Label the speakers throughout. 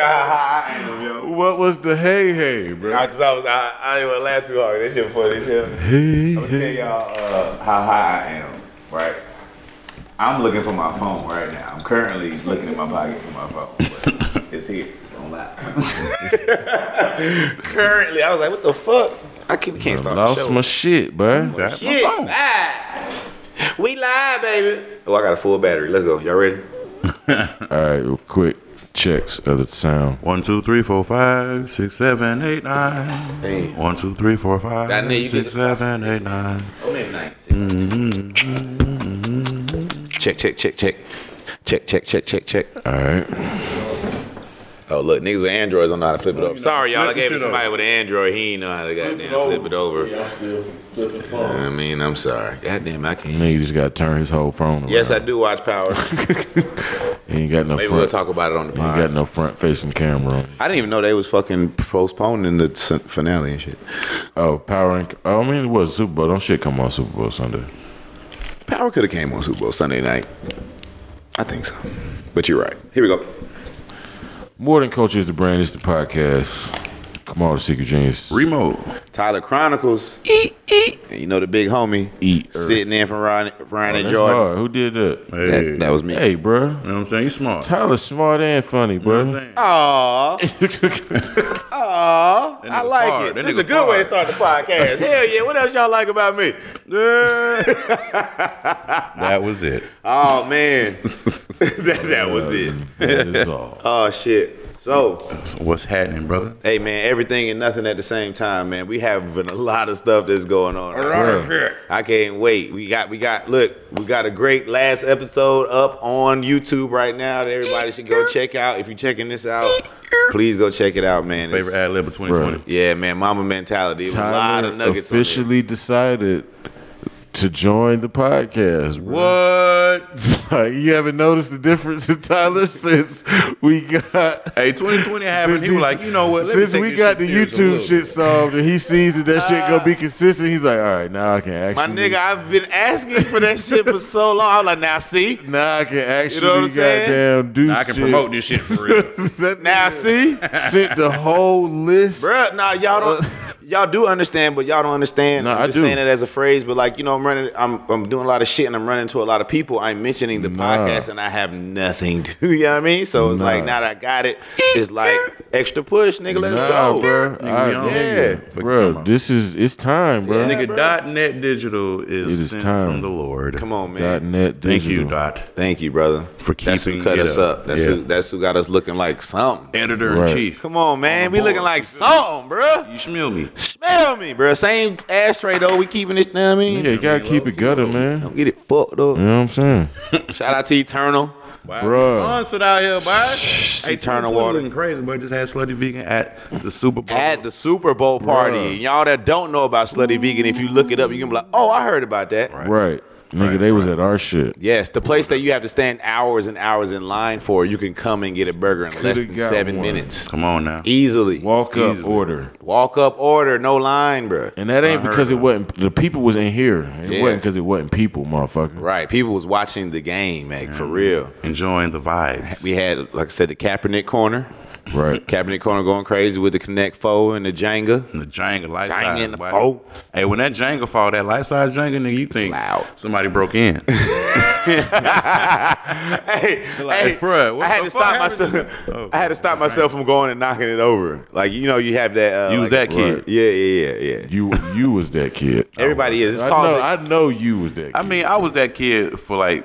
Speaker 1: Because
Speaker 2: What was the hey hey, bro?
Speaker 1: I was, I, I didn't want to laugh too hard. That shit funny as hell.
Speaker 2: Hey,
Speaker 1: I'm gonna tell y'all uh, how high I am, right? I'm looking for my phone right now. I'm currently looking in my pocket for my phone. but it's here. It's on lock. currently, I was like, "What the fuck?" I keep, we can't start the
Speaker 2: Lost
Speaker 1: show.
Speaker 2: my shit, bro. That's
Speaker 1: Shit, live. We live, baby. Oh, I got a full battery. Let's go. Y'all ready?
Speaker 2: All right, real quick checks of the sound.
Speaker 3: One, two, three, four, five, six, seven, eight, nine.
Speaker 1: Damn.
Speaker 3: One, two, three, four, five,
Speaker 1: That nigga, you
Speaker 3: six,
Speaker 1: get it.
Speaker 3: seven, eight, nine.
Speaker 1: Oh, maybe not. Check, check, check, check. Check, check, check, check, check.
Speaker 2: All right.
Speaker 1: Oh, look, niggas with Androids don't know how to flip it over. Sorry, y'all. I
Speaker 3: Flip the
Speaker 1: gave it
Speaker 3: shit
Speaker 1: to somebody with an Android. He ain't know how to goddamn flip it over. I mean, I'm sorry. Goddamn, I can't.
Speaker 2: Nigga just got to turn his whole phone around.
Speaker 1: Yes, I do watch Power.
Speaker 2: He ain't got no
Speaker 1: Maybe we'll
Speaker 2: front.
Speaker 1: talk about it on the
Speaker 2: he ain't got
Speaker 1: pod.
Speaker 2: no front facing camera. on.
Speaker 1: I didn't even know they was fucking postponing the s- finale and shit.
Speaker 2: Oh, power. And, I mean, it was Super Bowl. Don't shit come on Super Bowl Sunday.
Speaker 1: Power could have came on Super Bowl Sunday night. I think so. But you're right. Here we go.
Speaker 2: More than culture is the brand. It's the podcast. Come on, Secret Genius.
Speaker 3: Remote.
Speaker 1: Tyler Chronicles. And you know the big homie
Speaker 2: Eat.
Speaker 3: er.
Speaker 1: sitting in from Ryan, Ryan and
Speaker 2: That's
Speaker 1: Jordan.
Speaker 2: hard. Who did that?
Speaker 3: Oh, Hey.
Speaker 1: That, that was me.
Speaker 2: Hey, bro.
Speaker 3: You know what I'm saying? You smart. You
Speaker 2: Tyler's smart and funny,
Speaker 3: know
Speaker 2: bro.
Speaker 3: what I'm saying?
Speaker 1: Aww, aww,
Speaker 3: That
Speaker 1: I
Speaker 3: nigga
Speaker 1: like
Speaker 3: hard.
Speaker 1: it.
Speaker 3: That
Speaker 1: This is a
Speaker 3: nigga
Speaker 1: good way to start
Speaker 3: hard.
Speaker 1: the podcast. Hell yeah! What else y'all like about me?
Speaker 3: That was it.
Speaker 1: Oh man, that, that was it.
Speaker 2: that is all.
Speaker 1: Oh shit. So,
Speaker 3: So what's happening, brother?
Speaker 1: hey man, everything and nothing at the same time, man. We having a lot of stuff that's going on.
Speaker 2: Bruh.
Speaker 1: I can't wait. We got we got look, we got a great last episode up on YouTube right now that everybody should go check out. If you're checking this out, please go check it out, man. It's-
Speaker 3: Favorite ad lib of 2020.
Speaker 1: yeah, man, mama mentality. It was a lot of
Speaker 2: Tyler
Speaker 1: nuggets. on there.
Speaker 2: officially decided to join the podcast. What?
Speaker 3: What?
Speaker 2: Like, you haven't noticed the difference in Tyler since we got.
Speaker 3: Hey, 2020 happened.
Speaker 2: since
Speaker 3: He was
Speaker 2: he's-
Speaker 3: like, you know what? Let me
Speaker 2: Since
Speaker 3: take
Speaker 2: we
Speaker 3: this
Speaker 2: got the
Speaker 3: shit serious a
Speaker 2: YouTube
Speaker 3: little bit. Ah.
Speaker 2: shit solved and he sees that that shit gonna be consistent, he's like, all right, now I can
Speaker 1: My
Speaker 2: actually.
Speaker 1: nigga, I've been asking for that shit for so long. I was like, now see,
Speaker 2: Now I can actually
Speaker 1: You know what I'm saying?
Speaker 2: goddamn do
Speaker 3: Now I can promote this shit for real.
Speaker 2: that
Speaker 1: now see,
Speaker 2: nigga sent the whole list.
Speaker 1: bruh. Nah, y'all don't. Y'all do understand, but y'all don't understand.
Speaker 2: Nah,
Speaker 1: I'm
Speaker 2: I
Speaker 1: just
Speaker 2: do.
Speaker 1: saying it as a phrase, but like you know, I'm running. I'm I'm doing a lot of shit, and I'm running to a lot of people. I'm mentioning the
Speaker 2: Nah.
Speaker 1: podcast, and I have nothing to. You know what I mean? So it's like now that I got it, it's like extra push, nigga. Let's
Speaker 2: nah,
Speaker 1: go,
Speaker 2: bro.
Speaker 3: be on.
Speaker 2: nigga,
Speaker 3: Yeah.
Speaker 2: bro. This is it's time, bro.
Speaker 1: Yeah,
Speaker 3: Nigga,
Speaker 1: bro.
Speaker 3: dot net digital is,
Speaker 2: It is
Speaker 3: sent
Speaker 2: time.
Speaker 3: from the Lord.
Speaker 1: Come on, man.
Speaker 2: Dot net.
Speaker 3: Thank
Speaker 2: digital.
Speaker 3: you, dot.
Speaker 1: Thank you, brother,
Speaker 3: For
Speaker 1: That's who
Speaker 3: keeping
Speaker 1: cut
Speaker 3: it
Speaker 1: us
Speaker 3: up.
Speaker 1: up. That's
Speaker 3: Yeah.
Speaker 1: who. That's who got us looking like something.
Speaker 3: Editor
Speaker 2: Right.
Speaker 3: in chief.
Speaker 1: Come on, man. We
Speaker 3: board.
Speaker 1: looking like something, bro.
Speaker 3: You smell me.
Speaker 1: Smell me, bro. Same ashtray though. We keeping this. You know what I mean?
Speaker 2: Yeah, Mm. you gotta keep it gutter, man.
Speaker 1: Don't get it fucked up.
Speaker 2: You know what I'm saying?
Speaker 1: Shout out to Eternal.
Speaker 3: Wow,
Speaker 2: Bruh.
Speaker 3: it's Sponsored out here, boy. Hey,
Speaker 1: Eternal
Speaker 3: Eternal
Speaker 1: Water.
Speaker 3: Water. crazy, boy. Just had Slutty Vegan at the Super Bowl.
Speaker 1: At the Super Bowl party,
Speaker 2: Uh-huh. Bruh.
Speaker 1: and y'all that don't know about Slutty Vegan, if you look it up, you can be like, "Oh, I heard about that."
Speaker 2: Right. Nigga, they was at our shit.
Speaker 1: Yes, the place that you have to stand hours and hours in line for, you can come and get a burger in less
Speaker 2: Coulda
Speaker 1: than
Speaker 2: got
Speaker 1: seven
Speaker 2: one.
Speaker 1: minutes,
Speaker 3: Come on now.
Speaker 1: easily. Walk,
Speaker 2: Walk up order.
Speaker 1: up, order, no line, bruh.
Speaker 2: And that ain't
Speaker 3: I heard
Speaker 2: because it
Speaker 3: that.
Speaker 2: wasn't the people was in here. It
Speaker 1: Yeah.
Speaker 2: wasn't because it wasn't people, motherfucker.
Speaker 1: Right? People was watching the game, like for real.
Speaker 3: Enjoying the vibes.
Speaker 1: We had, like I said, the Kaepernick corner.
Speaker 2: Right.
Speaker 1: Kaepernick corner going crazy with the Connect Four and the Jenga.
Speaker 3: And the Jenga life
Speaker 1: Jenga
Speaker 3: size.
Speaker 1: in the
Speaker 3: boy.
Speaker 1: bowl.
Speaker 3: Hey, when that Jenga fall, that life size Jenga, nigga, you think
Speaker 1: loud.
Speaker 3: somebody broke in.
Speaker 1: hey,
Speaker 3: Like,
Speaker 1: hey,
Speaker 3: bruh, what
Speaker 1: I had
Speaker 3: the
Speaker 1: to
Speaker 3: fuck
Speaker 1: stop
Speaker 3: happened to
Speaker 1: myself.
Speaker 3: you? Oh,
Speaker 1: I had to stop myself from going and knocking it over. Like you know, you have that. Uh,
Speaker 3: You was
Speaker 1: like-
Speaker 3: that kid. Oh,
Speaker 2: Right.
Speaker 1: Yeah, yeah, yeah, yeah.
Speaker 2: You you was that kid.
Speaker 1: Everybody is. It's
Speaker 2: I
Speaker 1: called.
Speaker 2: know.
Speaker 1: it-
Speaker 2: I know you was that. Kid.
Speaker 3: I mean, I was that kid for like,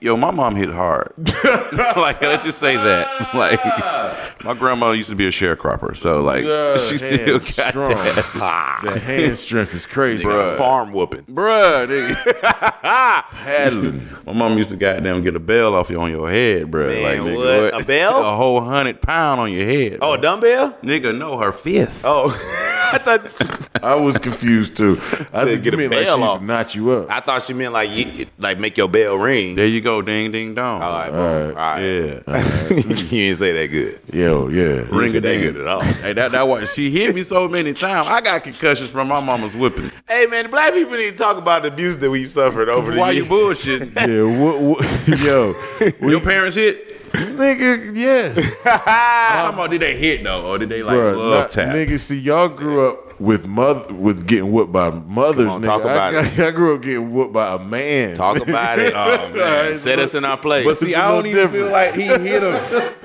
Speaker 3: yo, my mom hit hard. like, let's just say that. Like, my grandma used to be a sharecropper, so like,
Speaker 2: The
Speaker 3: she still
Speaker 2: hand
Speaker 3: got
Speaker 2: strong.
Speaker 3: that.
Speaker 2: The hand strength is crazy.
Speaker 3: Bruh.
Speaker 1: farm whooping.
Speaker 3: Bruh, nigga.
Speaker 2: Paddling.
Speaker 3: My mom used to goddamn get a bell off you on your head, bruh.
Speaker 1: Man,
Speaker 3: like, nigga,
Speaker 1: what? A bell?
Speaker 3: a whole hundred pound on your head.
Speaker 1: Oh, a Oh, dumbbell.
Speaker 3: Nigga, no, her fist.
Speaker 1: Oh, I thought
Speaker 2: I was confused too. I
Speaker 1: Said
Speaker 2: think
Speaker 1: get
Speaker 2: you
Speaker 1: a
Speaker 2: mean like
Speaker 1: bell
Speaker 2: she used
Speaker 1: off.
Speaker 2: to knot you up.
Speaker 1: I thought you meant like you, like make your bell ring.
Speaker 3: There you go, ding ding dong.
Speaker 1: All right,
Speaker 2: All
Speaker 1: bro.
Speaker 2: right.
Speaker 1: All right.
Speaker 3: Yeah.
Speaker 1: you ain't say that good.
Speaker 2: Yo, yeah.
Speaker 1: You ain't
Speaker 3: Ring
Speaker 1: say
Speaker 3: a
Speaker 1: that
Speaker 3: ding.
Speaker 1: good at all.
Speaker 3: Hey, that that was she hit me so many times. I got concussions from my mama's whippings.
Speaker 1: hey man, the black people need to talk about the abuse that we've suffered over the
Speaker 3: Why you
Speaker 1: years.
Speaker 3: bullshit?
Speaker 2: Yeah, what, what, yo,
Speaker 3: Your parents hit?
Speaker 2: nigga, yes,
Speaker 3: I'm talking about did they hit though, or did they like
Speaker 2: Bruh,
Speaker 3: love
Speaker 2: not-
Speaker 3: tap?
Speaker 2: nigga. See, y'all grew up with mother with getting whooped by mothers.
Speaker 1: Come on,
Speaker 2: nigga.
Speaker 1: talk about
Speaker 2: I, I, grew up getting whooped by a man.
Speaker 1: Talk about it. uh,
Speaker 3: Oh, man.
Speaker 1: Set us in our place.
Speaker 3: But see,
Speaker 2: It's a
Speaker 3: I don't even
Speaker 2: little
Speaker 3: feel like he hit him.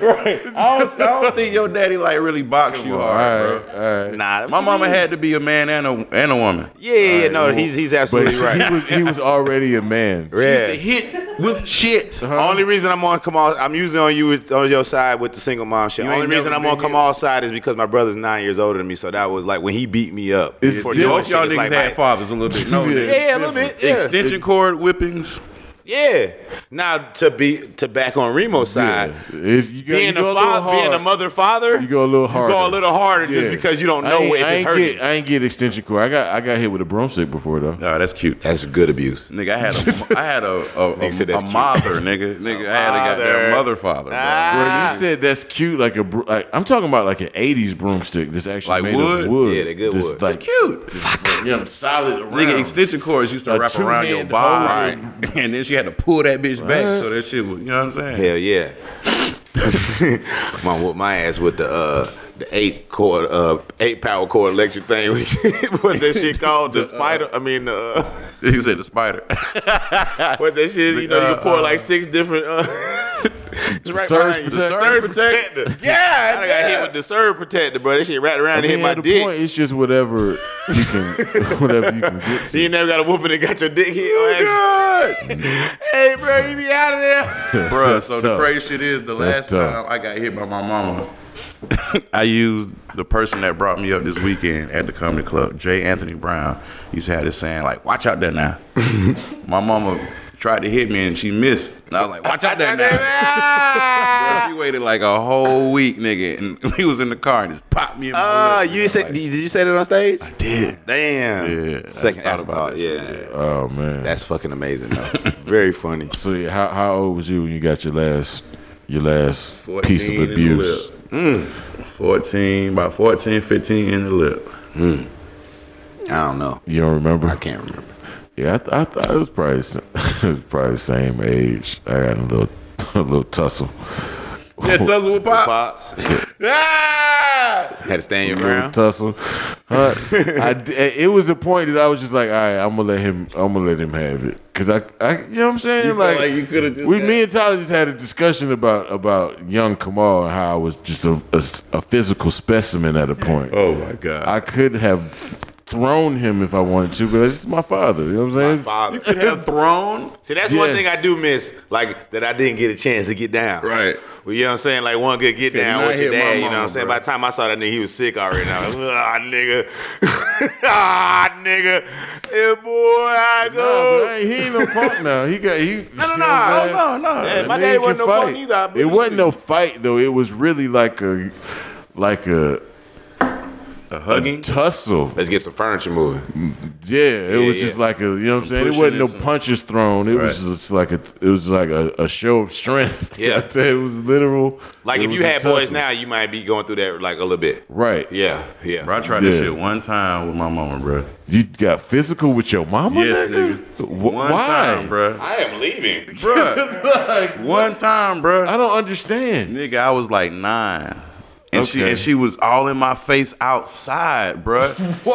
Speaker 3: right. I don't, I don't think your daddy like really boxed you
Speaker 2: All
Speaker 3: hard,
Speaker 2: right,
Speaker 3: bro.
Speaker 2: all right.
Speaker 1: nah,
Speaker 3: My mama had to be a man and a and a woman.
Speaker 1: Yeah, yeah, yeah, no, he's he's
Speaker 2: But
Speaker 1: absolutely right.
Speaker 2: he was he was already a man.
Speaker 1: Yeah.
Speaker 3: Used to hit with shit.
Speaker 1: Only reason I'm on Kamal, I'm usually on you with, on your side with the single mom shit.
Speaker 3: You
Speaker 1: Only
Speaker 3: ain't
Speaker 1: reason
Speaker 3: never
Speaker 1: I'm
Speaker 3: been
Speaker 1: on
Speaker 3: hit.
Speaker 1: Kamal's side is because my brother's nine years older than me. So that was like when he beat me up.
Speaker 2: It's
Speaker 1: for
Speaker 2: different.
Speaker 1: doing
Speaker 3: Both y'all
Speaker 1: shit, it's
Speaker 3: niggas
Speaker 1: like
Speaker 3: had
Speaker 1: my-
Speaker 3: fathers a little bit. No,
Speaker 2: Yeah.
Speaker 1: Yeah, yeah, a little bit. Yeah.
Speaker 3: extension cord whippings.
Speaker 1: Yeah. Now to be to back on Remo's side,
Speaker 2: It's, you go, you
Speaker 1: being a
Speaker 2: go a little
Speaker 1: father,
Speaker 2: hard.
Speaker 1: being a mother father,
Speaker 2: you go a little harder.
Speaker 1: go a little harder just
Speaker 2: Yeah.
Speaker 1: because you don't
Speaker 2: I
Speaker 1: know
Speaker 2: ain't-
Speaker 1: if
Speaker 2: I
Speaker 1: it's
Speaker 2: ain't
Speaker 1: hurting.
Speaker 2: Get, I ain't get extension cord. I got I got hit with a broomstick before though.
Speaker 3: Oh, that's cute.
Speaker 1: That's good abuse.
Speaker 3: Nigga, I had a, I had a a, a,
Speaker 1: said that's
Speaker 3: a
Speaker 1: cute.
Speaker 3: mother, nigga, nigga, I had a goddamn mother,
Speaker 1: Mother.
Speaker 3: father, bro.
Speaker 2: Bro,
Speaker 1: Ah,
Speaker 2: you said that's cute, like a bro- like, I'm talking about like an '80s broomstick that's actually
Speaker 3: Like
Speaker 2: made
Speaker 3: wood?
Speaker 2: of wood.
Speaker 1: Yeah, they good
Speaker 2: Just
Speaker 1: wood.
Speaker 2: Like,
Speaker 3: cute.
Speaker 2: yeah, solid around.
Speaker 3: Nigga, extension cords used to
Speaker 2: A
Speaker 3: wrap around your
Speaker 2: two-hand
Speaker 3: body,
Speaker 2: hold.
Speaker 3: and then she had to pull that bitch back so that shit would, you know what I'm saying?
Speaker 1: hell yeah. Mom whooped my ass with the uh the eight cord uh eight power cord electric thing. What's that shit called? The spider I mean uh
Speaker 3: He said the spider.
Speaker 1: What that shit? is, You know, you can pour like six different. Uh, it's right
Speaker 2: Surge
Speaker 1: behind you.
Speaker 2: protector.
Speaker 1: Surge protector. Yeah, I got hit with the surge protector, bro. That shit wrapped around and
Speaker 2: I
Speaker 1: hit
Speaker 2: mean,
Speaker 1: my
Speaker 2: at the
Speaker 1: dick.
Speaker 2: point, it's just whatever you can, whatever you can get.
Speaker 1: You ain't never got a whooping and got your dick hit. or ass. hey, bro, you be out of there.
Speaker 3: Bruh, so the
Speaker 2: tough.
Speaker 3: crazy shit is the
Speaker 2: That's
Speaker 3: last
Speaker 2: tough.
Speaker 3: time I got hit by my mama, I used the person that brought me up this weekend at the comedy club, Jay Anthony Brown, used to have this saying like, watch out there now. my mama tried to hit me and she missed. And I was like, watch out there now.
Speaker 1: Ah,
Speaker 3: She waited like a whole week, nigga, and we was in the car and just popped me in my
Speaker 1: Ah,
Speaker 3: lip,
Speaker 1: you
Speaker 3: nigga,
Speaker 1: said?
Speaker 3: like,
Speaker 1: Did you say that on stage?
Speaker 3: Damn.
Speaker 1: Damn.
Speaker 3: Yeah, I just
Speaker 1: Second
Speaker 3: thought
Speaker 1: afterthought.
Speaker 3: about that
Speaker 1: Yeah.
Speaker 3: shit,
Speaker 2: Oh man.
Speaker 1: That's fucking amazing though. Very funny.
Speaker 2: so yeah, how how old was you when you got your last your last piece
Speaker 3: 14 in
Speaker 2: of
Speaker 3: the
Speaker 2: abuse?
Speaker 3: lip. 14, about 14, 15 in the lip.
Speaker 1: I don't know.
Speaker 2: You don't remember?
Speaker 1: I can't remember.
Speaker 2: Yeah, I, th- I thought it was probably s- it was probably the same age. I got in a little a little tussle.
Speaker 3: Yeah, tussle with pop.
Speaker 1: Pops
Speaker 3: Ah!
Speaker 1: had to stand your
Speaker 2: little
Speaker 1: ground.
Speaker 2: tussle. Huh? I d- it was a point that I was just like, all right, I'm gonna let him. I'm gonna let him have it because I, I, you know what I'm saying?
Speaker 3: You felt
Speaker 2: like,
Speaker 3: like you coulda just
Speaker 2: we,
Speaker 3: had-
Speaker 2: me and Tyler just had a discussion about about young Kamal and how I was just a, a s- a physical specimen at a point.
Speaker 3: Oh my god.
Speaker 2: I could have thrown him if I wanted to, but it's my father. You know what I'm saying?
Speaker 1: Father.
Speaker 3: have thrown.
Speaker 1: See, that's one
Speaker 2: Yes.
Speaker 1: thing I do miss, like that I didn't get a chance to get down.
Speaker 3: Right.
Speaker 1: Well, you know what I'm saying? Like one good get
Speaker 3: Could
Speaker 1: down
Speaker 3: not
Speaker 1: with your
Speaker 3: hit my
Speaker 1: dad, you know what
Speaker 3: mama,
Speaker 1: I'm saying?
Speaker 3: bro.
Speaker 1: By the time I saw that nigga, he was sick already. I was, ah, nigga. ah, nigga. Yeah, boy, I
Speaker 2: Nah, but
Speaker 1: go.
Speaker 2: I ain't- he ain't no punk now. He got he.
Speaker 1: no,
Speaker 2: you know
Speaker 1: no,
Speaker 2: what I'm
Speaker 1: no,
Speaker 2: saying?
Speaker 1: no, no. Yeah,
Speaker 2: That
Speaker 1: my
Speaker 2: nigga
Speaker 1: daddy wasn't
Speaker 2: can
Speaker 1: no punk
Speaker 2: fight.
Speaker 1: either, I
Speaker 2: It
Speaker 1: believe
Speaker 2: wasn't
Speaker 1: you.
Speaker 2: no fight though. It was really like a, like a
Speaker 3: A
Speaker 2: a tussle.
Speaker 1: Let's get some furniture moving.
Speaker 2: Yeah, it
Speaker 1: Yeah,
Speaker 2: was
Speaker 1: yeah.
Speaker 2: just like a you know what I'm saying. It
Speaker 3: pushing
Speaker 2: wasn't no
Speaker 3: and some-
Speaker 2: punches thrown. It was
Speaker 3: Right.
Speaker 2: just like a it was like a, a show of strength.
Speaker 1: Yeah.
Speaker 2: it was literal.
Speaker 1: Like
Speaker 2: It
Speaker 1: if
Speaker 2: was
Speaker 1: you
Speaker 2: a
Speaker 1: had boys
Speaker 2: tussle.
Speaker 1: now, you might be going through that like a little bit.
Speaker 2: right?
Speaker 1: Yeah, yeah.
Speaker 3: Bro, I tried
Speaker 2: Yeah.
Speaker 3: this shit one time with my mama, bro.
Speaker 2: You got physical with your mama.
Speaker 3: Yes, nigga.
Speaker 2: Wh-
Speaker 3: one
Speaker 2: why?
Speaker 3: time, bro.
Speaker 1: I am leaving.
Speaker 3: Bro,
Speaker 2: Like,
Speaker 3: one time, bro.
Speaker 2: I don't understand.
Speaker 3: Nigga, I was like nine. And she
Speaker 2: Okay.
Speaker 3: and she was all in my face outside, bruh.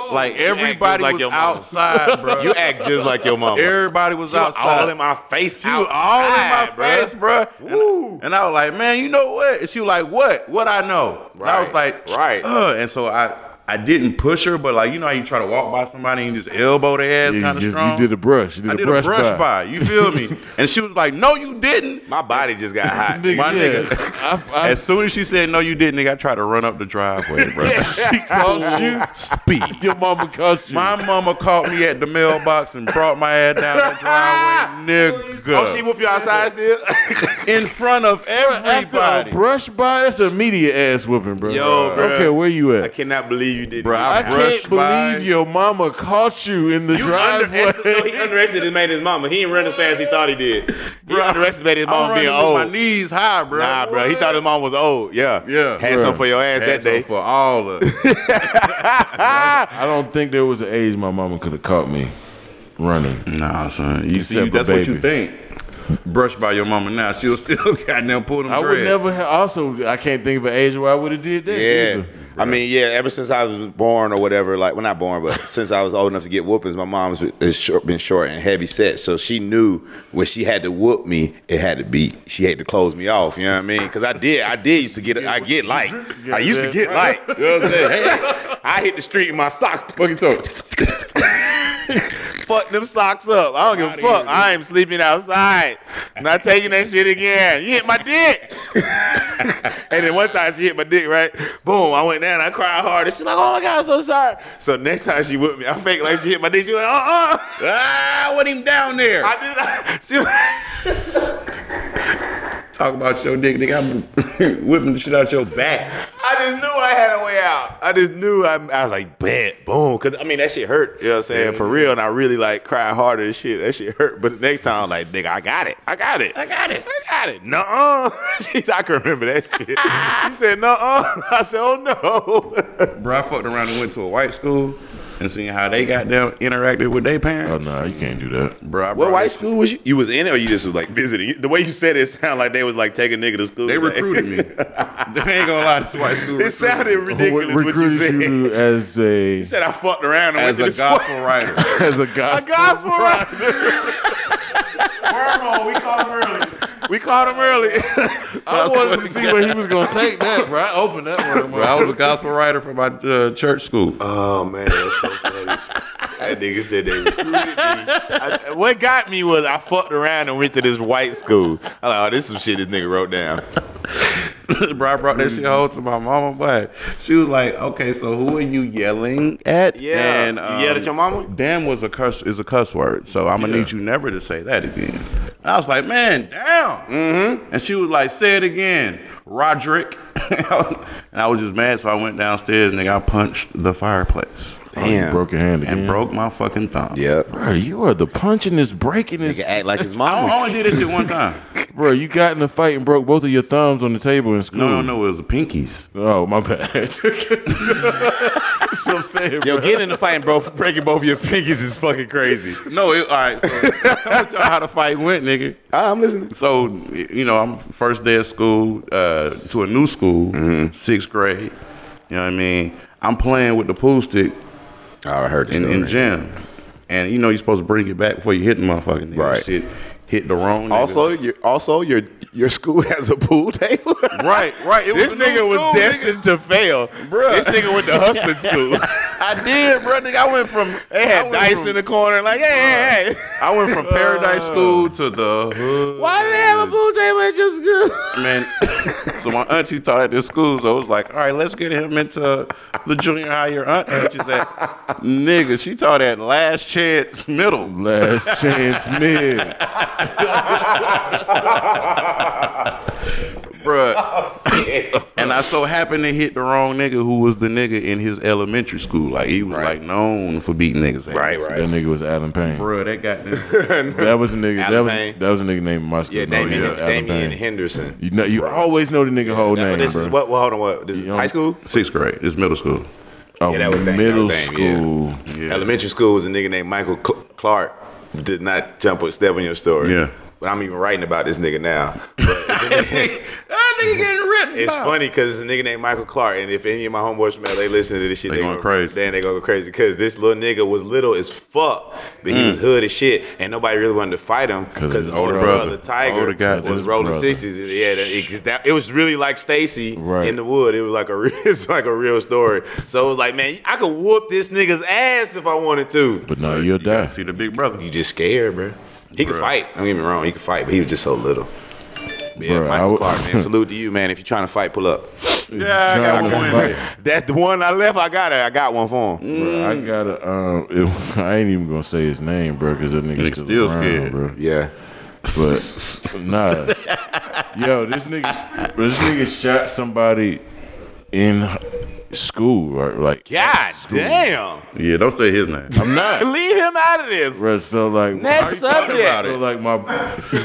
Speaker 3: Like everybody
Speaker 1: like
Speaker 3: was
Speaker 1: your mama.
Speaker 3: outside, bro.
Speaker 1: You act just like your mama.
Speaker 3: everybody was
Speaker 1: you
Speaker 3: outside.
Speaker 1: all in my face.
Speaker 3: She was all in my
Speaker 1: bruh.
Speaker 3: face, bro. And, and I was like, man, you know what? And she was like, what? What I know? And I was
Speaker 1: Right,
Speaker 3: like,
Speaker 1: right.
Speaker 3: "Ugh." And so I, I didn't push her, but like, you know how you try to walk by somebody and you just elbow their ass
Speaker 2: You,
Speaker 3: kind of
Speaker 2: just-
Speaker 3: strong?
Speaker 2: you did a brush. You did,
Speaker 3: I did
Speaker 2: a brush,
Speaker 3: by. You feel me? and she was like, no, you didn't.
Speaker 1: My body just got hot.
Speaker 2: Nigga,
Speaker 3: My
Speaker 2: yeah. I, I
Speaker 3: As soon as she said, no, you didn't, nigga, I tried to run up the driveway, bro.
Speaker 2: she caught you.
Speaker 3: Speed.
Speaker 2: Your mama caught you.
Speaker 3: My mama caught me at the mailbox and brought my ass down the driveway, nigga.
Speaker 1: Oh, she whoop you outside still?
Speaker 3: in front of
Speaker 2: After
Speaker 3: everybody.
Speaker 2: a brush by, that's a media ass whooping, bro.
Speaker 1: Yo,
Speaker 2: Okay,
Speaker 1: bro.
Speaker 2: where you
Speaker 1: I
Speaker 2: at?
Speaker 1: cannot believe you did.
Speaker 3: Bruh,
Speaker 2: I
Speaker 3: I
Speaker 2: can't
Speaker 3: brushed
Speaker 2: believe
Speaker 3: mine.
Speaker 2: your mama caught you in the
Speaker 1: You
Speaker 2: driveway.
Speaker 1: underestimated, no, he underestimated his mama. He didn't run as fast as he thought he did. He
Speaker 3: Bruh,
Speaker 1: underestimated his
Speaker 3: I'm
Speaker 1: mama being
Speaker 3: running with my
Speaker 1: old.
Speaker 3: knees high, bro.
Speaker 1: Nah, bro. He thought his mom was old. Yeah.
Speaker 3: Yeah,
Speaker 1: Had
Speaker 3: bruh.
Speaker 1: some for your ass
Speaker 3: Had
Speaker 1: that
Speaker 3: some
Speaker 1: day.
Speaker 3: for all of. it.
Speaker 2: I don't think there was an age my mama could have caught me running.
Speaker 3: nah, son. You see,
Speaker 2: Except
Speaker 3: you- that's
Speaker 2: for
Speaker 3: what you
Speaker 2: baby.
Speaker 3: think. Brushed by your mama now, she'll still goddamn pull them
Speaker 2: I would
Speaker 3: dreads.
Speaker 2: never have. Also, I can't think of an age where I would have did that.
Speaker 1: Yeah.
Speaker 2: either.
Speaker 1: I mean, yeah, ever since I was born or whatever, like, well, not born, but since I was old enough to get whoopings, my mom's been- is short, been short and heavy set. So she knew when she had to whoop me, it had to be, she had to close me off. You know what I mean? Because I did, I did used to get, I get light. I used to get light. You know what I'm saying? Hey, I hit the street in my socks.
Speaker 3: Fucking talk.
Speaker 1: Fuck them socks up. I don't give a fuck. I am sleeping outside. Not taking that shit again. You hit my dick. and then one time she hit my dick, right? Boom. I went down. I cried hard. And she's like, oh my God, I'm so sorry. So next time she whipped me, I fake like she hit my dick. She was like, uh uh
Speaker 3: Ah, I went him down there.
Speaker 1: I did not. She was,
Speaker 3: Talk about your dick, nigga. I'm whipping the shit out your back.
Speaker 1: I just knew I had a way out. I just knew. I, I was like, bet, boom. Because, I mean, that shit hurt. You know what I'm saying? For real. And I really like cried harder and shit. That shit hurt. But the next time, I'm like, nigga, I got it. I got it.
Speaker 3: I got it.
Speaker 1: I got it. Nuh-uh. Jeez, I can remember that shit. She said, nuh-uh. I said, oh no.
Speaker 3: Bro, I fucked around and went to a white school and seen how they got down interacted with their
Speaker 2: Oh
Speaker 3: parents.
Speaker 2: no, you can't do that.
Speaker 3: Bro, I
Speaker 1: What
Speaker 3: brought
Speaker 1: white
Speaker 3: this-
Speaker 1: school was you? You was in it or you just was like visiting? The way you said it sounded like they was like taking nigga to school.
Speaker 3: They
Speaker 1: today.
Speaker 3: recruited me. they ain't gonna lie, this white school.
Speaker 1: it sounded
Speaker 3: recruited
Speaker 1: ridiculous
Speaker 3: me
Speaker 2: What
Speaker 1: what you said.
Speaker 2: recruited
Speaker 1: You
Speaker 2: you as a
Speaker 1: said I fucked around and went
Speaker 3: as
Speaker 1: to
Speaker 3: a
Speaker 1: the school.
Speaker 3: gospel writer.
Speaker 2: as a
Speaker 1: A
Speaker 2: gospel.
Speaker 1: gospel writer. Wormhole, we called him early. We called him early.
Speaker 2: I wanted to see where he was gonna take that, bro. I opened that one.
Speaker 3: Bro, I was a gospel writer for my uh, church school.
Speaker 1: Oh man, that's so funny. that nigga said they recruited me. I- what got me was I fucked around and went to this white school. I'm like, oh, this is some shit this nigga wrote down.
Speaker 3: bro, I brought that shit home to my mama, but she was like, "Okay, so who are you yelling at?"
Speaker 1: Yeah.
Speaker 3: and um,
Speaker 1: You yelled at your mama?
Speaker 3: Damn was a curse is a cuss word, so I'm gonna need you never to say that again. And I was like, "Man, damn!" Mm-hmm. And she was like, "Say it again, Roderick." and I was just mad, so I went downstairs, nigga. I punched the fireplace
Speaker 1: Damn.
Speaker 2: broke your hand
Speaker 3: and
Speaker 2: again.
Speaker 3: broke my fucking thumb.
Speaker 1: Yep.
Speaker 2: Bro, you are the punching this, breaking this.
Speaker 1: Nigga act like his
Speaker 3: Oh, I
Speaker 1: mama.
Speaker 3: only did this shit one time.
Speaker 2: Bro, you got in a fight and broke both of your thumbs on the table in school.
Speaker 3: No, no, no, it was the pinkies.
Speaker 2: Oh, my bad. That's what I'm saying,
Speaker 1: Yo,
Speaker 2: bro.
Speaker 1: getting in the fight and bro, breaking both your fingers is fucking crazy.
Speaker 3: No, it, all right. So I told y'all how the fight went, nigga.
Speaker 1: I'm listening.
Speaker 3: So you know, I'm first day of school uh, to a new school, sixth grade. You know what I mean? I'm playing with the pool stick
Speaker 1: Oh, I heard this.
Speaker 3: in, in
Speaker 1: story.
Speaker 3: gym, and you know you're supposed to bring it back before you hit the motherfucking nigga.
Speaker 1: Right.
Speaker 3: Shit, hit the wrong. Nigga.
Speaker 1: also, your also your your school has a pool table.
Speaker 3: right, right. It
Speaker 1: This
Speaker 3: a new
Speaker 1: nigga
Speaker 3: school,
Speaker 1: was
Speaker 3: nigga.
Speaker 1: destined to fail.
Speaker 3: Bruh.
Speaker 1: This nigga went to hustling school.
Speaker 3: I did, bro. Nigga, I went from
Speaker 1: They
Speaker 3: I
Speaker 1: had
Speaker 3: went
Speaker 1: dice
Speaker 3: from-
Speaker 1: in the corner, like, hey, hey, hey.
Speaker 3: I went from Paradise School to the hood.
Speaker 1: Why do they have a pool table at your school?
Speaker 3: man. so my auntie taught at this school, so I was like, all right, let's get him into the junior high your aunt teaches at. Nigga, she taught at last chance middle.
Speaker 2: Last chance mid.
Speaker 3: Bruh. and I so happened to hit the wrong nigga who was the nigga in his elementary school. Like he was like known for beating niggas. ass.
Speaker 2: That nigga was Alan Payne.
Speaker 3: Bruh, that goddamn
Speaker 2: That was a nigga.
Speaker 1: Alan
Speaker 2: that was
Speaker 1: Payne.
Speaker 2: that was a nigga named my school.
Speaker 1: Yeah,
Speaker 2: No,
Speaker 1: Damien,
Speaker 2: yeah, Alan
Speaker 1: Damien
Speaker 2: Payne.
Speaker 1: Henderson.
Speaker 2: You know, you always know the nigga whole
Speaker 1: That-
Speaker 2: name,
Speaker 1: this
Speaker 2: bro.
Speaker 1: is what? Well, hold on. What? This is
Speaker 2: You know-
Speaker 1: high school?
Speaker 3: sixth grade. It's middle school.
Speaker 2: oh,
Speaker 1: Yeah, that was Damien, that
Speaker 2: middle
Speaker 1: was Damien,
Speaker 2: school.
Speaker 3: Yeah.
Speaker 1: Elementary school was a nigga named Michael Cl- Clark. Did not jump or step on your story.
Speaker 3: Yeah.
Speaker 1: But I'm even writing about this nigga now. But
Speaker 3: That nigga getting written.
Speaker 1: it's funny because it's a nigga named Michael Clark, and if any of my homeboys from LA listen to this shit,
Speaker 3: They going
Speaker 1: gonna-
Speaker 3: crazy.
Speaker 1: Then they gonna go crazy because this little nigga was little as fuck, but
Speaker 3: Mm.
Speaker 1: he was hood as shit, and nobody really wanted to fight him because his older brother, Tiger,
Speaker 3: Older guy,
Speaker 1: was
Speaker 3: his
Speaker 1: rolling
Speaker 2: brother.
Speaker 1: sixties. Yeah, that, it, 'cause that- it was really like Stacy
Speaker 2: Right.
Speaker 1: in the wood. It was like a real, it's like a real story. So it was like, man, I could whoop this nigga's ass if I wanted to.
Speaker 2: But no, you'll
Speaker 3: You gotta
Speaker 2: die.
Speaker 3: see the big brother.
Speaker 1: You just scared, bro. He could
Speaker 3: Bruh.
Speaker 1: fight. Don't get me wrong, he could fight, but he was just so little. Yeah,
Speaker 2: Bruh, I
Speaker 1: Michael
Speaker 2: would-
Speaker 1: Clark, man. Salute to you, man. If you're trying to fight, pull up.
Speaker 3: Yeah, I got one more in there.
Speaker 1: That's the one I left. I got it. I got one for him.
Speaker 2: Bro, I gotta. Um, it, I ain't even gonna say his name, bro, because that nigga
Speaker 3: Nigga
Speaker 2: still, around,
Speaker 3: still scared.
Speaker 2: bro.
Speaker 1: Yeah.
Speaker 2: But nah, yo, this nigga, this nigga shot somebody in school, right? Like,
Speaker 1: God damn.
Speaker 3: Yeah, don't say his name.
Speaker 2: I'm not.
Speaker 1: Leave him out of this.
Speaker 2: Right, so like,
Speaker 1: Next
Speaker 2: how you talking
Speaker 1: subject.
Speaker 2: about it? So like my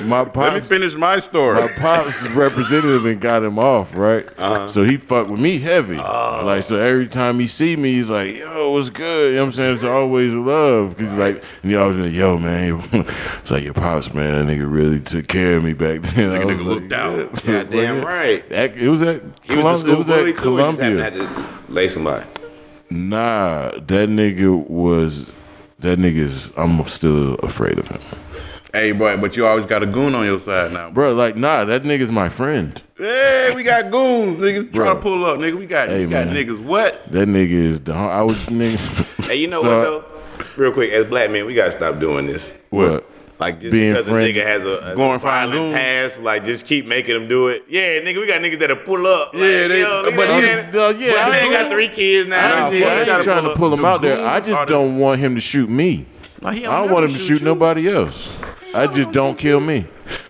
Speaker 2: my
Speaker 3: Let me
Speaker 2: pops,
Speaker 3: finish my story.
Speaker 2: my pops representative and got him off, right?
Speaker 1: Uh-huh.
Speaker 2: So he fucked with me heavy.
Speaker 1: Oh.
Speaker 2: Like so, every time he see me, he's like, "Yo, what's good?" You know what I'm saying? It's always love because like, and he always like, "Yo, man," it's like your pops, man. That nigga really took care of me back then. I
Speaker 3: nigga
Speaker 2: was
Speaker 3: looked out.
Speaker 2: yeah.
Speaker 1: Goddamn
Speaker 2: Like,
Speaker 1: right.
Speaker 2: At, it was at
Speaker 1: He was
Speaker 2: Colum-
Speaker 1: the school
Speaker 2: it was at
Speaker 1: bully too. He just
Speaker 2: Columbia.
Speaker 1: happened to have to lay somebody.
Speaker 2: Nah, that nigga was. That nigga's. I'm still afraid of him,
Speaker 3: hey, boy, but you always got a goon on your side now.
Speaker 2: bro.
Speaker 3: Bro.
Speaker 2: Like, nah, that nigga's my friend.
Speaker 3: Hey, we got goons, niggas. Try
Speaker 2: Bro.
Speaker 3: to pull up, nigga. We got,
Speaker 2: Hey,
Speaker 3: we got
Speaker 2: man.
Speaker 3: niggas. What?
Speaker 2: That nigga is. The, I was nigga.
Speaker 1: Hey, you know
Speaker 2: So-
Speaker 1: what though? Real quick, as black men, we gotta stop doing this.
Speaker 2: What?
Speaker 1: Like just
Speaker 2: Being
Speaker 1: because
Speaker 2: friendly.
Speaker 1: a nigga has a, a
Speaker 3: Going find
Speaker 1: violent
Speaker 3: goons.
Speaker 1: past, like just keep making them do it. Yeah, nigga, we got niggas that'll pull up. Like,
Speaker 3: Yeah, they-
Speaker 1: yo, look
Speaker 3: but
Speaker 1: at
Speaker 3: he-
Speaker 1: that.
Speaker 2: uh, yeah,
Speaker 1: but
Speaker 2: I
Speaker 1: they
Speaker 2: ain't-
Speaker 1: got three kids now.
Speaker 2: I
Speaker 3: Nah,
Speaker 1: Shit,
Speaker 2: ain't,
Speaker 3: boy,
Speaker 1: they
Speaker 2: I ain't
Speaker 1: gotta
Speaker 2: trying
Speaker 1: pull
Speaker 2: to
Speaker 1: up.
Speaker 2: pull him
Speaker 3: The
Speaker 2: out there. I
Speaker 3: goons are
Speaker 2: just
Speaker 3: the-
Speaker 2: don't want him to shoot me.
Speaker 3: Like, he
Speaker 2: I don't
Speaker 3: never
Speaker 2: want him to shoot
Speaker 3: you.
Speaker 2: nobody else. I just don't kill me.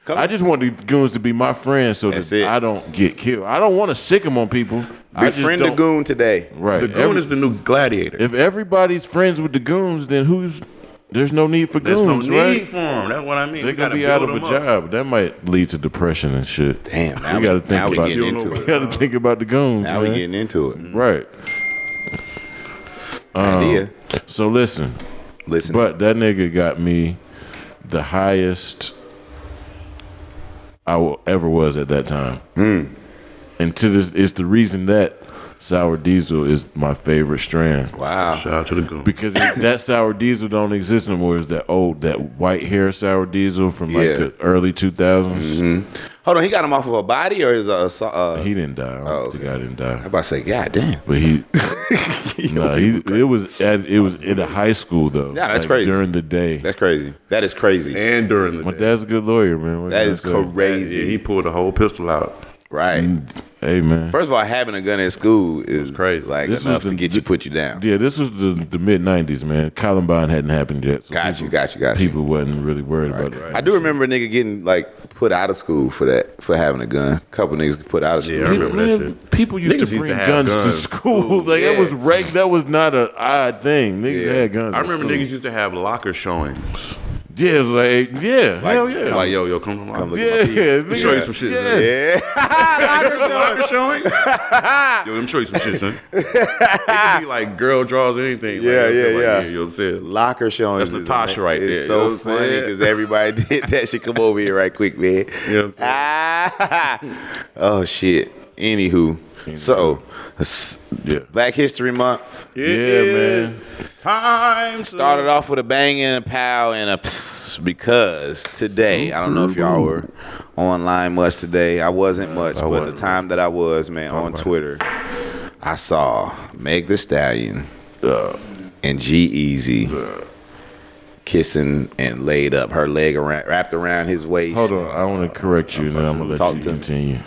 Speaker 2: I just want the goons to be my friends so
Speaker 1: That's
Speaker 2: that
Speaker 1: it.
Speaker 2: I don't get killed. I don't want to sick him on people. I just
Speaker 1: Befriend the
Speaker 2: don't-
Speaker 1: goon today.
Speaker 2: Right.
Speaker 3: The goon
Speaker 2: Every-
Speaker 3: is the new gladiator.
Speaker 2: If everybody's friends with the goons, then who's there's no need for
Speaker 3: There's no
Speaker 2: goons,
Speaker 3: need
Speaker 2: right?
Speaker 3: for him. That's what I mean.
Speaker 2: They're
Speaker 3: We
Speaker 2: gonna
Speaker 3: gotta
Speaker 2: be out of a
Speaker 3: build 'em up.
Speaker 2: job. That might lead to depression and shit.
Speaker 1: Damn, now
Speaker 2: we
Speaker 1: we-
Speaker 2: gotta think
Speaker 1: now we
Speaker 2: about.
Speaker 1: getting
Speaker 2: We
Speaker 1: into it.
Speaker 2: gotta think about the goons,
Speaker 1: Now we
Speaker 2: man.
Speaker 1: getting into it.
Speaker 2: right.
Speaker 1: Idea.
Speaker 2: So listen,
Speaker 1: Listen.
Speaker 2: Um, but that nigga got me the highest I will, ever was at that time.
Speaker 1: Hmm.
Speaker 2: And to this, it's the reason that Sour Diesel is my favorite strand.
Speaker 1: wow.
Speaker 3: Shout out to the goon.
Speaker 2: because it- that sour diesel don't exist no more. Is that old that white hair sour diesel from like
Speaker 1: Yeah. Mm-hmm.
Speaker 2: the early two
Speaker 1: Hold on, he got him off of a body or his uh, so- uh
Speaker 2: He didn't die. I don't
Speaker 1: Oh,
Speaker 2: think
Speaker 1: okay.
Speaker 2: I didn't
Speaker 1: I'm
Speaker 2: die.
Speaker 1: about to say, God damn.
Speaker 2: But he, no, he, it was at it was at a high school though.
Speaker 1: Yeah, that's
Speaker 2: like,
Speaker 1: crazy.
Speaker 2: During the day,
Speaker 1: That's crazy. That is crazy.
Speaker 3: and during the
Speaker 2: my
Speaker 3: day.
Speaker 2: dad's a good lawyer, man. What
Speaker 1: That
Speaker 2: can I
Speaker 1: is
Speaker 2: say?
Speaker 1: crazy.
Speaker 3: Yeah, he pulled the whole pistol out.
Speaker 1: Right.
Speaker 2: Hey man,
Speaker 1: First of all, having a gun in school is
Speaker 3: crazy.
Speaker 1: Like
Speaker 2: This was
Speaker 1: enough
Speaker 2: the-
Speaker 1: to get you put you down.
Speaker 2: yeah, this was the, the mid '90s, man. Columbine hadn't happened yet. So
Speaker 1: Got
Speaker 2: people,
Speaker 1: you, got you, got you.
Speaker 2: People wasn't really worried about it.
Speaker 1: I do remember a nigga getting like put out of school for that for having a gun. A couple niggas got put out of school.
Speaker 3: Yeah, I
Speaker 2: People,
Speaker 3: remember that
Speaker 2: man,
Speaker 3: shit.
Speaker 2: people used
Speaker 3: Niggas
Speaker 2: to
Speaker 3: used
Speaker 2: bring
Speaker 3: to have
Speaker 2: guns, to
Speaker 3: guns.
Speaker 2: school. like that
Speaker 1: yeah.
Speaker 2: was reg- That was not an odd thing. Niggas
Speaker 1: Yeah.
Speaker 2: had guns.
Speaker 3: I
Speaker 2: at
Speaker 3: remember
Speaker 2: school.
Speaker 3: niggas used to have locker showings.
Speaker 2: Yeah, it was like yeah, hell Oh, yeah,
Speaker 3: Like, yo, yo, come to my
Speaker 1: Come look
Speaker 2: yeah.
Speaker 1: at my piece.
Speaker 2: nigga,
Speaker 3: me show you some shit,
Speaker 2: yes.
Speaker 1: Yeah.
Speaker 3: locker showing? yo, let me show you some shit, son. It could be like girl draws or anything.
Speaker 1: Yeah,
Speaker 3: like, you
Speaker 1: yeah,
Speaker 3: know what I'm saying?
Speaker 1: yeah.
Speaker 3: Like, You know what I'm saying?
Speaker 1: Locker showing.
Speaker 3: That's Natasha right there,
Speaker 1: It's
Speaker 3: you know what
Speaker 1: so
Speaker 3: I'm
Speaker 1: funny
Speaker 3: saying?
Speaker 1: because everybody did that shit. Come over here right quick, man.
Speaker 3: You know what I'm
Speaker 1: Ah, oh shit. Anywho, so s-
Speaker 2: Yeah.
Speaker 1: Black History Month
Speaker 3: saying?
Speaker 2: Yeah,
Speaker 3: is Time to-
Speaker 1: started off with a bang and a pow and a pss because today I don't know if y'all were online much today. I wasn't much, but
Speaker 3: wasn't.
Speaker 1: the time that I was, man, on Twitter, I saw Meg The Stallion and G Easy. Kissing and laid up, her leg around, wrapped around his waist.
Speaker 2: Hold on, I want to correct you, and then I'm gonna let
Speaker 1: Talk
Speaker 2: you
Speaker 1: to him.
Speaker 2: continue.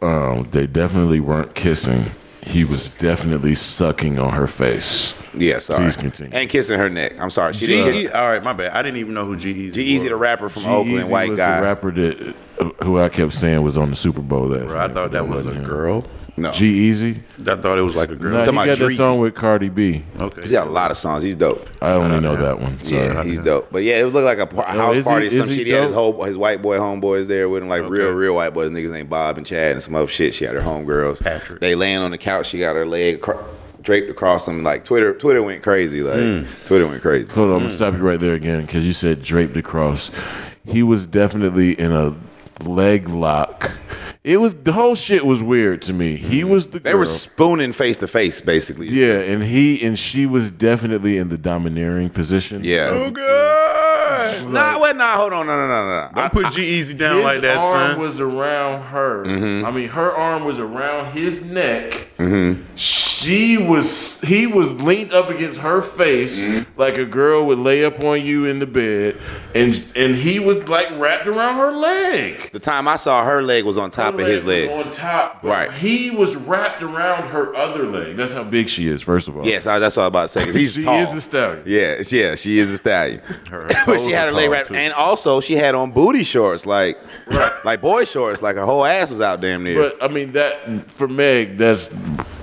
Speaker 2: Um, they definitely weren't kissing. He was definitely sucking on her face.
Speaker 1: Yeah, sorry.
Speaker 2: Please continue.
Speaker 1: And kissing her neck. I'm sorry. She didn't
Speaker 3: G-
Speaker 1: kiss.
Speaker 3: E- all right, my bad. I didn't even know who G E
Speaker 1: G Easy, the
Speaker 3: rap.
Speaker 1: rapper from
Speaker 2: G-Eazy
Speaker 1: Oakland, white
Speaker 2: was
Speaker 1: guy.
Speaker 2: the rapper that uh, who I kept saying was on the Super Bowl last
Speaker 3: Bro,
Speaker 2: night.
Speaker 3: I thought
Speaker 2: but
Speaker 3: that was a
Speaker 2: wasn't him.
Speaker 3: girl.
Speaker 1: no,
Speaker 2: G Easy.
Speaker 3: I thought it was like a girl.
Speaker 2: No, he
Speaker 1: Oh. talking about
Speaker 2: got that
Speaker 1: Dreezy.
Speaker 2: song with Cardi B.
Speaker 3: E. Okay.
Speaker 1: he's got a lot of songs. He's dope.
Speaker 2: I only know that one. Sorry.
Speaker 1: Uh, Yeah, he's dope. But yeah, it looked like a par-
Speaker 2: Yo,
Speaker 1: house
Speaker 2: is he-
Speaker 1: party or some
Speaker 2: is he
Speaker 1: shit. He had his
Speaker 2: dope?
Speaker 1: whole his white boy homeboys there with him, like real,
Speaker 3: Okay.
Speaker 1: real white boys. Niggas named Bob and Chad and some other shit. She had her homegirls.
Speaker 3: Patrick.
Speaker 1: They laying on the couch. She got her leg cr- draped across them. Like Twitter, Twitter went crazy. Like
Speaker 2: Hmm.
Speaker 1: Twitter went crazy.
Speaker 2: Hold on, I'm gonna stop you right there again because you said draped across. He was definitely in a leg lock. It was the whole shit was weird to me. He was the
Speaker 1: Mm. They
Speaker 2: girl.
Speaker 1: were spooning face to face, basically.
Speaker 2: yeah, and he and she was definitely in the domineering position.
Speaker 1: Yeah. Oh god. Nah, what? Nah, hold on. No, no, no, no, no.
Speaker 3: Don't put G Easy down
Speaker 2: His
Speaker 3: like that,
Speaker 2: arm
Speaker 3: son.
Speaker 2: was around her.
Speaker 1: Mm-hmm.
Speaker 2: I mean, her arm was around his neck.
Speaker 1: Mm-hmm.
Speaker 2: She was, he was leaned up against her face
Speaker 1: Mm-hmm.
Speaker 2: like a girl would lay up on you in the bed, and and he was like wrapped around her leg.
Speaker 1: The time I saw her leg was on top
Speaker 2: Her
Speaker 1: of his
Speaker 2: was
Speaker 1: leg.
Speaker 2: on top. but
Speaker 1: Right.
Speaker 2: He was wrapped around her other leg. That's how big she is. First of all,
Speaker 1: Yes, I, that's what I was about to say. 'cause He's
Speaker 2: she
Speaker 1: tall.
Speaker 2: is a stallion.
Speaker 1: yeah, it's- yeah, she is a stallion.
Speaker 3: Her
Speaker 1: but
Speaker 3: toes
Speaker 1: she had
Speaker 3: are
Speaker 1: her leg
Speaker 3: tall,
Speaker 1: wrapped,
Speaker 3: too.
Speaker 1: and also she had on booty shorts, like like boy shorts, like her whole ass was out damn near.
Speaker 2: But I mean that for Meg, that's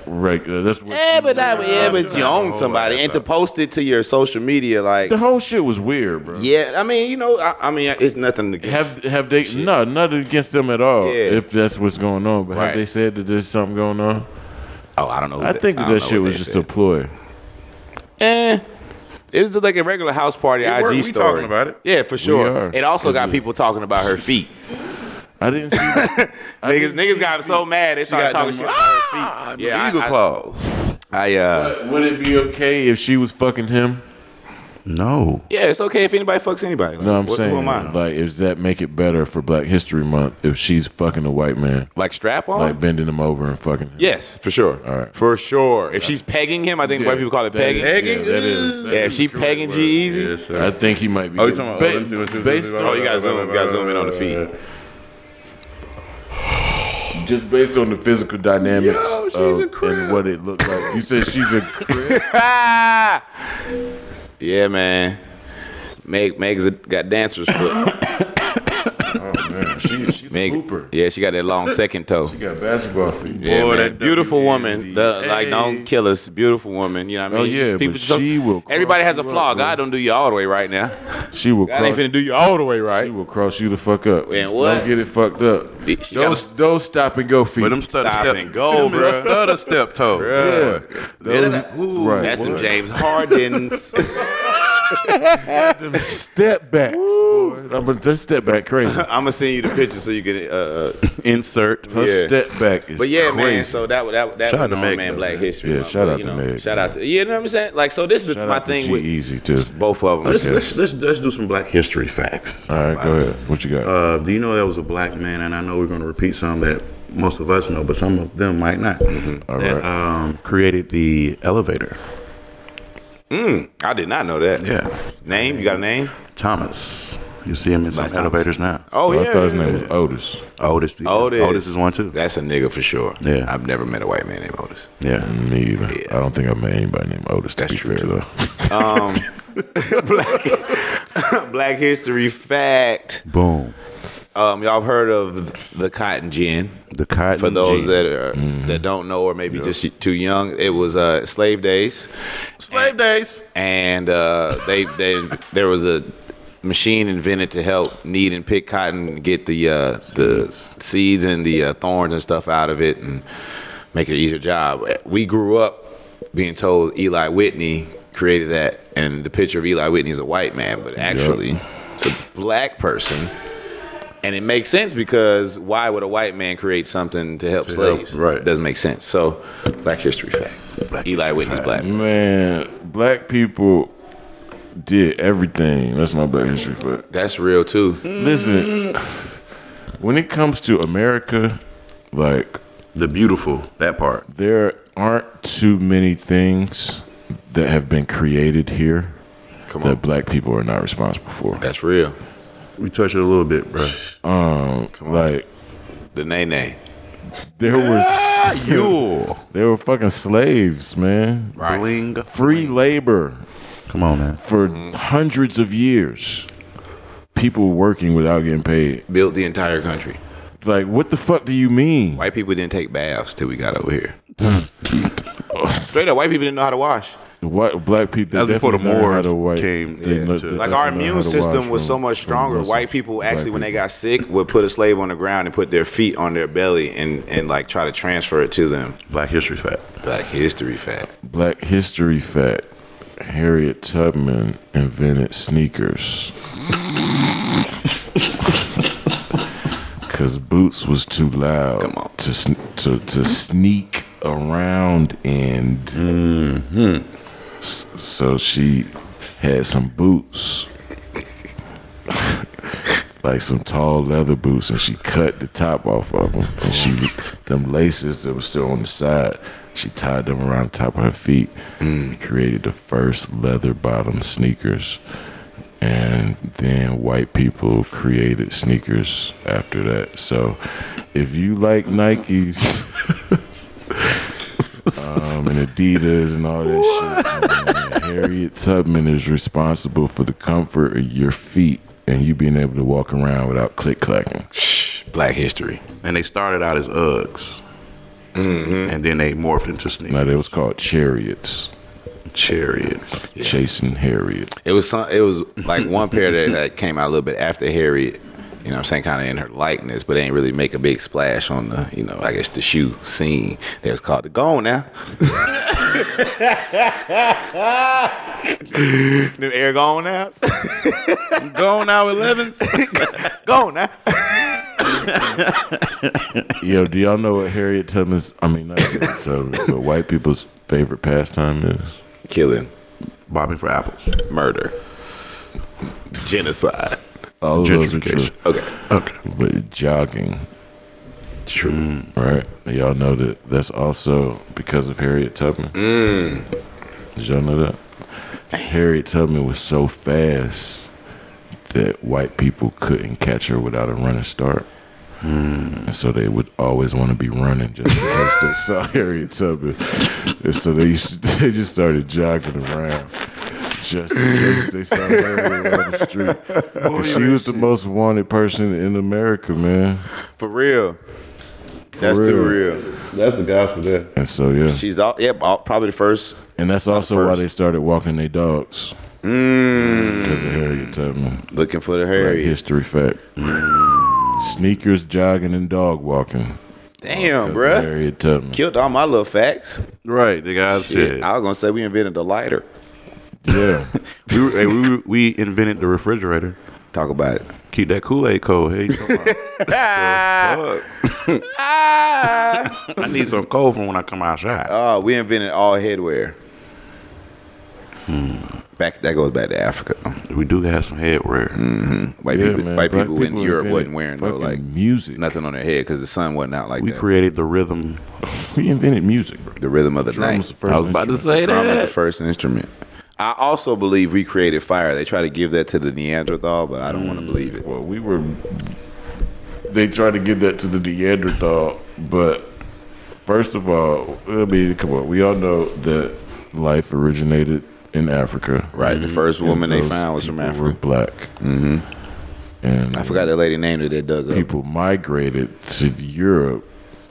Speaker 2: regular. That's what.
Speaker 1: Yeah, but that, yeah, but you own
Speaker 3: whole
Speaker 1: somebody,
Speaker 3: ass
Speaker 1: and to
Speaker 3: up.
Speaker 1: post it to your social media, like,
Speaker 2: the whole shit was weird, bro.
Speaker 1: yeah, I mean, you know, I, I mean, it's nothing against.
Speaker 2: Have have they? No, nothing against them at all.
Speaker 1: Yeah.
Speaker 2: If that's what's going on, but
Speaker 1: Right.
Speaker 2: have they said that there's something going on?
Speaker 1: oh, I don't know. who
Speaker 2: I think that
Speaker 1: don't
Speaker 2: that
Speaker 1: know
Speaker 2: shit
Speaker 1: what
Speaker 2: was
Speaker 1: they
Speaker 2: just a
Speaker 1: said.
Speaker 2: ploy.
Speaker 1: Eh, it was like a regular house party IG
Speaker 3: worked. We
Speaker 1: story.
Speaker 3: talking about it.
Speaker 1: Yeah, for sure.
Speaker 2: are.
Speaker 1: It also got
Speaker 2: Is it-
Speaker 1: people talking about her feet.
Speaker 2: I didn't see. That. I
Speaker 1: niggas,
Speaker 2: didn't see
Speaker 1: niggas got
Speaker 2: that.
Speaker 1: so mad they started
Speaker 3: got
Speaker 1: talking
Speaker 3: them
Speaker 1: shit.
Speaker 3: Ah,
Speaker 1: feet. Yeah, I-
Speaker 3: eagle
Speaker 1: I-
Speaker 3: claws.
Speaker 1: I uh,
Speaker 2: Would it be okay if she was fucking him?
Speaker 3: No.
Speaker 1: yeah, it's okay if anybody fucks anybody. Like,
Speaker 2: No, I'm
Speaker 1: what,
Speaker 2: saying
Speaker 1: who am I?
Speaker 2: like, does that make it better for Black History Month if she's fucking a white man,
Speaker 1: Like strap on.
Speaker 2: like bending him over and fucking? Him?
Speaker 1: yes, for sure.
Speaker 2: right.
Speaker 1: For sure. If she's pegging him, I think white
Speaker 2: Yeah,
Speaker 1: people call it
Speaker 2: that-
Speaker 1: pegging.
Speaker 3: Pegging?
Speaker 2: Yeah, that is.
Speaker 1: Yeah, if she pegging G E? Easy.
Speaker 3: Yes, sir.
Speaker 2: I think he might be.
Speaker 3: Oh, you talking about?
Speaker 2: Ba-
Speaker 3: oh, let me see, let me see, let me
Speaker 2: based
Speaker 3: see.
Speaker 2: on-
Speaker 1: Oh, you gotta zoom- you gotta zoom in on the feet. Oh,
Speaker 2: just based on the physical dynamics
Speaker 3: Yo, she's
Speaker 2: of-
Speaker 3: a crib.
Speaker 2: and what it looked like. You said she's a crib.
Speaker 1: Ah! yeah, man. Meg Meg's a, got dancer's foot.
Speaker 2: Man, she, she's
Speaker 1: Meg,
Speaker 2: a hooper.
Speaker 1: yeah, she got that long second toe.
Speaker 2: She got basketball feet.
Speaker 1: Yeah, man.
Speaker 3: Boy, that
Speaker 1: beautiful woman,
Speaker 3: WNBA.
Speaker 1: the, like don't kill us, beautiful woman. You know what I
Speaker 2: Oh,
Speaker 1: mean?
Speaker 2: yeah,
Speaker 1: Just
Speaker 2: but she will cross
Speaker 1: Everybody has a
Speaker 2: you
Speaker 1: flaw.
Speaker 2: up,
Speaker 1: God
Speaker 2: bro.
Speaker 1: don't do you all the way right now.
Speaker 2: She will
Speaker 1: God
Speaker 2: cross.
Speaker 1: ain't finna do you all the way
Speaker 2: She
Speaker 1: right.
Speaker 2: will cross you the fuck up.
Speaker 1: Man, what?
Speaker 2: Don't get it fucked up.
Speaker 1: Bitch, you
Speaker 2: Those those stop and go feet.
Speaker 3: But them stutter
Speaker 1: Stop
Speaker 3: step
Speaker 1: and go,
Speaker 3: them
Speaker 1: bruh.
Speaker 3: Stutter step toe.
Speaker 2: yeah. Those, right.
Speaker 1: That's them
Speaker 2: what?
Speaker 1: James Hardens.
Speaker 2: Them step backs. boy. I'm gonna just step back crazy.
Speaker 1: I'm gonna send you the picture so you can. Uh, uh,
Speaker 3: Insert.
Speaker 2: Her
Speaker 1: Yeah.
Speaker 2: step back is
Speaker 1: but yeah,
Speaker 2: crazy.
Speaker 1: man. So that that that
Speaker 3: Shout out
Speaker 1: went
Speaker 3: to
Speaker 1: on,
Speaker 3: Meg,
Speaker 1: man.
Speaker 3: though,
Speaker 1: Black
Speaker 3: man.
Speaker 1: History.
Speaker 2: Yeah,
Speaker 1: month,
Speaker 2: shout
Speaker 1: but,
Speaker 2: out
Speaker 1: you
Speaker 2: to
Speaker 1: know,
Speaker 2: Meg,
Speaker 1: Shout
Speaker 2: man.
Speaker 1: out to you know what I'm saying. Like so, this is
Speaker 2: Shout
Speaker 1: my
Speaker 2: out to
Speaker 1: thing with
Speaker 2: G-Eazy too.
Speaker 1: both of them.
Speaker 3: Let's, let's, let's, let's do some black history facts.
Speaker 2: All right, go ahead. What you got?
Speaker 3: Uh, do you know there was a black man, and I know we're going to repeat some that most of us know, but some of them might not,
Speaker 2: All
Speaker 3: that
Speaker 2: right.
Speaker 3: um, created the elevator.
Speaker 1: I did not know that.
Speaker 3: Yeah.
Speaker 1: Name? You got a name?
Speaker 3: Thomas. You see him in some
Speaker 1: Black Thomas.
Speaker 3: elevators now.
Speaker 1: Oh
Speaker 2: I
Speaker 1: yeah.
Speaker 2: thought his name was Otis.
Speaker 3: Otis.
Speaker 1: Otis.
Speaker 3: Otis is one too.
Speaker 1: That's a nigga for sure.
Speaker 3: Yeah.
Speaker 1: I've never met a white man named Otis.
Speaker 3: Yeah.
Speaker 2: Me either. I don't think I met anybody named Otis.
Speaker 1: That's
Speaker 2: to be
Speaker 1: true,
Speaker 2: fair
Speaker 1: too.
Speaker 2: though.
Speaker 1: Black history fact.
Speaker 3: Boom.
Speaker 1: Um, y'all have heard of the cotton gin.
Speaker 3: The cotton.
Speaker 1: For those
Speaker 3: gin.
Speaker 1: that are that don't know or maybe just too young, it was uh, slave days,
Speaker 3: slave days.
Speaker 1: and uh, they they there was a machine invented to help knead and pick cotton, and get the uh, the seeds and the uh, thorns and stuff out of it, and make it an easier job. We grew up being told Eli Whitney created that, and the picture of Eli Whitney is a white man, but actually it's a black person. And it makes sense because why would a white man create something to help
Speaker 3: help,
Speaker 1: slaves?
Speaker 3: right.
Speaker 1: Doesn't make sense. So, Black History Fact. Eli Whitney's black.
Speaker 2: Mm-hmm. Man, black people did everything. That's my black history. But
Speaker 1: That's real too.
Speaker 2: Mm-hmm. listen, when it comes to America, like
Speaker 3: The beautiful. That part.
Speaker 2: there aren't too many things that have been created here
Speaker 1: Come on.
Speaker 2: that black people are not responsible for.
Speaker 1: That's real.
Speaker 3: We touched it a little bit, bro.
Speaker 2: Um, like
Speaker 1: The nay nay.
Speaker 2: there was
Speaker 3: Yule.
Speaker 2: they were fucking slaves, man.
Speaker 1: Right.
Speaker 3: Bling.
Speaker 2: Free labor.
Speaker 3: Come on, man.
Speaker 2: for
Speaker 1: Mm-hmm.
Speaker 2: hundreds of years. People working without getting paid.
Speaker 1: Built the entire country.
Speaker 2: Like, what the fuck do you mean?
Speaker 1: White people didn't take baths till we got over here. Straight up, white people didn't know how to wash.
Speaker 2: What black people?
Speaker 3: That
Speaker 2: they
Speaker 3: was before the
Speaker 2: definitely know how
Speaker 3: Moors
Speaker 2: to white-
Speaker 3: came
Speaker 2: they
Speaker 3: to-
Speaker 2: know-
Speaker 3: to-
Speaker 2: they
Speaker 3: Like,
Speaker 1: Like our
Speaker 2: definitely know how
Speaker 1: immune
Speaker 2: to wash
Speaker 1: system was
Speaker 2: from-
Speaker 1: so much
Speaker 2: from
Speaker 1: stronger.
Speaker 2: muscles.
Speaker 1: White people
Speaker 2: Black
Speaker 1: actually, when they
Speaker 2: people.
Speaker 1: got sick, would put a slave on the ground and put their feet on their belly and, and like try to transfer it to them.
Speaker 3: Black history fact.
Speaker 1: Black history fact.
Speaker 2: Black history fact: Harriet Tubman invented sneakers. Cause boots was too loud
Speaker 1: Come on.
Speaker 2: to sn- to to sneak around and
Speaker 1: Mm-hmm.
Speaker 2: S- so she had some boots, like some tall leather boots, and she cut the top off of them, and she them laces that were still on the side, she tied them around the top of her feet, and created the first leather bottom sneakers. And then white people created sneakers after that. So if you like Nikes um, and Adidas and all that shit. man. Harriet Tubman is responsible for the comfort of your feet and you being able to walk around without click clacking.
Speaker 1: Black history.
Speaker 3: And they started out as Uggs.
Speaker 1: Mm-hmm.
Speaker 3: and then they morphed into sneakers.
Speaker 2: Now they was called chariots,
Speaker 3: Chariots.
Speaker 2: chasing Harriet.
Speaker 1: It was some. It was like one pair that, that came out a little bit after Harriet. You know, what I'm saying kind of in her likeness, but ain't really make a big splash on the, you know, I guess the shoe scene. That was called the Gone Now. New air gone now.
Speaker 3: Go now, 11s.
Speaker 1: gone now.
Speaker 2: Yo, do y'all know what Harriet Tubman's? I mean, not Harriet Tubman, but white people's favorite pastime is.
Speaker 1: Killing,
Speaker 3: Bobbing for apples.
Speaker 1: murder, genocide.
Speaker 2: All of those are true,
Speaker 3: Gentrification.
Speaker 1: Okay.
Speaker 3: Okay.
Speaker 2: but jogging.
Speaker 3: True.
Speaker 2: Right. Y'all know that that's also because of Harriet Tubman. Mm. Did y'all know that? Harriet Tubman was so fast that white people couldn't catch her without a running start. And so they would always want to be running just because they saw Harriet Tubman. And so they, used to- they just started jogging around. Just in case they saw Harriet on the street. 'Cause she was the most wanted person in America, man.
Speaker 1: For real. That's too
Speaker 2: real.
Speaker 1: real.
Speaker 3: That's the gospel there.
Speaker 2: And so, yeah.
Speaker 1: She's all, yeah, all, probably the first.
Speaker 2: And that's also why
Speaker 1: first.
Speaker 2: they started walking their dogs. Because of Harriet Tubman.
Speaker 1: Looking for the
Speaker 2: Like
Speaker 1: Harriet.
Speaker 2: history fact. Sneakers, jogging, and dog walking.
Speaker 1: Damn,
Speaker 2: 'Cause of
Speaker 1: bruh.
Speaker 2: Harriet Tubman.
Speaker 1: Killed all my little facts.
Speaker 3: Right, the guys
Speaker 1: Shit.
Speaker 3: said.
Speaker 1: I was gonna say we invented the lighter.
Speaker 2: Yeah.
Speaker 3: we, were- hey, we, were- we invented the refrigerator.
Speaker 1: Talk about it.
Speaker 3: Keep that Kool Aid cold. Hey, you talking about? Fuck. I need some cold from when I come outside.
Speaker 1: Oh, we invented all headwear. Hmm. Back that goes back to Africa.
Speaker 3: we do have some headwear.
Speaker 1: White
Speaker 2: yeah
Speaker 1: people,
Speaker 2: man.
Speaker 1: white
Speaker 2: Black
Speaker 1: people in Europe
Speaker 2: invented
Speaker 1: wasn't wearing no
Speaker 2: fucking
Speaker 1: like
Speaker 2: music.
Speaker 1: nothing on their head because the sun wasn't out like
Speaker 3: We
Speaker 1: that.
Speaker 3: created the rhythm.
Speaker 2: We invented music. Bro.
Speaker 1: the rhythm of the
Speaker 2: Drum
Speaker 1: night.
Speaker 2: was the first
Speaker 3: I was about to
Speaker 2: instrument.
Speaker 3: say
Speaker 1: Drum is the
Speaker 3: that.
Speaker 1: first instrument. I also believe we created fire. They try to give that to the Neanderthal, but I don't want to believe it.
Speaker 2: Well, we were. They tried to give that to the Neanderthal, but first of all, I mean, come on. We all know that life originated in Africa.
Speaker 1: Right, the first woman they
Speaker 2: Those
Speaker 1: found was from
Speaker 2: people
Speaker 1: Africa.
Speaker 2: Were black. Mm-hmm. And
Speaker 1: I forgot that lady named it. They dug up.
Speaker 2: people migrated to Europe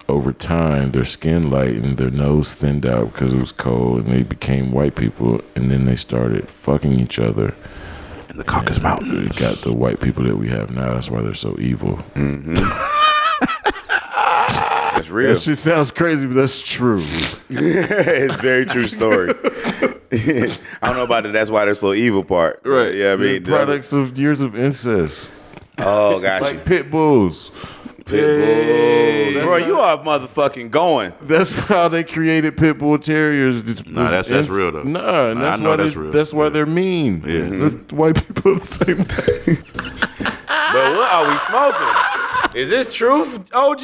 Speaker 2: over time. Their skin lightened, their nose thinned out because it was cold, and they became white people. And then they started fucking each other.
Speaker 3: In the Caucasus
Speaker 2: We
Speaker 3: Mountains.
Speaker 2: got the white people that we have now. That's why they're so evil.
Speaker 1: That's real.
Speaker 2: That shit sounds crazy, but that's true.
Speaker 1: it's a very true story. I don't know about the that's why they're so evil part. Right. Yeah, I mean, the other-
Speaker 2: products of years of incest,
Speaker 1: oh gosh,
Speaker 2: like pit bulls. that's
Speaker 1: bro,
Speaker 2: not-
Speaker 1: you are motherfucking going.
Speaker 2: That's how they created pit bull terriers. It
Speaker 3: Nah,
Speaker 2: was
Speaker 3: that's- that's
Speaker 2: ins-
Speaker 3: real, though.
Speaker 2: Nah, and
Speaker 3: Nah, I
Speaker 2: that's
Speaker 3: know
Speaker 2: why
Speaker 3: that's
Speaker 2: they,
Speaker 3: real. Mm-hmm.
Speaker 2: that's why they're mean. Yeah, that's white people are the same thing.
Speaker 1: But what are we smoking? Is this truth, OG?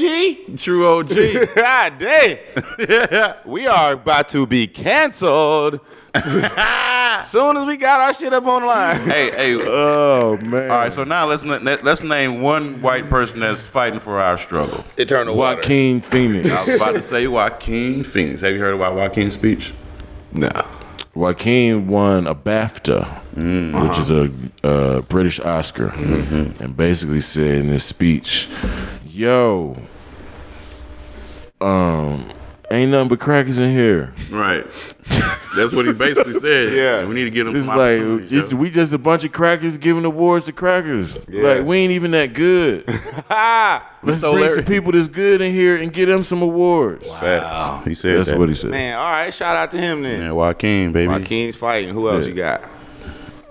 Speaker 3: True OG.
Speaker 1: God damn. we are about to be canceled. Soon as we got our shit up online.
Speaker 3: hey, hey. uh,
Speaker 2: Oh man!
Speaker 3: All right, so now let's na- let- let's name one white person that's fighting for our struggle.
Speaker 1: Eternal water.
Speaker 2: Joaquin
Speaker 3: I
Speaker 2: Phoenix.
Speaker 3: was about to say Joaquin Phoenix. Have you heard about Joaquin's speech?
Speaker 1: No.
Speaker 2: Joaquin won a BAFTA,
Speaker 3: Mm.
Speaker 2: which is a uh, British Oscar,
Speaker 3: Mm-hmm.
Speaker 2: and basically said in his speech, "Yo, um, ain't nothing but crackers in here."
Speaker 3: Right. That's what he basically said.
Speaker 1: Yeah.
Speaker 3: And we need to get him.
Speaker 2: It's
Speaker 3: some
Speaker 2: like
Speaker 3: opportunities,
Speaker 2: it's,
Speaker 3: yo.
Speaker 2: we just a bunch of crackers giving awards to crackers.
Speaker 1: Yeah.
Speaker 2: Like we ain't even that good. Let's
Speaker 3: so
Speaker 2: bring
Speaker 3: Larry-
Speaker 2: some people that's good in here and get them some awards.
Speaker 3: Facts. He said
Speaker 2: That's
Speaker 3: that.
Speaker 2: what he said.
Speaker 1: Man, all right, shout out to him then.
Speaker 3: Yeah, Joaquin, baby.
Speaker 1: My king's fighting. Who else you got?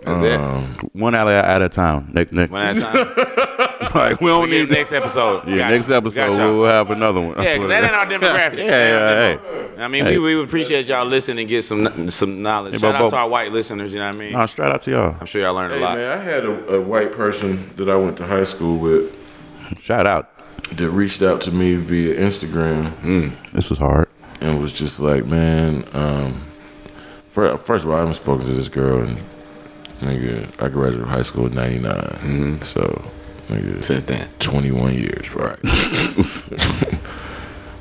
Speaker 1: That's it.
Speaker 3: One alley at a time. Next, next.
Speaker 1: One at a time.
Speaker 3: like we don't
Speaker 1: We need
Speaker 3: need.
Speaker 1: next episode.
Speaker 3: Yeah, next episode we'll have another one. I
Speaker 1: yeah,
Speaker 3: swear
Speaker 1: because
Speaker 3: to
Speaker 1: that ain't our
Speaker 3: God.
Speaker 1: demographic.
Speaker 3: Yeah, yeah, yeah. Hey.
Speaker 1: I mean,
Speaker 3: Hey.
Speaker 1: we, we appreciate y'all listening and get some some knowledge.
Speaker 3: Hey,
Speaker 1: Shout
Speaker 3: Bobo.
Speaker 1: out to our white listeners. You know what I mean?
Speaker 3: Nah, straight out to y'all.
Speaker 1: I'm sure y'all learned a
Speaker 2: Hey
Speaker 1: lot.
Speaker 2: man, I had a, a white person that I went to high school with
Speaker 3: Shout out.
Speaker 2: that reached out to me via Instagram
Speaker 3: This was hard.
Speaker 2: and was just like, "Man, um, fir- first of all, I haven't spoken to this girl and nigga, I graduated high school in '99, Mm-hmm. so nigga,
Speaker 1: Since then,
Speaker 2: 21 years, right?"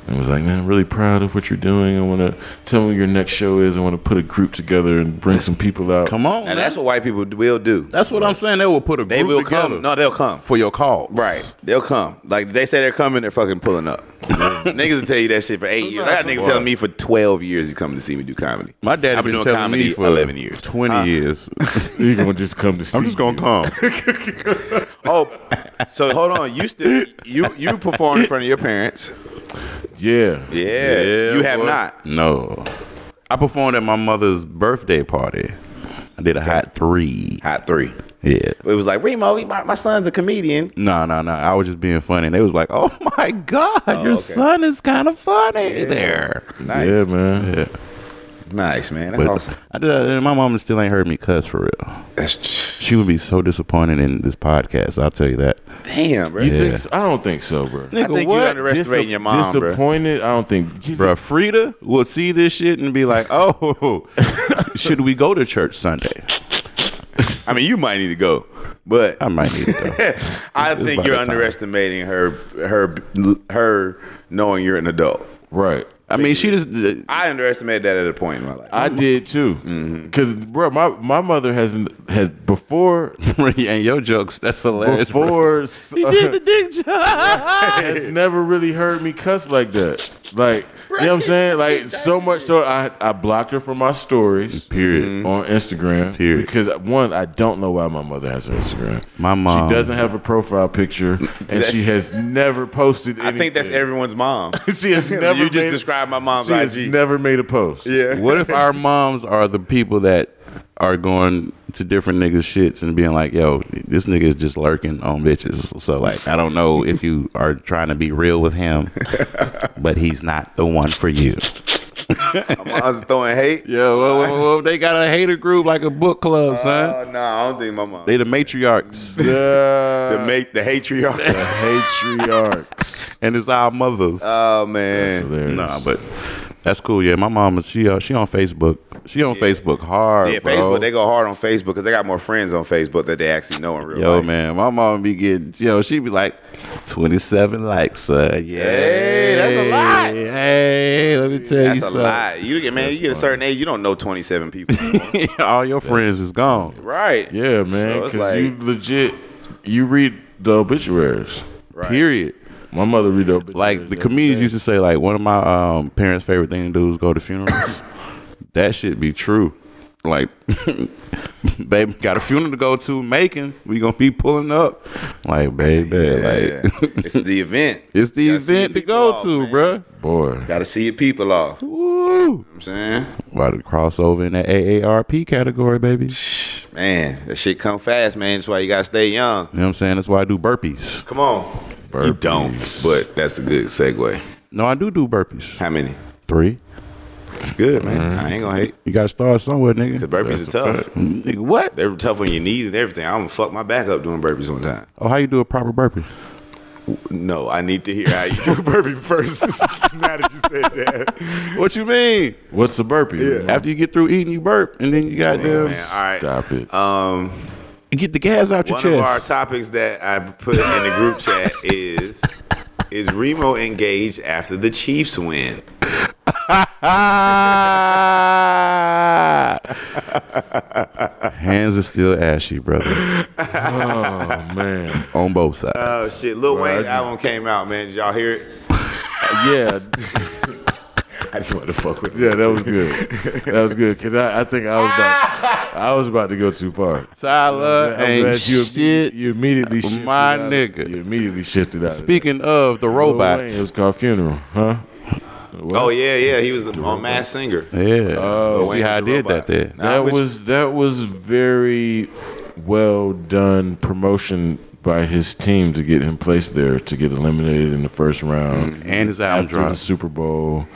Speaker 2: and was like, "Man, I'm really proud of what you're doing. I want to tell me what your next show is. I want to put a group together and bring some people out."
Speaker 3: Come on,
Speaker 1: And
Speaker 3: that's
Speaker 1: that's
Speaker 3: what
Speaker 1: what white people will do.
Speaker 3: that's what I'm saying. They will put a
Speaker 1: They
Speaker 3: group
Speaker 1: will
Speaker 3: together
Speaker 1: come. No, they'll come.
Speaker 3: for your call.
Speaker 1: Right. They'll come. Like they say they're coming, they're fucking pulling up. Niggas will tell you that shit for eight years. I got a nigga telling me for twelve years he's coming to see me do comedy.
Speaker 3: My dad
Speaker 1: I've been
Speaker 3: has been,
Speaker 1: doing
Speaker 3: telling
Speaker 1: comedy
Speaker 3: me
Speaker 1: for
Speaker 3: for
Speaker 1: 11 years. Uh-huh.
Speaker 3: 20 years.
Speaker 2: You're gonna just come to see.
Speaker 3: I'm just gonna
Speaker 2: you.
Speaker 3: come.
Speaker 1: Oh, so hold on. You still you you perform in front of your parents?
Speaker 2: Yeah.
Speaker 1: Yeah. you have
Speaker 3: boy.
Speaker 1: not.
Speaker 3: No, I performed at my mother's birthday party. I did a hot three.
Speaker 1: Hot three.
Speaker 3: Yeah.
Speaker 1: It was like Remo. My, my son's a comedian.
Speaker 3: No, no, no. I was just being funny. And they was like, oh my God, your
Speaker 1: Oh, okay.
Speaker 3: son is kind of funny there.
Speaker 1: Nice,
Speaker 2: Yeah, man.
Speaker 3: Yeah.
Speaker 1: nice man. That's
Speaker 3: But
Speaker 1: awesome.
Speaker 3: I did, and my mom still ain't heard me cuss for real.
Speaker 1: That's,
Speaker 3: She would be so disappointed in this podcast. I'll tell you that.
Speaker 1: damn, bro.
Speaker 2: You think? So? I don't think so, bro.
Speaker 1: I think you underestimating your mom, bro.
Speaker 2: Disappointed? I don't think.
Speaker 3: Bruh, Frida will see this shit and be like, oh, should we go to church Sunday?
Speaker 1: I mean, you might need to go, but
Speaker 3: I might need to go.
Speaker 1: I think
Speaker 3: about
Speaker 1: you're
Speaker 3: the time.
Speaker 1: underestimating her her her knowing you're an adult.
Speaker 2: Right.
Speaker 3: I mean, she just, uh,
Speaker 1: I underestimated that at a point in my life.
Speaker 2: I did too.
Speaker 1: Mm-hmm.
Speaker 2: Because, bro, my, my mother hasn't had before.
Speaker 3: and your jokes, that's hilarious. bro.
Speaker 2: Before uh,
Speaker 3: He did the dick job.
Speaker 2: has never really heard me cuss like that. Like, you know what I'm saying? Like, so much so I, I blocked her from my stories. Mm-hmm.
Speaker 3: Period.
Speaker 2: On Instagram.
Speaker 3: Period.
Speaker 2: Because, one, I don't know why my mother has an Instagram.
Speaker 3: My mom.
Speaker 2: She doesn't have a profile picture, and she
Speaker 1: That's-
Speaker 2: has never posted
Speaker 1: I
Speaker 2: anything.
Speaker 1: think that's everyone's mom.
Speaker 2: She has never
Speaker 1: you just
Speaker 2: made-
Speaker 1: described my mom's
Speaker 2: She has
Speaker 1: IG.
Speaker 2: never made a post.
Speaker 1: yeah.
Speaker 3: What if our moms are the people that are going to different niggas' shits and being like, yo, this nigga is just lurking on bitches. So, like, I don't know if you are trying to be real with him, but he's not the one for you.
Speaker 1: My mom's throwing hate.
Speaker 3: Yeah, well, well, well, they got a hater group like a book club, son.
Speaker 1: Uh, nah, I don't think my mom.
Speaker 3: They the matriarchs,
Speaker 1: the
Speaker 2: Yeah.
Speaker 1: make the hatriarch.
Speaker 2: Patriarchs.
Speaker 3: and it's our mothers.
Speaker 1: oh man.
Speaker 2: Hilarious.
Speaker 3: Nah, but that's cool. Yeah, my mama, she uh, she on Facebook. She on Facebook hard,
Speaker 1: Yeah,
Speaker 3: bro.
Speaker 1: Facebook. They go hard on Facebook because they got more friends on Facebook that they actually know in real
Speaker 3: Yo,
Speaker 1: life.
Speaker 3: man, my mom be getting, yo, she be like, 27 likes, son. Yeah.
Speaker 1: Hey, that's a lot.
Speaker 3: Hey, let me tell
Speaker 1: That's
Speaker 3: you
Speaker 1: a
Speaker 3: something.
Speaker 1: lot. You get man, you get a certain age, you don't know twenty seven people. anymore.
Speaker 3: All your friends is gone.
Speaker 1: right.
Speaker 2: Yeah, man.
Speaker 1: So it's
Speaker 2: 'cause
Speaker 1: like-
Speaker 2: you legit, you read the obituaries.
Speaker 1: Right.
Speaker 3: Period.
Speaker 2: My mother read the obituaries.
Speaker 3: Like, the comedians used to say, like, one of my um, parents' favorite thing to do is go to funerals. that shit be true. Like, babe, got a funeral to go to, Macon. We gonna be pulling up. Like, baby,
Speaker 1: Yeah.
Speaker 3: like,
Speaker 1: it's the event.
Speaker 3: it's the
Speaker 1: Gotta see
Speaker 3: event
Speaker 1: the
Speaker 3: to go
Speaker 1: people
Speaker 3: to,
Speaker 1: off,
Speaker 3: bruh.
Speaker 2: Boy.
Speaker 1: Gotta see your people off. You know
Speaker 3: Woo!
Speaker 1: what I'm saying?
Speaker 3: About to cross over in that AARP category, baby.
Speaker 1: Man, that shit come fast, man. That's why you gotta stay young.
Speaker 3: You know what I'm saying? That's why I do burpees.
Speaker 1: Come on. You don't, but that's a good segue.
Speaker 3: No, I do do burpees.
Speaker 1: How many?
Speaker 3: Three.
Speaker 1: It's good, man. I ain't gonna hate.
Speaker 3: You got to start somewhere, nigga.
Speaker 1: Cause burpees
Speaker 3: Mm-hmm. That's
Speaker 1: are
Speaker 3: a
Speaker 1: tough.
Speaker 3: fact. Nigga, what?
Speaker 1: They were tough on your knees and everything. I'm gonna fuck my back up doing burpees one time.
Speaker 3: Oh, how you do a proper burpee?
Speaker 1: No, I need to hear how you do a burpee first. now that you said that.
Speaker 3: What you mean?
Speaker 2: What's the burpee? Yeah.
Speaker 3: After you get through eating, you burp, and then you got
Speaker 1: Oh, Man, all
Speaker 3: them.
Speaker 1: right.
Speaker 2: Stop it.
Speaker 3: Uh,
Speaker 1: Um,
Speaker 3: You get the gas out your
Speaker 1: one of our
Speaker 3: chest.
Speaker 1: topics that I put in the group chat is is Remo engaged after the Chiefs win?
Speaker 3: Ah! Hands are still ashy, brother,
Speaker 2: oh, man.
Speaker 3: on both sides.
Speaker 1: Oh shit! Lil Wayne's album came out, man. Did y'all hear it?
Speaker 2: yeah.
Speaker 1: I just wanted to fuck with
Speaker 2: Yeah, that was good. That was good. Because I, I think I was about, I was about to go too far.
Speaker 3: Tyler
Speaker 2: I'm
Speaker 3: ain't
Speaker 2: glad you,
Speaker 3: shit.
Speaker 2: You immediately shifted
Speaker 3: My
Speaker 2: out of-
Speaker 3: nigga.
Speaker 2: You immediately shifted out. of it.
Speaker 3: Speaking of the
Speaker 2: Lil Wayne,
Speaker 3: robots,
Speaker 2: It was called funeral, huh?
Speaker 1: Oh yeah, yeah. He was the, on Mass Singer.
Speaker 3: yeah.
Speaker 2: Oh.
Speaker 3: see how I did that there.
Speaker 1: Nah,
Speaker 2: that
Speaker 1: which-
Speaker 2: was that was very well done promotion by his team to get him placed there to get eliminated in the first round
Speaker 3: And his album
Speaker 2: after the
Speaker 3: dropped.
Speaker 2: Super Bowl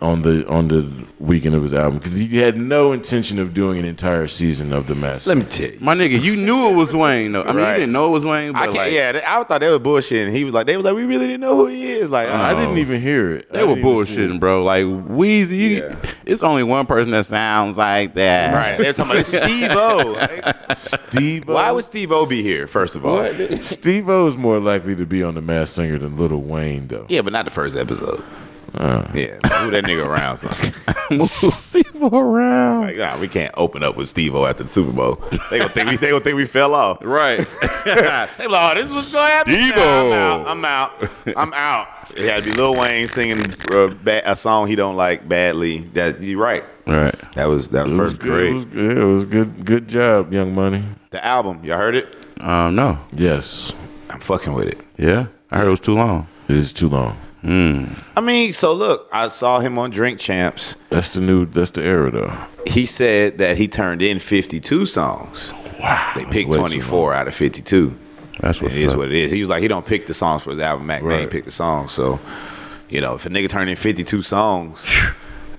Speaker 2: on the on the weekend of his album because he had no intention of doing an entire season of the Mass.
Speaker 1: Let me tell you.
Speaker 3: My nigga, you knew it was Wayne though. I mean,
Speaker 1: Right.
Speaker 3: you didn't know it was Wayne,
Speaker 1: I
Speaker 3: but
Speaker 1: can't,
Speaker 3: like,
Speaker 1: yeah, they- I thought they was bullshitting. He was like, they was like, we really didn't know who he is. Like,
Speaker 2: I
Speaker 1: I
Speaker 2: didn't even hear it.
Speaker 3: they were bullshitting, bro. Like Wheezy, you,
Speaker 1: Yeah.
Speaker 3: it's only one person that sounds like that.
Speaker 1: right. They were talking about Steve O.
Speaker 2: Steve.
Speaker 1: Why would Steve O be here? First of all,
Speaker 2: Steve O is more likely to be on the Mass Singer than Little Wayne, though.
Speaker 1: yeah, but not the first episode. Yeah, move that nigga around, son.
Speaker 3: Move Steve around.
Speaker 1: Like, nah, we can't open up with Steve O after the Super Bowl. They gonna think we they gonna think we fell off.
Speaker 3: Right.
Speaker 1: they like, oh, this was gonna happen.
Speaker 2: Steve-O.
Speaker 1: Nah, I'm out. I'm out. I'm out. It had to be Lil Wayne singing uh, ba- a song he don't like badly. That you're right.
Speaker 3: right.
Speaker 1: That was that was
Speaker 2: It was
Speaker 1: first
Speaker 2: good. It
Speaker 1: grade.
Speaker 2: was, good. it was good. Good job, Young Money.
Speaker 1: The album, y'all heard it?
Speaker 3: Um, no.
Speaker 2: Yes,
Speaker 1: I'm fucking with it.
Speaker 3: Yeah. I heard it was too long.
Speaker 2: it is too long.
Speaker 1: I mean, so look, I saw him on Drink Champs.
Speaker 2: That's the new. That's the era, though.
Speaker 1: He said that he turned in 52 songs. Wow. They picked
Speaker 2: way too
Speaker 1: 24 out of 52.
Speaker 3: That's what's
Speaker 1: It is
Speaker 3: up.
Speaker 1: what it is. He was like, he don't pick the songs for his album. Mac Main
Speaker 2: Right.
Speaker 1: picked the songs. So, you know, if a nigga turned in 52 songs,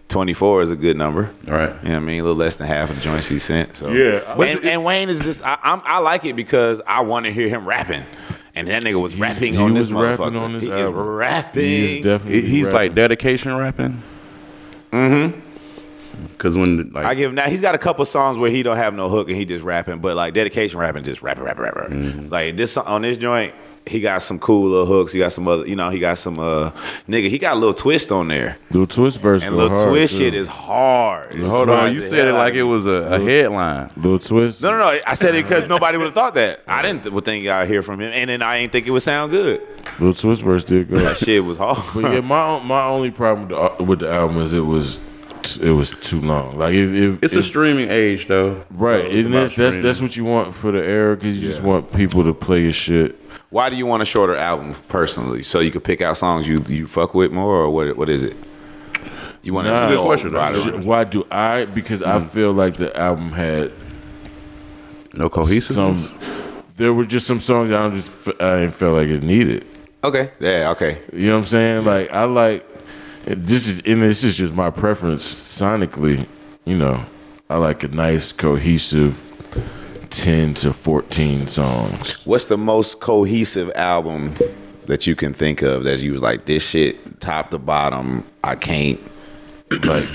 Speaker 1: 24 is a good number.
Speaker 3: Right.
Speaker 1: You know what I mean? A little less than half of the joints he sent. So
Speaker 2: Yeah.
Speaker 1: And, and Wayne is just I, I'm, I like it because I want to hear him rapping. And that nigga was rapping
Speaker 2: he
Speaker 1: on this
Speaker 2: was rapping
Speaker 1: motherfucker.
Speaker 2: on this
Speaker 1: he is
Speaker 2: album.
Speaker 1: rapping.
Speaker 2: He is definitely.
Speaker 3: He- he's
Speaker 2: rapping.
Speaker 3: like dedication rapping. Mm-hmm. Cause when like
Speaker 1: I give him that. He's got a couple songs where he don't have no hook and he just rapping, but like dedication rapping, just rapping, rapping, rapping.
Speaker 3: Mm-hmm.
Speaker 1: Like this on this joint, he got some cool little hooks. He got some other, you know, he got some uh nigga. He got a little twist on there,
Speaker 2: Lil Twist verse.
Speaker 1: and
Speaker 2: go
Speaker 1: little
Speaker 2: hard,
Speaker 1: twist
Speaker 2: too.
Speaker 1: shit is hard. It's
Speaker 3: hold
Speaker 1: hard
Speaker 3: on, you
Speaker 1: as
Speaker 3: said it
Speaker 1: hell.
Speaker 3: like it was a, a headline.
Speaker 2: Lil Twist.
Speaker 1: No, no, no. I said it because nobody would have thought that. I didn't th- would think I'd hear from him, and then I ain't think it would sound good.
Speaker 2: Lil Twist verse did go.
Speaker 1: That shit was hard.
Speaker 2: but yeah, my my only problem with the, uh, with the album is it was it was too long. Like if, if
Speaker 3: It's a
Speaker 2: if-
Speaker 3: streaming age though.
Speaker 2: right,
Speaker 3: So it's
Speaker 2: and
Speaker 3: about
Speaker 2: that's that's, that's
Speaker 3: streaming.
Speaker 2: what you want for the era because you just want people to play your shit.
Speaker 1: Why do you want a shorter album personally? So you could pick out songs you you fuck with more, or what? What is it? You want
Speaker 2: Nah. That's a
Speaker 3: good question.
Speaker 1: Right,
Speaker 3: That's a
Speaker 1: right.
Speaker 3: good
Speaker 2: Why do I? Because I feel like the album had
Speaker 3: no cohesiveness.
Speaker 2: some. There were just some songs I don't just f- I didn't feel like it needed.
Speaker 1: Okay. Yeah. Okay.
Speaker 2: You know what I'm saying? Like I like this is and this is just my preference sonically. You know, I like a nice cohesive ten to fourteen songs.
Speaker 1: What's the most cohesive album that you can think of that you was like this shit top to bottom? I can't.
Speaker 2: Like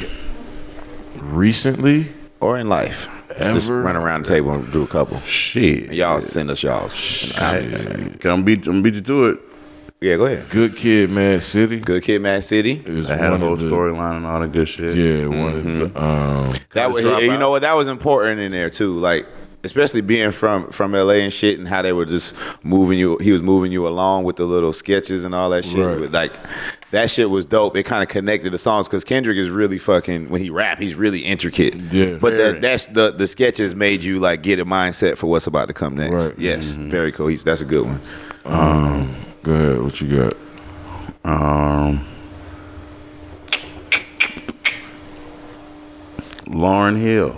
Speaker 2: recently,
Speaker 1: Or in life, Let's just
Speaker 2: Ever?
Speaker 1: run around the table and do a couple.
Speaker 3: Shit.
Speaker 1: Y'all send us y'all's.
Speaker 3: Can I beat, I'm beat you to it?
Speaker 1: Yeah, go ahead.
Speaker 2: Good Kid, Mad City.
Speaker 1: Good Kid, Mad City.
Speaker 2: Is
Speaker 3: I had a
Speaker 2: one
Speaker 3: whole Mm-hmm.
Speaker 2: of the-
Speaker 3: storyline and all that good shit.
Speaker 2: Yeah, one of the um,
Speaker 1: That was,
Speaker 3: Dropout.
Speaker 1: you know what? That was important in there too. Like especially being from from LA and shit, and how they were just moving you. He was moving you along with the little sketches and all that shit.
Speaker 2: Right.
Speaker 1: But, like that shit was dope. It kind of connected the songs because Kendrick is really fucking when he rap, he's really intricate.
Speaker 2: Yeah.
Speaker 1: But
Speaker 3: Very.
Speaker 1: that, that's the the sketches made you like get a mindset for what's about to come next.
Speaker 2: Right.
Speaker 1: Yes,
Speaker 3: Mm-hmm.
Speaker 1: very cohesive. That's a good one.
Speaker 2: Go ahead, what you got?
Speaker 3: Um, Lauren Hill,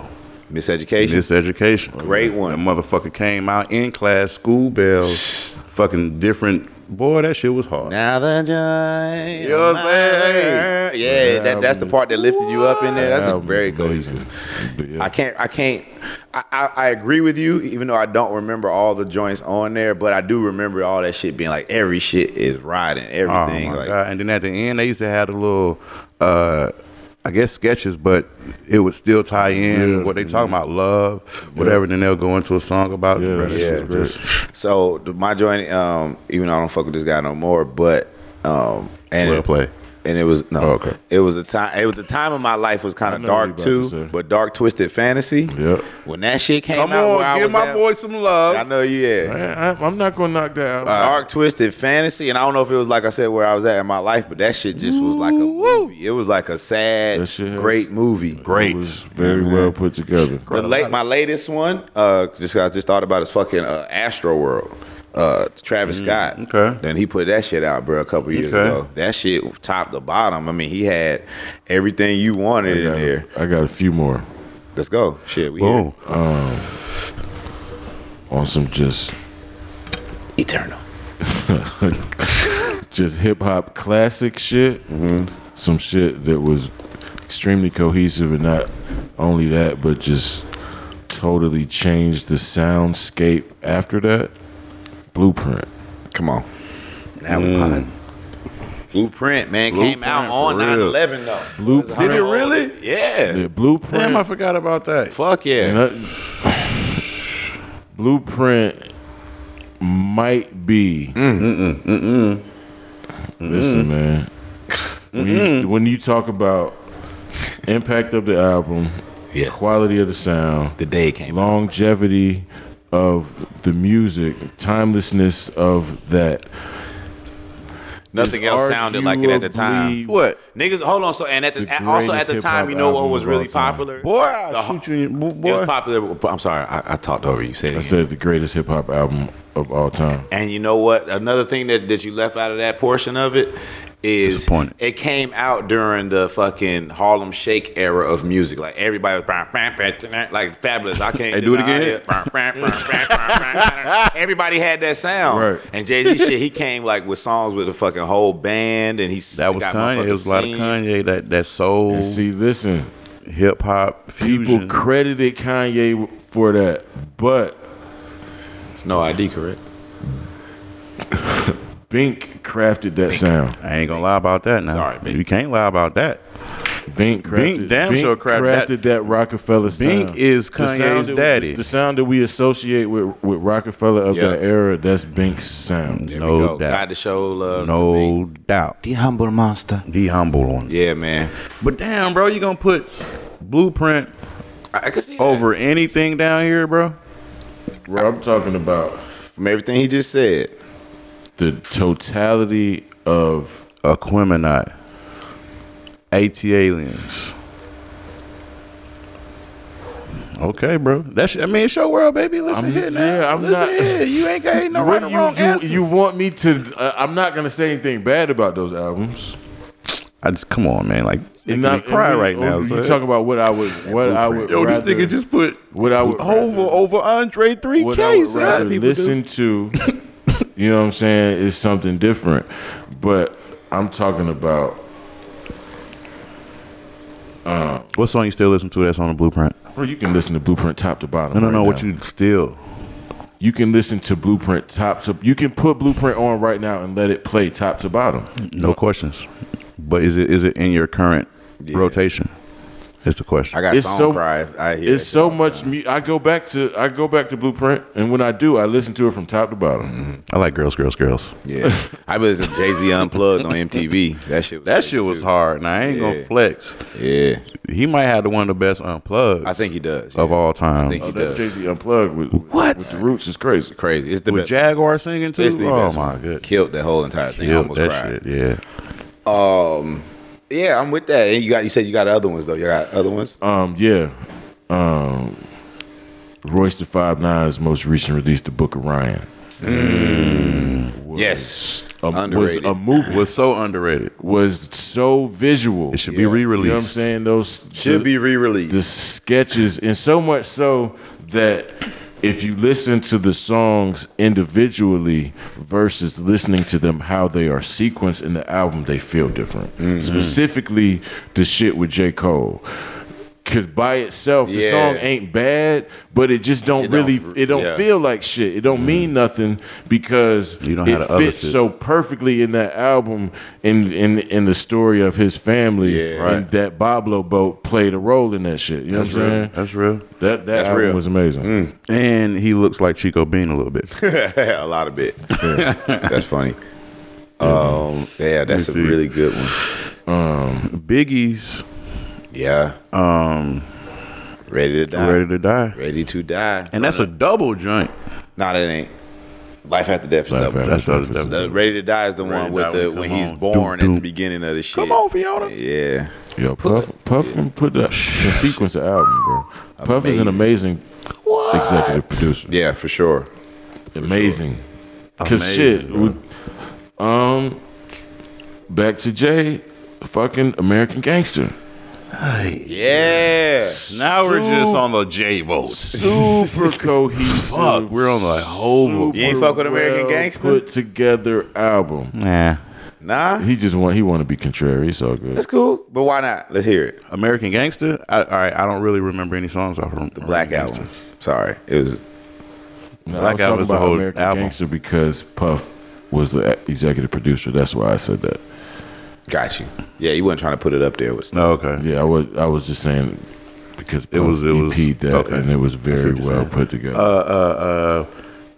Speaker 1: Miseducation.
Speaker 3: Miseducation.
Speaker 1: Great one.
Speaker 3: That motherfucker came out in class, school bells, fucking different. Boy, that shit was hard.
Speaker 1: now the joy.
Speaker 3: You know what I'm saying?
Speaker 1: Yeah, that, that's the part that lifted you up in there. That's
Speaker 2: That
Speaker 1: a
Speaker 2: album
Speaker 1: very
Speaker 2: is
Speaker 1: cohesive.
Speaker 2: amazing. But yeah.
Speaker 1: I can't. I can't. I, I, I agree with you, even though I don't remember all the joints on there, but I do remember all that shit being like every shit is riding
Speaker 3: Oh
Speaker 1: everything.
Speaker 3: my
Speaker 1: like
Speaker 3: God. And then at the end, they used to have the little, uh, I guess sketches, but it would still tie in
Speaker 2: Yeah.
Speaker 3: what they talking about, love, whatever. Then they'll go into a song about
Speaker 2: Yeah,
Speaker 3: it. Bro,
Speaker 2: that
Speaker 3: that
Speaker 2: shit
Speaker 3: shit
Speaker 2: was
Speaker 3: was just
Speaker 1: so, the- my joint. Um, even though I don't fuck with this guy no more, but um, and
Speaker 3: well played.
Speaker 1: And it was no.
Speaker 3: Oh, okay.
Speaker 1: It was a time. It was the time of my life was kind
Speaker 2: I
Speaker 1: of
Speaker 2: know what
Speaker 1: dark
Speaker 2: you about to
Speaker 1: too,
Speaker 2: say.
Speaker 1: but dark twisted fantasy.
Speaker 2: Yep.
Speaker 1: When that shit came
Speaker 3: Come
Speaker 1: out, where I
Speaker 3: on,
Speaker 1: was
Speaker 3: give my
Speaker 1: at-
Speaker 3: boy some
Speaker 1: I
Speaker 3: love.
Speaker 1: know you. Yeah.
Speaker 2: I, I, am not gonna knock that out.
Speaker 1: Dark Twisted Fantasy, and I don't know if it was like I said where I was at in my life, but that shit just was like a movie. It was like a sad,
Speaker 2: That shit has-
Speaker 1: great movie.
Speaker 2: It was very well put together.
Speaker 1: The late, my latest one, uh, just I just thought about is fucking uh, Astro World. Uh, Travis Scott.
Speaker 3: Mm, okay.
Speaker 1: Then he put that shit out, bro, a couple years
Speaker 3: Okay.
Speaker 1: ago. That shit top to bottom. I mean, he had everything you wanted in there.
Speaker 2: I got a few more
Speaker 1: Let's go. Shit, we
Speaker 3: Boom.
Speaker 2: on some just
Speaker 1: here. Eternal.
Speaker 2: just hip hop classic shit. Some shit that was extremely cohesive, and not only that, but just totally changed the soundscape after that. Blueprint.
Speaker 1: Come on. That
Speaker 3: Mm.
Speaker 1: one. Blueprint, man, came
Speaker 3: Blueprint
Speaker 1: out
Speaker 3: for
Speaker 1: on
Speaker 3: real.
Speaker 1: 9 11, though.
Speaker 2: Blueprint.
Speaker 3: Did it really?
Speaker 1: Yeah.
Speaker 2: Yeah, blueprint.
Speaker 3: Damn, I forgot about that.
Speaker 1: Fuck yeah.
Speaker 2: And that- Blueprint might be. Listen, man. When you, when you talk about impact of the album,
Speaker 1: Yeah.
Speaker 2: quality of the sound,
Speaker 1: The day came.
Speaker 2: longevity of the music, timelessness of that.
Speaker 1: Nothing else sounded like it at the time.
Speaker 2: Arguably-
Speaker 3: What?
Speaker 1: Niggas, hold on. So and at the,
Speaker 2: The
Speaker 1: also at the
Speaker 2: greatest
Speaker 1: time,
Speaker 2: hip-hop
Speaker 1: you know what
Speaker 2: album
Speaker 1: was
Speaker 2: of all
Speaker 1: really
Speaker 2: time.
Speaker 1: popular?
Speaker 3: Boy, I'll
Speaker 1: The-
Speaker 3: shoot you, in- bo-
Speaker 1: It was
Speaker 3: boy.
Speaker 1: popular. I'm sorry, I, I talked over you. Say it
Speaker 2: I
Speaker 1: again.
Speaker 2: said the greatest hip hop album of all time.
Speaker 1: And you know what? Another thing that, that you left out of that portion of it is
Speaker 3: Disappointed.
Speaker 1: it came out during the fucking Harlem Shake era of music. Like everybody was bah, bah, bah, bah, like fabulous. I can't
Speaker 3: Hey, do it
Speaker 1: deny
Speaker 3: again.
Speaker 1: Bah, bah, bah, bah, bah, bah. Everybody had that sound.
Speaker 2: Right.
Speaker 1: And Jay Z shit, he came like with songs with a fucking whole band, and he s-
Speaker 3: That was
Speaker 1: got
Speaker 3: Kanye.
Speaker 1: motherfuckers
Speaker 3: It was a lot of
Speaker 1: singing.
Speaker 3: Kanye. That that soul,
Speaker 2: And see, listen,
Speaker 3: hip hop
Speaker 2: people
Speaker 3: fusion.
Speaker 2: credited Kanye for that, but
Speaker 1: It's No ID, correct?
Speaker 2: Bink crafted that sound.
Speaker 3: I ain't gonna lie about that now.
Speaker 1: Sorry, Bink.
Speaker 3: you can't lie about that.
Speaker 2: Bink crafted,
Speaker 3: Bink damn sure crafted that.
Speaker 2: crafted that, Rockefeller sound.
Speaker 3: Bink is
Speaker 2: The sound
Speaker 3: Kanye's
Speaker 2: that we-
Speaker 3: daddy.
Speaker 2: the sound that we associate with, with Rockefeller of
Speaker 1: Yeah.
Speaker 2: that era, that's Bink's sound.
Speaker 1: There
Speaker 3: No
Speaker 1: we go.
Speaker 3: doubt.
Speaker 1: Got to show love. to me.
Speaker 3: No doubt.
Speaker 1: the humble monster.
Speaker 3: The humble one.
Speaker 1: Yeah, man.
Speaker 3: But damn, bro, you gonna put Blueprint
Speaker 1: I, I can see that.
Speaker 3: over anything down here, bro?
Speaker 2: Bro, I'm talking about
Speaker 1: from everything he just said.
Speaker 2: the totality of
Speaker 3: Aqueminat, AT aliens. Okay, bro. That's I mean, it's your world, baby. Listen
Speaker 2: I'm-
Speaker 3: here now.
Speaker 2: yeah, I'm
Speaker 3: Listen
Speaker 2: not-
Speaker 3: here. You ain't got ain't no
Speaker 2: What
Speaker 3: right or wrong
Speaker 2: you,
Speaker 3: answer.
Speaker 2: you, you want me to? Uh, I'm not gonna say anything bad about those albums.
Speaker 3: I just come on, man. Like, it
Speaker 2: And
Speaker 3: not
Speaker 2: not-
Speaker 3: me cry
Speaker 2: and we- oh,
Speaker 3: right now.
Speaker 2: You
Speaker 3: son.
Speaker 2: talk about what I would, what I would.
Speaker 3: Yo,
Speaker 2: rather,
Speaker 3: this nigga just put
Speaker 2: What I would
Speaker 3: Hova
Speaker 2: rather-
Speaker 3: over Andre three
Speaker 2: what I
Speaker 3: K.
Speaker 2: would rather listen to. You know what I'm saying? Is something different, but I'm talking about.
Speaker 3: What song you still listen to? That's on the Blueprint.
Speaker 2: Bro, you can listen to Blueprint top to bottom.
Speaker 3: No, no,
Speaker 2: right
Speaker 3: no.
Speaker 2: now.
Speaker 3: What you still?
Speaker 2: You can listen to Blueprint top to. You can put Blueprint on right now and let it play top to bottom.
Speaker 3: No questions. But is it is it in your current rotation? It's the question.
Speaker 1: I got
Speaker 2: It's
Speaker 1: song
Speaker 2: so-
Speaker 1: cry. I hear
Speaker 2: it's
Speaker 1: that
Speaker 2: so much. Mu- I go back to I go back to Blueprint, and when I do, I listen to it from top to bottom.
Speaker 3: I like girls, girls, girls.
Speaker 1: shit. Yeah, I was listening Jay Z unplugged on MTV. That shit. Was
Speaker 3: That
Speaker 1: crazy,
Speaker 3: shit was
Speaker 1: too.
Speaker 3: hard. Now I ain't
Speaker 1: Yeah.
Speaker 3: gonna flex.
Speaker 1: Yeah,
Speaker 3: He might have the one of the best unplugged.
Speaker 1: I think he does.
Speaker 3: of
Speaker 1: yeah.
Speaker 3: all time.
Speaker 1: think he-
Speaker 2: Oh, that Jay Z unplugged with
Speaker 3: What?
Speaker 2: With the Roots is crazy.
Speaker 1: crazy. It's the
Speaker 3: With
Speaker 1: best.
Speaker 3: Jaguar singing too.
Speaker 1: it's the
Speaker 3: oh
Speaker 1: best
Speaker 3: my
Speaker 1: one.
Speaker 3: good.
Speaker 1: Killed the whole entire thing. I
Speaker 3: Killed
Speaker 1: almost
Speaker 3: that
Speaker 1: cried.
Speaker 3: shit. Yeah.
Speaker 1: Um, yeah, I'm with that. And you got you said you got other ones though. You got other ones.
Speaker 2: Um, yeah. Um, Royce the Five Nine's most recent release, The Book of Ryan,
Speaker 1: yes,
Speaker 2: um, was
Speaker 1: underrated.
Speaker 2: a movie
Speaker 3: Was so underrated.
Speaker 2: was so visual.
Speaker 3: It should be
Speaker 2: You
Speaker 3: re-released.
Speaker 2: know what I'm saying? Those
Speaker 1: should
Speaker 2: the-
Speaker 1: be re-released.
Speaker 2: the sketches, and so much so that if you listen to the songs individually versus listening to them how they are sequenced in the album, they feel different.
Speaker 3: Mm-hmm.
Speaker 2: Specifically, the shit with J. Cole. Cause by itself the
Speaker 1: Yeah.
Speaker 2: song ain't bad, but it just don't
Speaker 1: It don't
Speaker 2: really
Speaker 1: f-
Speaker 2: it don't
Speaker 1: yeah.
Speaker 2: feel like shit. It don't mean nothing because
Speaker 3: Mm-hmm. You don't
Speaker 2: it
Speaker 3: have the other
Speaker 2: fits
Speaker 3: shit.
Speaker 2: so perfectly in that album in in in the story of his family
Speaker 1: Yeah.
Speaker 2: and that Boblo boat played a role in that shit. You know
Speaker 3: That's
Speaker 2: what I'm
Speaker 3: real.
Speaker 2: saying?
Speaker 3: That's real.
Speaker 2: That that album
Speaker 1: real.
Speaker 2: was amazing.
Speaker 3: And he looks like Chico Bean a little bit.
Speaker 1: a lot of bit. that's funny. Um, yeah, that's a
Speaker 3: see.
Speaker 1: really good one.
Speaker 3: Biggie's
Speaker 1: Yeah. Um, ready to die.
Speaker 3: ready to die.
Speaker 1: Ready to die.
Speaker 3: And that's a double joint.
Speaker 1: No, that ain't. Life after death. is
Speaker 2: Life
Speaker 1: double.
Speaker 2: After
Speaker 3: That's what I was
Speaker 2: Death is
Speaker 3: double.
Speaker 1: The Ready to die is the
Speaker 3: Ready
Speaker 1: one
Speaker 3: to
Speaker 1: with
Speaker 3: Die
Speaker 1: the
Speaker 3: when
Speaker 1: when
Speaker 3: come
Speaker 1: he's
Speaker 3: on.
Speaker 1: born
Speaker 3: Doom,
Speaker 1: at the
Speaker 3: doom.
Speaker 1: beginning of the shit.
Speaker 3: Come on, Fiona.
Speaker 1: Yeah.
Speaker 2: Yo, Puff Puff and put that the sequence of album, bro. Puff is an amazing executive producer.
Speaker 1: Yeah, for sure.
Speaker 2: amazing. Cause
Speaker 3: Amazing,
Speaker 2: shit,
Speaker 3: bro.
Speaker 2: we- um, back to Jay, fucking American Gangster.
Speaker 1: Yeah.
Speaker 3: Now we're
Speaker 2: Su-
Speaker 3: just on the J boat.
Speaker 2: super cohesive.
Speaker 3: Fuck, we're on the whole.
Speaker 2: super
Speaker 1: You ain't fuck with American
Speaker 2: well
Speaker 1: Gangster?
Speaker 2: Put together album.
Speaker 3: Nah.
Speaker 1: Nah.
Speaker 2: He just want he want to be contrary. It's all good.
Speaker 1: That's cool. But why not? Let's hear it.
Speaker 3: American Gangster. I, all right, I don't really remember any songs off of the
Speaker 1: Black album. Sorry. It was
Speaker 2: No,
Speaker 3: Black
Speaker 2: I was talking
Speaker 3: Album is a
Speaker 2: about
Speaker 3: whole
Speaker 2: American
Speaker 3: album.
Speaker 2: Gangster because Puff was the executive producer. That's why I said that.
Speaker 1: got you. Yeah, you wasn't trying to put it up there with
Speaker 3: No, Oh, okay.
Speaker 2: Yeah, I was I was just saying because Puff it
Speaker 3: was-
Speaker 2: was
Speaker 3: it was-
Speaker 2: that
Speaker 3: okay.
Speaker 2: and it was very
Speaker 3: you're
Speaker 2: well
Speaker 3: saying.
Speaker 2: put together.
Speaker 3: Uh, uh,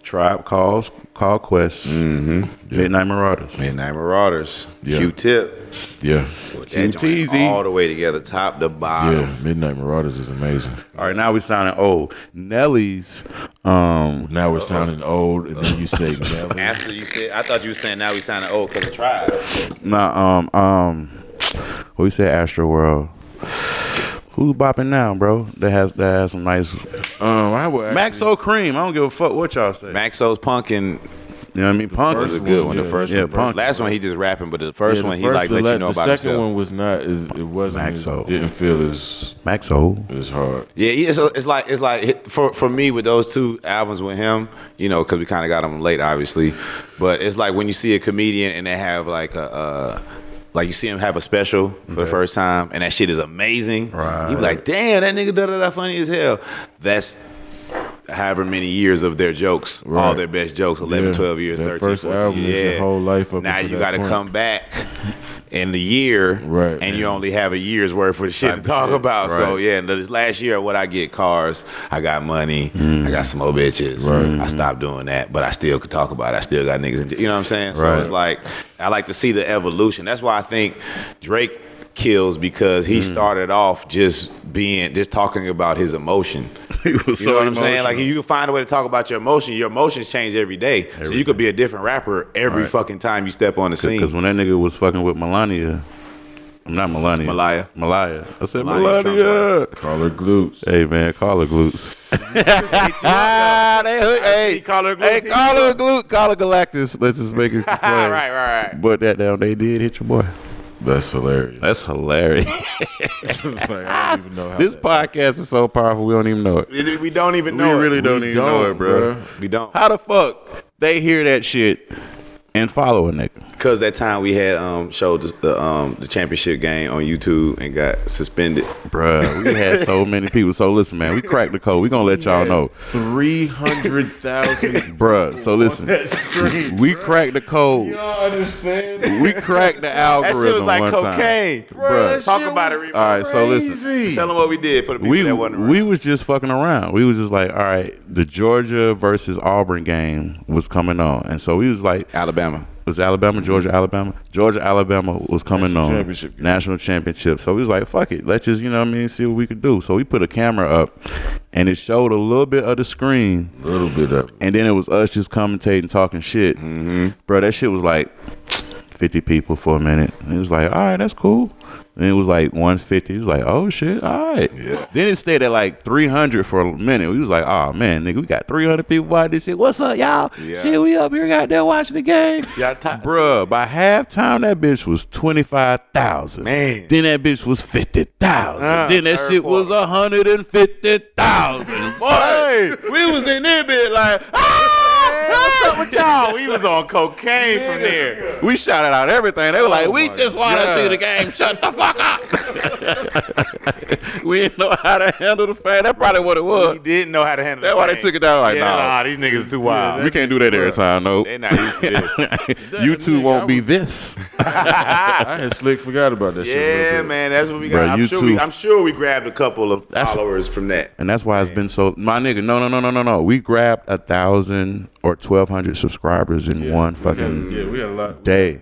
Speaker 3: Tribe Calls, Call Quest,
Speaker 1: Mm-hmm.
Speaker 3: Midnight Marauders.
Speaker 1: Midnight Marauders,
Speaker 2: Yeah.
Speaker 1: Q-Tip,
Speaker 2: Yeah.
Speaker 3: QTZ.
Speaker 1: all the way together, top to bottom.
Speaker 2: Yeah. Midnight Marauders is amazing.
Speaker 3: All right, now we sounding old. Nelly's, um,
Speaker 2: Now we're sounding old, and then you say Nelly.
Speaker 1: After you said, I thought you were saying now we sounding old because of Tribe.
Speaker 3: nah, um, um, what we said, Astro World. Who's bopping now, bro? That has that has some nice
Speaker 2: Um, I would. Actually,
Speaker 3: Maxo Cream. I don't give a fuck what y'all say.
Speaker 1: Maxo's Punkin
Speaker 3: you know what I mean? Punk
Speaker 1: is
Speaker 3: is
Speaker 1: a
Speaker 3: good.
Speaker 1: good one.
Speaker 2: yeah.
Speaker 1: The first
Speaker 3: Yeah,
Speaker 1: one,
Speaker 3: Punkin.
Speaker 1: last one he just rapping, but the first
Speaker 2: yeah, the
Speaker 1: one he
Speaker 2: first
Speaker 1: like
Speaker 2: to
Speaker 1: let you know
Speaker 2: the
Speaker 1: about
Speaker 2: second
Speaker 1: himself.
Speaker 2: one was not. As, it wasn't. as-
Speaker 3: Maxo.
Speaker 2: didn't feel as
Speaker 3: Maxo.
Speaker 2: as hard.
Speaker 1: Yeah, yeah, so it's like it's like hit- for for me with those two albums with him, you know, because we kind of got him late, obviously. But it's like when you see a comedian and they have like a. Uh, like you see him have a special for the first time, and that shit is amazing.
Speaker 3: Right.
Speaker 1: You be like, damn, that nigga da da da funny as hell. That's however many years of their jokes, all
Speaker 2: Right.
Speaker 1: their best jokes, 11,
Speaker 2: Yeah.
Speaker 1: 12 years,
Speaker 2: That
Speaker 1: 13,
Speaker 2: first
Speaker 1: 14
Speaker 2: album is
Speaker 1: yeah.
Speaker 2: your whole life up
Speaker 1: Now
Speaker 2: until
Speaker 1: you
Speaker 2: that
Speaker 1: gotta
Speaker 2: point.
Speaker 1: come back in the year,
Speaker 2: Right,
Speaker 1: and
Speaker 2: man.
Speaker 1: you only have a year's worth for the shit
Speaker 3: Type
Speaker 1: to
Speaker 3: of
Speaker 1: talk
Speaker 3: shit.
Speaker 1: about. So
Speaker 3: Right.
Speaker 1: yeah, and this last year, what I get cars, I got money, I got some old bitches. I stopped doing that, but I still could talk about it. I still got niggas. In, you know what I'm saying? So
Speaker 3: Right.
Speaker 1: it's like I like to see the evolution. That's why I think Drake kills because
Speaker 3: Mm.
Speaker 1: he started off just being just talking about his emotion.
Speaker 3: He was
Speaker 1: You know what I'm saying? Like you can find a way to talk about your emotion. Your emotions change every day, so you could be a different rapper every
Speaker 3: Right.
Speaker 1: fucking time you step on the scene.
Speaker 3: Because when that nigga was fucking with Melania, I'm not Melania.
Speaker 1: Malaya.
Speaker 3: Malaya. I said
Speaker 1: Melania's Trump's
Speaker 3: Melania.
Speaker 2: Call her glutes.
Speaker 3: Hey man, call her glutes.
Speaker 1: Ah,
Speaker 3: they hook.
Speaker 1: hey, call her glutes,
Speaker 3: Hey,
Speaker 1: he
Speaker 3: call her glutes. Call her Galactus. Let's just make it plain.
Speaker 1: right, right, right.
Speaker 3: But that down, they did hit your boy.
Speaker 2: That's hilarious.
Speaker 3: That's hilarious.
Speaker 2: Like, I don't even know how
Speaker 3: this
Speaker 2: that-
Speaker 3: podcast is so powerful, we don't even know it.
Speaker 1: We don't even
Speaker 3: We
Speaker 1: know. it.
Speaker 3: really don't even know it, bro.
Speaker 2: bruh.
Speaker 1: We don't.
Speaker 3: How the fuck they hear that shit and follow a nigga?
Speaker 1: Because that time we had um showed the, the um the championship game on YouTube and got suspended.
Speaker 3: Bruh, we had so many people. So listen, man, we cracked the code. We gonna let y'all know.
Speaker 2: 300,000
Speaker 3: Bruh, so listen.
Speaker 2: that stream.
Speaker 3: We cracked the code.
Speaker 2: Y'all understand?
Speaker 3: We cracked the
Speaker 1: That shit
Speaker 3: algorithm
Speaker 1: was like
Speaker 3: one
Speaker 1: cocaine.
Speaker 3: time.
Speaker 2: Bruh, that
Speaker 3: Bruh.
Speaker 1: Talk
Speaker 2: shit
Speaker 1: about
Speaker 2: was
Speaker 1: it,
Speaker 3: All right, so listen.
Speaker 2: crazy.
Speaker 1: Tell them what we did for the people
Speaker 3: We
Speaker 1: that wasn't
Speaker 3: we was just fucking around. We was just like, all right, the Georgia versus Auburn game was coming on, and so we was like,
Speaker 1: Alabama.
Speaker 3: was Alabama, Georgia, Alabama. Georgia, Alabama was coming
Speaker 2: National
Speaker 3: on
Speaker 2: championship game.
Speaker 3: national championship. So we was like, fuck it, let's just you know what I mean, see what we could do. So we put a camera up, and it showed a little bit of the screen,
Speaker 2: A little bit of it. Mm-hmm.
Speaker 3: and then it was us just commentating, talking shit, bro. That shit was like fifty people for a minute. And it was like, all right, that's cool. And it was like one fifty. It was like, oh shit, all right. Then it stayed at like three hundred for a minute. We was like, oh man, nigga, we got three hundred people watching this shit. What's up, y'all?
Speaker 1: Yeah.
Speaker 3: Shit, we up here out there watching the game.
Speaker 1: Y'all tired.
Speaker 3: Bruh, by halftime that bitch was twenty five thousand.
Speaker 1: Man.
Speaker 3: Then that bitch was fifty thousand.
Speaker 1: Uh,
Speaker 3: then that
Speaker 1: third
Speaker 3: shit was
Speaker 1: quarter.
Speaker 3: hundred and fifty thousand. Boy,
Speaker 1: we was in there, bit like,
Speaker 3: "Ah,
Speaker 1: what's up with y'all? We was on cocaine from there.
Speaker 3: we shouted out everything. They were like, "We just want to
Speaker 1: God.
Speaker 3: see the game. Shut the fuck up." we didn't know how to handle the fan. That probably what it was.
Speaker 1: We didn't know how to handle.
Speaker 3: That's
Speaker 1: the
Speaker 3: why they
Speaker 1: game.
Speaker 3: took it down like,
Speaker 1: Yeah,
Speaker 3: nah.
Speaker 1: nah, these niggas too wild.
Speaker 3: We can't do that every time, no.
Speaker 1: They not used to this.
Speaker 3: you two won't be this.
Speaker 2: I had slick forgot about that shit. a little
Speaker 1: Yeah,
Speaker 2: bit.
Speaker 1: man, that's what we
Speaker 3: Bruh,
Speaker 1: got. I'm
Speaker 3: you
Speaker 1: sure
Speaker 3: too.
Speaker 1: we, I'm sure we grabbed a couple of
Speaker 3: That's-
Speaker 1: followers from that.
Speaker 3: And that's why it's been so. My nigga, no, no, no, no, no, no. We grabbed a thousand or twelve hundred subscribers in one fucking
Speaker 2: Yeah, we had a lot.
Speaker 3: day.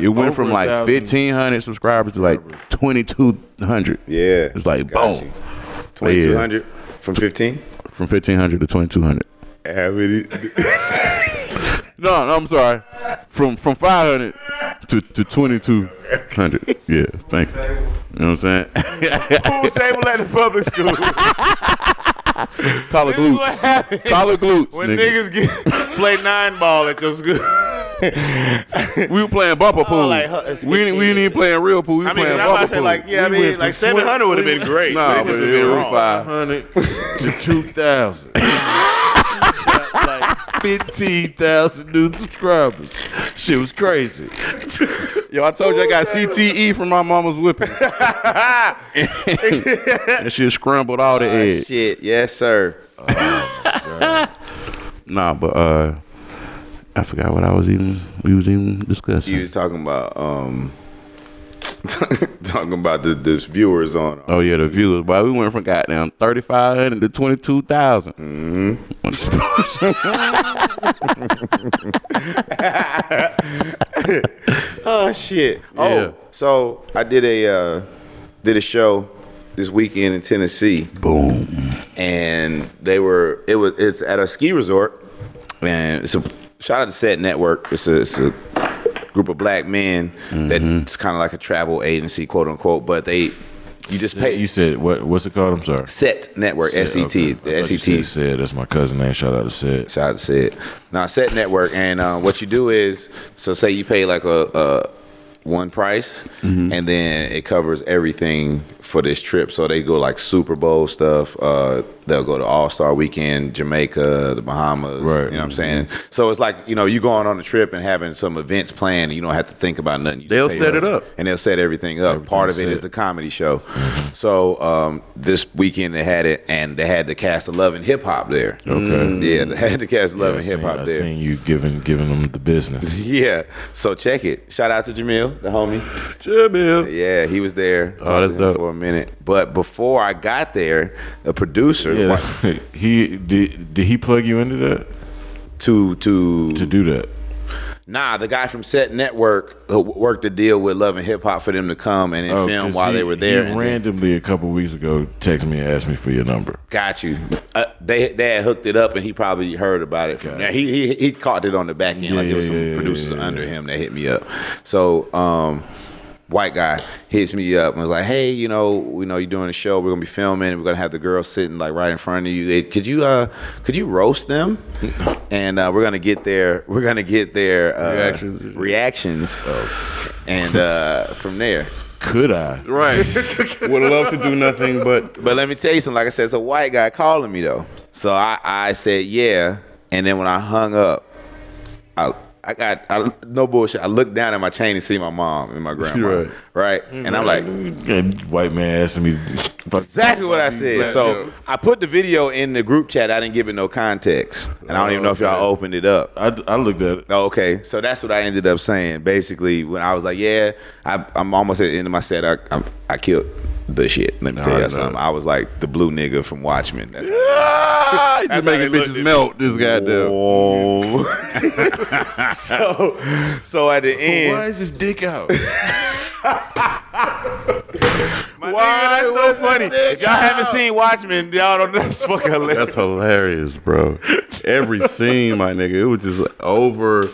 Speaker 3: It went
Speaker 2: over
Speaker 3: from
Speaker 2: a
Speaker 3: like
Speaker 2: thousand
Speaker 3: fifteen hundred subscribers to like twenty two hundred.
Speaker 1: Yeah,
Speaker 3: It's like
Speaker 1: Got
Speaker 3: boom,
Speaker 1: you. 2200 from 15.
Speaker 3: from fifteen hundred to twenty two hundred. No, no, I'm sorry. From from 500 to to 2200. Yeah, thank you. You know what I'm saying?
Speaker 1: Pool table at the public school.
Speaker 3: Call it
Speaker 1: This is what
Speaker 3: glutes.
Speaker 1: happens
Speaker 3: Call it glutes.
Speaker 1: when
Speaker 3: nigga.
Speaker 1: niggas get play nine ball at your school.
Speaker 3: We were playing bumper pool.
Speaker 1: like, huh, it's
Speaker 3: we didn't we
Speaker 1: 15.
Speaker 3: didn't even playing real pool. We were
Speaker 1: I mean,
Speaker 3: playing
Speaker 1: I'm
Speaker 3: bumper
Speaker 1: about to say
Speaker 3: pool.
Speaker 1: like, yeah,
Speaker 2: We
Speaker 1: I
Speaker 2: went
Speaker 1: mean,
Speaker 2: from
Speaker 1: like 700 would have been great.
Speaker 3: Nah,
Speaker 1: Niggas
Speaker 3: but
Speaker 1: would've
Speaker 3: it was
Speaker 1: wrong.
Speaker 3: five.
Speaker 2: 500 to 2,000. We got like 15,000 new subscribers. Shit was crazy.
Speaker 3: Yo, I told you I got CTE from my mama's whipping. and she scrambled all the eggs. Oh,
Speaker 1: Shit, yes, sir.
Speaker 3: Nah, but uh, I forgot what I was even we was even discussing.
Speaker 1: You was talking about um talking about the, the viewers on.
Speaker 3: Oh yeah, the viewers. But we went from goddamn thirty five hundred to twenty two thousand. Mm-hmm.
Speaker 1: Oh shit!
Speaker 3: Yeah.
Speaker 1: Oh, so I did a uh, did a show this weekend in Tennessee.
Speaker 3: Boom.
Speaker 1: and they were it was it's at a ski resort and it's a shout out to set network it's a, it's a group of black men
Speaker 2: Mm-hmm.
Speaker 1: that's kind of like a travel agency quote unquote but they you just pay
Speaker 2: You said what? What's it called? I'm sorry.
Speaker 1: set network set, set
Speaker 2: okay.
Speaker 1: the E
Speaker 2: I thought you
Speaker 1: set
Speaker 2: said Said that's my cousin name. Shout out to Sid.
Speaker 1: shout out to Sid. Now set network, and uh, what you do is, so say you pay like a, a one price,
Speaker 3: Mm-hmm.
Speaker 1: and then it covers everything for this trip. So they go like Super Bowl stuff. Uh, they'll go to All Star Weekend, Jamaica, the Bahamas.
Speaker 2: Right.
Speaker 1: You know what I'm saying? So it's like you know you going on a trip and having some events planned, and you don't have to think about nothing. You just
Speaker 3: They'll
Speaker 1: pay
Speaker 3: set it up.
Speaker 1: and they'll set everything up. Part of it
Speaker 2: set.
Speaker 1: is the comedy show. So um, this weekend they had it, and they had the cast of Love and Hip Hop there. Mm.
Speaker 2: Okay.
Speaker 1: Yeah, they had the cast of Love
Speaker 2: I
Speaker 1: and Hip
Speaker 2: seen-
Speaker 1: Hop
Speaker 2: I
Speaker 1: there.
Speaker 2: seen you giving giving them the business.
Speaker 1: Yeah, so check it. Shout out to Jamil, the homie.
Speaker 3: Chill, Bill.
Speaker 1: Yeah, he was there.
Speaker 2: Oh,
Speaker 1: Talked
Speaker 3: that's
Speaker 1: to him
Speaker 3: dope.
Speaker 1: For a minute, but before I got there, a producer
Speaker 2: Yeah.
Speaker 1: wa-
Speaker 2: he did. Did he plug you into that
Speaker 1: to to
Speaker 2: to do that?
Speaker 1: Nah, the guy from Set Network uh, worked a deal with Love and Hip Hop for them to come and then
Speaker 2: Oh,
Speaker 1: film
Speaker 2: 'cause
Speaker 1: while
Speaker 2: he-
Speaker 1: they were there. and
Speaker 2: He
Speaker 1: then-
Speaker 2: randomly a couple weeks ago texted me and asked me for your number.
Speaker 1: Got you. Uh, they they had hooked it up, and he probably heard about it. From
Speaker 2: Got
Speaker 1: now, he, he he caught it on the back end, like it was
Speaker 2: yeah,
Speaker 1: some
Speaker 2: yeah,
Speaker 1: producers
Speaker 2: yeah, yeah,
Speaker 1: under him that hit me up. So, um, white guy hits me up and was like, "Hey, you know, we know you're doing a show. We're gonna be filming. and We're gonna have the girls sitting like right in front of you. It- could you uh could you roast them? And uh, we're gonna get their we're gonna get their uh,
Speaker 3: Reactions.
Speaker 1: reactions,
Speaker 2: Oh.
Speaker 1: and uh, from there."
Speaker 2: Could I?
Speaker 3: Right. Would love to do nothing, but
Speaker 1: But let me tell you something. Like I said, it's a white guy calling me though. So I, I said yeah, and then when I hung up, I I got I, no bullshit. I looked down at my chain and see my mom and my grandma,
Speaker 3: Right.
Speaker 1: right? And I'm like,
Speaker 2: And white man asking me fuck-
Speaker 1: exactly what I said.
Speaker 3: Black,
Speaker 1: So
Speaker 3: yeah.
Speaker 1: I put the video in the group chat. I didn't give it no context, and I don't even know if y'all opened it up.
Speaker 2: I, I looked at it.
Speaker 1: Oh, okay. So that's what I ended up saying. Basically, when I was like, "Yeah, I, I'm almost at the end of my set. I I'm, I killed the shit." Let me tell
Speaker 2: I know.
Speaker 1: you something. I was like the blue nigga from Watchmen. That's
Speaker 3: ah, you
Speaker 1: That's how
Speaker 3: making
Speaker 1: they looked
Speaker 3: bitches
Speaker 1: at
Speaker 3: melt. This goddamn.
Speaker 1: Whoa. so, so at the end,
Speaker 2: Why is his dick out?
Speaker 1: why is so funny? If y'all haven't seen Watchmen, y'all don't know. That's fucking hilarious.
Speaker 3: That's hilarious, bro. Every scene, my nigga, it was just like over.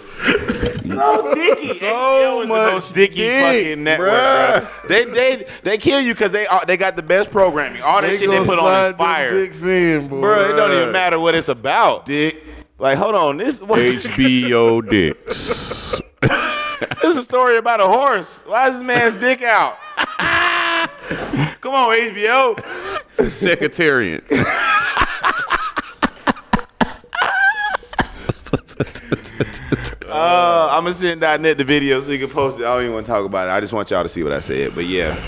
Speaker 1: so
Speaker 3: much
Speaker 1: sticky
Speaker 3: dick,
Speaker 1: fucking network,
Speaker 3: bruh.
Speaker 1: bruh. They they they kill you because they are, they got the best programming. All that shit they
Speaker 2: gonna
Speaker 1: put on
Speaker 2: slide
Speaker 1: is fire,
Speaker 2: them Dicks in, boy.
Speaker 1: bro. It don't even matter what it's about.
Speaker 2: Dick.
Speaker 1: Like, hold on, this what, this
Speaker 3: HBO dicks.
Speaker 1: is a story about a horse. Why is this man's dick out? Come on, HBO.
Speaker 3: Secretariat.
Speaker 1: Uh, I'm gonna send .net the video so you can post it. I don't even want to talk about it. I just want y'all to see what I said. But yeah,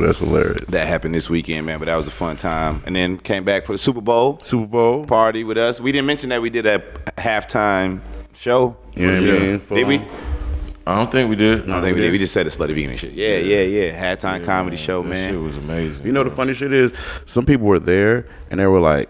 Speaker 3: That's hilarious.
Speaker 1: that happened this weekend, man. But that was a fun time. And then came back for the Super Bowl
Speaker 3: Super Bowl.
Speaker 1: party with us. We didn't mention that we did a halftime show.
Speaker 3: You know what I mean? Full
Speaker 1: Did we?
Speaker 3: on.
Speaker 2: I don't think we did.
Speaker 1: I think we did. We just said a slutty vegan and shit. Yeah, yeah, yeah. Halftime comedy show,
Speaker 2: that
Speaker 1: man.
Speaker 2: shit was amazing.
Speaker 3: You know the funny shit is, some people were there and they were like,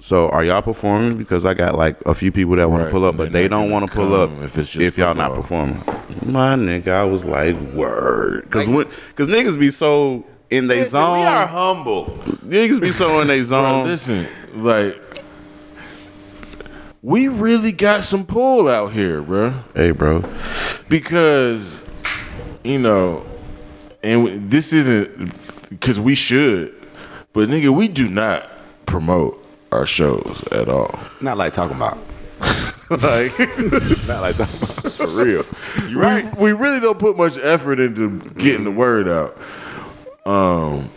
Speaker 3: "So are y'all performing?" Because I got like a few people that want to
Speaker 2: Right,
Speaker 3: pull up,
Speaker 2: and
Speaker 3: but
Speaker 2: they're
Speaker 3: they
Speaker 2: not
Speaker 3: don't
Speaker 2: gonna
Speaker 3: want to pull up
Speaker 2: come
Speaker 3: if
Speaker 2: if it's just
Speaker 3: y'all not
Speaker 2: football.
Speaker 3: performing. My nigga, I was like, "Word," because when because niggas be so in their
Speaker 1: Listen, we are
Speaker 3: zone,
Speaker 1: humble.
Speaker 3: niggas be so in their
Speaker 2: Bro,
Speaker 3: zone.
Speaker 2: listen, like we really got some pull out here, bro.
Speaker 3: hey, bro,
Speaker 2: because you know, and w- this isn't because we should, but nigga, we do not promote our shows at all.
Speaker 1: Not like talking about.
Speaker 2: Like,
Speaker 1: Not like talking about.
Speaker 2: for real, right? We really don't put much effort into getting the word out. Um,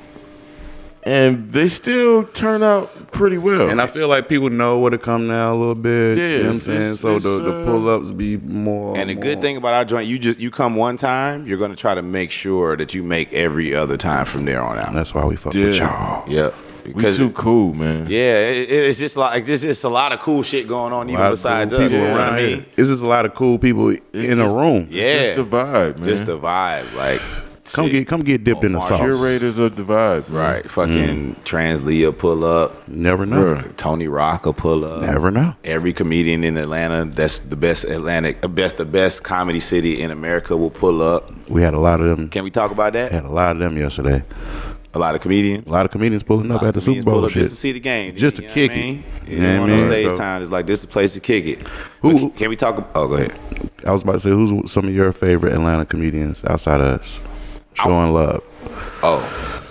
Speaker 2: and they still turn out pretty well.
Speaker 3: and I feel like people know where to come now a little bit.
Speaker 2: Yeah,
Speaker 3: you know what I'm
Speaker 2: it's-
Speaker 3: saying?
Speaker 2: it's-
Speaker 3: So
Speaker 2: it's,
Speaker 3: the, the
Speaker 2: uh,
Speaker 3: pull ups be more.
Speaker 1: And the
Speaker 3: more-
Speaker 1: good thing about our joint, you just you come one time, you're gonna try to make sure that you make every other time from there on out.
Speaker 3: that's why we fuck with y'all.
Speaker 2: yeah,
Speaker 1: Yep.
Speaker 2: we
Speaker 1: Because
Speaker 2: too cool, man.
Speaker 1: yeah, it, it- it's just like it's just a lot of cool shit going on
Speaker 3: A lot
Speaker 1: even
Speaker 3: of
Speaker 1: besides
Speaker 3: cool
Speaker 1: us.
Speaker 3: people
Speaker 1: you know what
Speaker 3: around
Speaker 1: I mean?
Speaker 3: here. It's just a lot of cool people in a
Speaker 2: just-
Speaker 3: room.
Speaker 1: Yeah.
Speaker 2: It's just the vibe, man.
Speaker 1: Just the vibe, like
Speaker 3: Come get come get dipped in the sauce.
Speaker 2: Curators of the vibe, man.
Speaker 1: Right.
Speaker 3: Mm.
Speaker 1: Fucking Trans Leah pull up.
Speaker 3: Never know.
Speaker 1: Tony Rock will pull up.
Speaker 3: Never know.
Speaker 1: Every comedian in Atlanta, that's the best Atlantic, uh, best the best comedy city in America will pull up.
Speaker 3: We had a lot of them.
Speaker 1: Can we talk about that?
Speaker 3: Had a lot of them yesterday.
Speaker 1: A lot of comedians.
Speaker 3: A lot of comedians pulling up at the Super
Speaker 1: Comedians
Speaker 3: Bowl
Speaker 1: pull up
Speaker 3: and shit.
Speaker 1: just to see the game,
Speaker 3: Just to
Speaker 1: you know
Speaker 3: kick
Speaker 1: what I mean?
Speaker 3: it.
Speaker 1: You
Speaker 3: You know
Speaker 1: know,
Speaker 3: what I
Speaker 1: on
Speaker 3: mean?
Speaker 1: stage
Speaker 3: So-
Speaker 1: time, it's like this is the place to kick it.
Speaker 3: Who-
Speaker 1: But can we talk? ab- Oh, go ahead.
Speaker 3: I was about to say, who's some of your favorite Atlanta comedians outside of us? Showing love.
Speaker 1: Oh,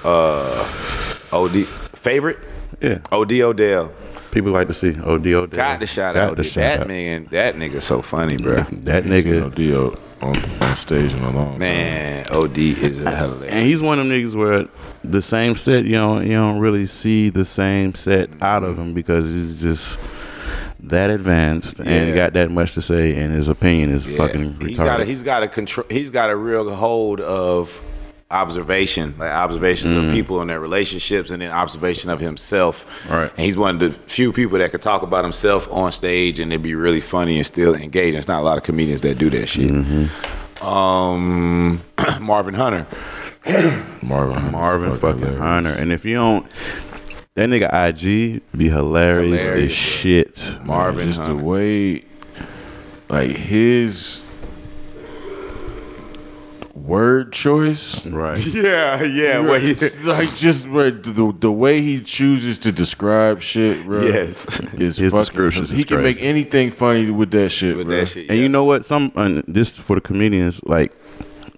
Speaker 1: uh, OD favorite.
Speaker 3: Yeah.
Speaker 1: Od Odell
Speaker 3: People like to see ODO.
Speaker 1: got the shout out. dude. that man, that nigga so funny, bro.
Speaker 3: That
Speaker 2: You know,
Speaker 3: nigga.
Speaker 2: Dio on, on stage in a long time.
Speaker 1: Man, Od is hilarious.
Speaker 3: And he's one of them niggas where the same set, you don't, you don't really see the same set out
Speaker 1: Mm-hmm.
Speaker 3: of him because he's just that advanced
Speaker 1: Yeah.
Speaker 3: and got that much to say, and his opinion is
Speaker 1: Yeah.
Speaker 3: fucking retarded.
Speaker 1: He's got a, he's got a control. He's got a real hold of observation, like observations of people and their relationships, and then observation of himself.
Speaker 3: Right.
Speaker 1: And he's one of the few people that could talk about himself on stage and it'd be really funny and still engaging. It's not a lot of comedians that do that shit. Um, Marvin Hunter.
Speaker 2: Marvin. Hunter's
Speaker 3: Marvin fucking
Speaker 2: hilarious.
Speaker 3: Hunter. And if you don't, that nigga IG be hilarious,
Speaker 1: Hilarious,
Speaker 3: as
Speaker 1: bro.
Speaker 3: shit.
Speaker 1: Marvin
Speaker 2: Just the
Speaker 1: Hunter.
Speaker 2: way, like his word choice.
Speaker 3: Right.
Speaker 1: Yeah, yeah.
Speaker 2: Right, it's like just right, the the way he chooses to describe shit, bro.
Speaker 1: Yes.
Speaker 2: is
Speaker 3: His
Speaker 2: fucking-
Speaker 3: descriptions
Speaker 2: He
Speaker 3: is
Speaker 2: can
Speaker 3: crazy.
Speaker 2: make anything funny with that shit.
Speaker 1: With
Speaker 2: bro.
Speaker 1: that shit.
Speaker 3: And
Speaker 1: yeah.
Speaker 3: you know what? Some and this for the comedians. Like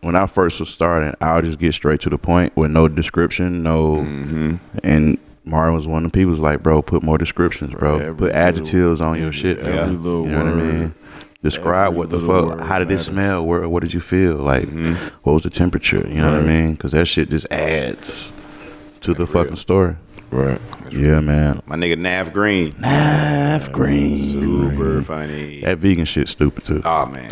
Speaker 3: when I first was starting, I'll just get straight to the point with no description, no.
Speaker 2: Mm-hmm.
Speaker 3: And Marvin was one of the people who's like, bro, put more descriptions, bro.
Speaker 2: Every
Speaker 3: put
Speaker 2: little-
Speaker 3: adjectives on your shit.
Speaker 2: every
Speaker 3: bro.
Speaker 2: little
Speaker 3: you know what I
Speaker 2: word,
Speaker 3: mean? Describe
Speaker 2: every
Speaker 3: what the
Speaker 2: little
Speaker 3: fuck.
Speaker 2: word
Speaker 3: How did it
Speaker 2: matters. Mm-hmm.
Speaker 3: smell? Where? What did you feel? Like, what was the temperature? You know what I
Speaker 2: Right.
Speaker 3: mean? Because that shit just adds to the fucking story.
Speaker 2: Right.
Speaker 3: Yeah, man.
Speaker 1: My nigga Nav Green.
Speaker 3: Half green.
Speaker 1: Super funny.
Speaker 3: That vegan shit stupid too.
Speaker 1: Oh man.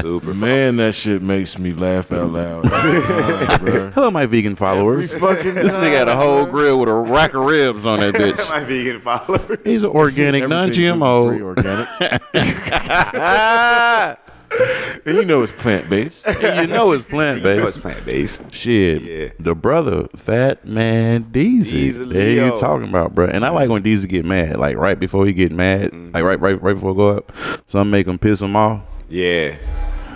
Speaker 1: Super
Speaker 2: Man, that shit makes me laugh out loud. every time, bro.
Speaker 3: Hello, my vegan followers.
Speaker 2: Fucking
Speaker 3: This nigga had a whole grill with a rack of ribs on that bitch.
Speaker 1: my vegan follower.
Speaker 3: He's an organic,
Speaker 2: Free
Speaker 3: non-GMO.
Speaker 2: organic. and you know it's plant based.
Speaker 3: And you know it's plant
Speaker 1: It was
Speaker 3: based.
Speaker 1: plant based.
Speaker 3: Shit,
Speaker 1: Yeah.
Speaker 3: the brother, Fat Man Deezy.
Speaker 1: Deezy
Speaker 3: There you
Speaker 1: Leo.
Speaker 3: talking about, bro. And I like when Deezy get mad, like right before he get mad,
Speaker 1: Mm-hmm.
Speaker 3: like right, right, right before go up. Some make him piss him off.
Speaker 1: Yeah.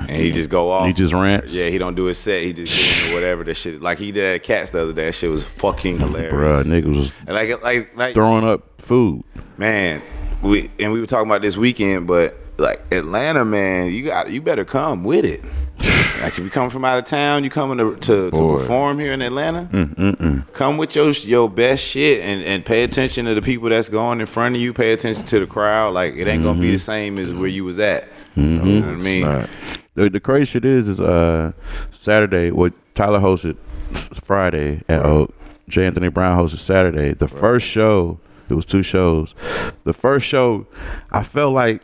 Speaker 1: And he just go off.
Speaker 3: He just rants.
Speaker 1: Yeah, he don't do his set. He just get into whatever the shit. Like he did at Cats the other day. That shit was fucking hilarious.
Speaker 3: bro, niggas was
Speaker 1: And like like like
Speaker 3: throwing up food.
Speaker 1: man, we and we were talking about this weekend, but like Atlanta, man, you got you better come with it. like if you come from out of town, you coming to to, to
Speaker 2: Boy.
Speaker 1: perform here in Atlanta. Come with your your best shit and and pay attention to the people that's going in front of you. Pay attention to the crowd. Like it ain't gonna be the same as where you was at. You know what I mean?
Speaker 2: not.
Speaker 3: The, the crazy shit is, is uh Saturday. What Tyler hosted Friday at Oak. J. Anthony Brown hosted Saturday. The first show, it was two shows. The first show, I felt like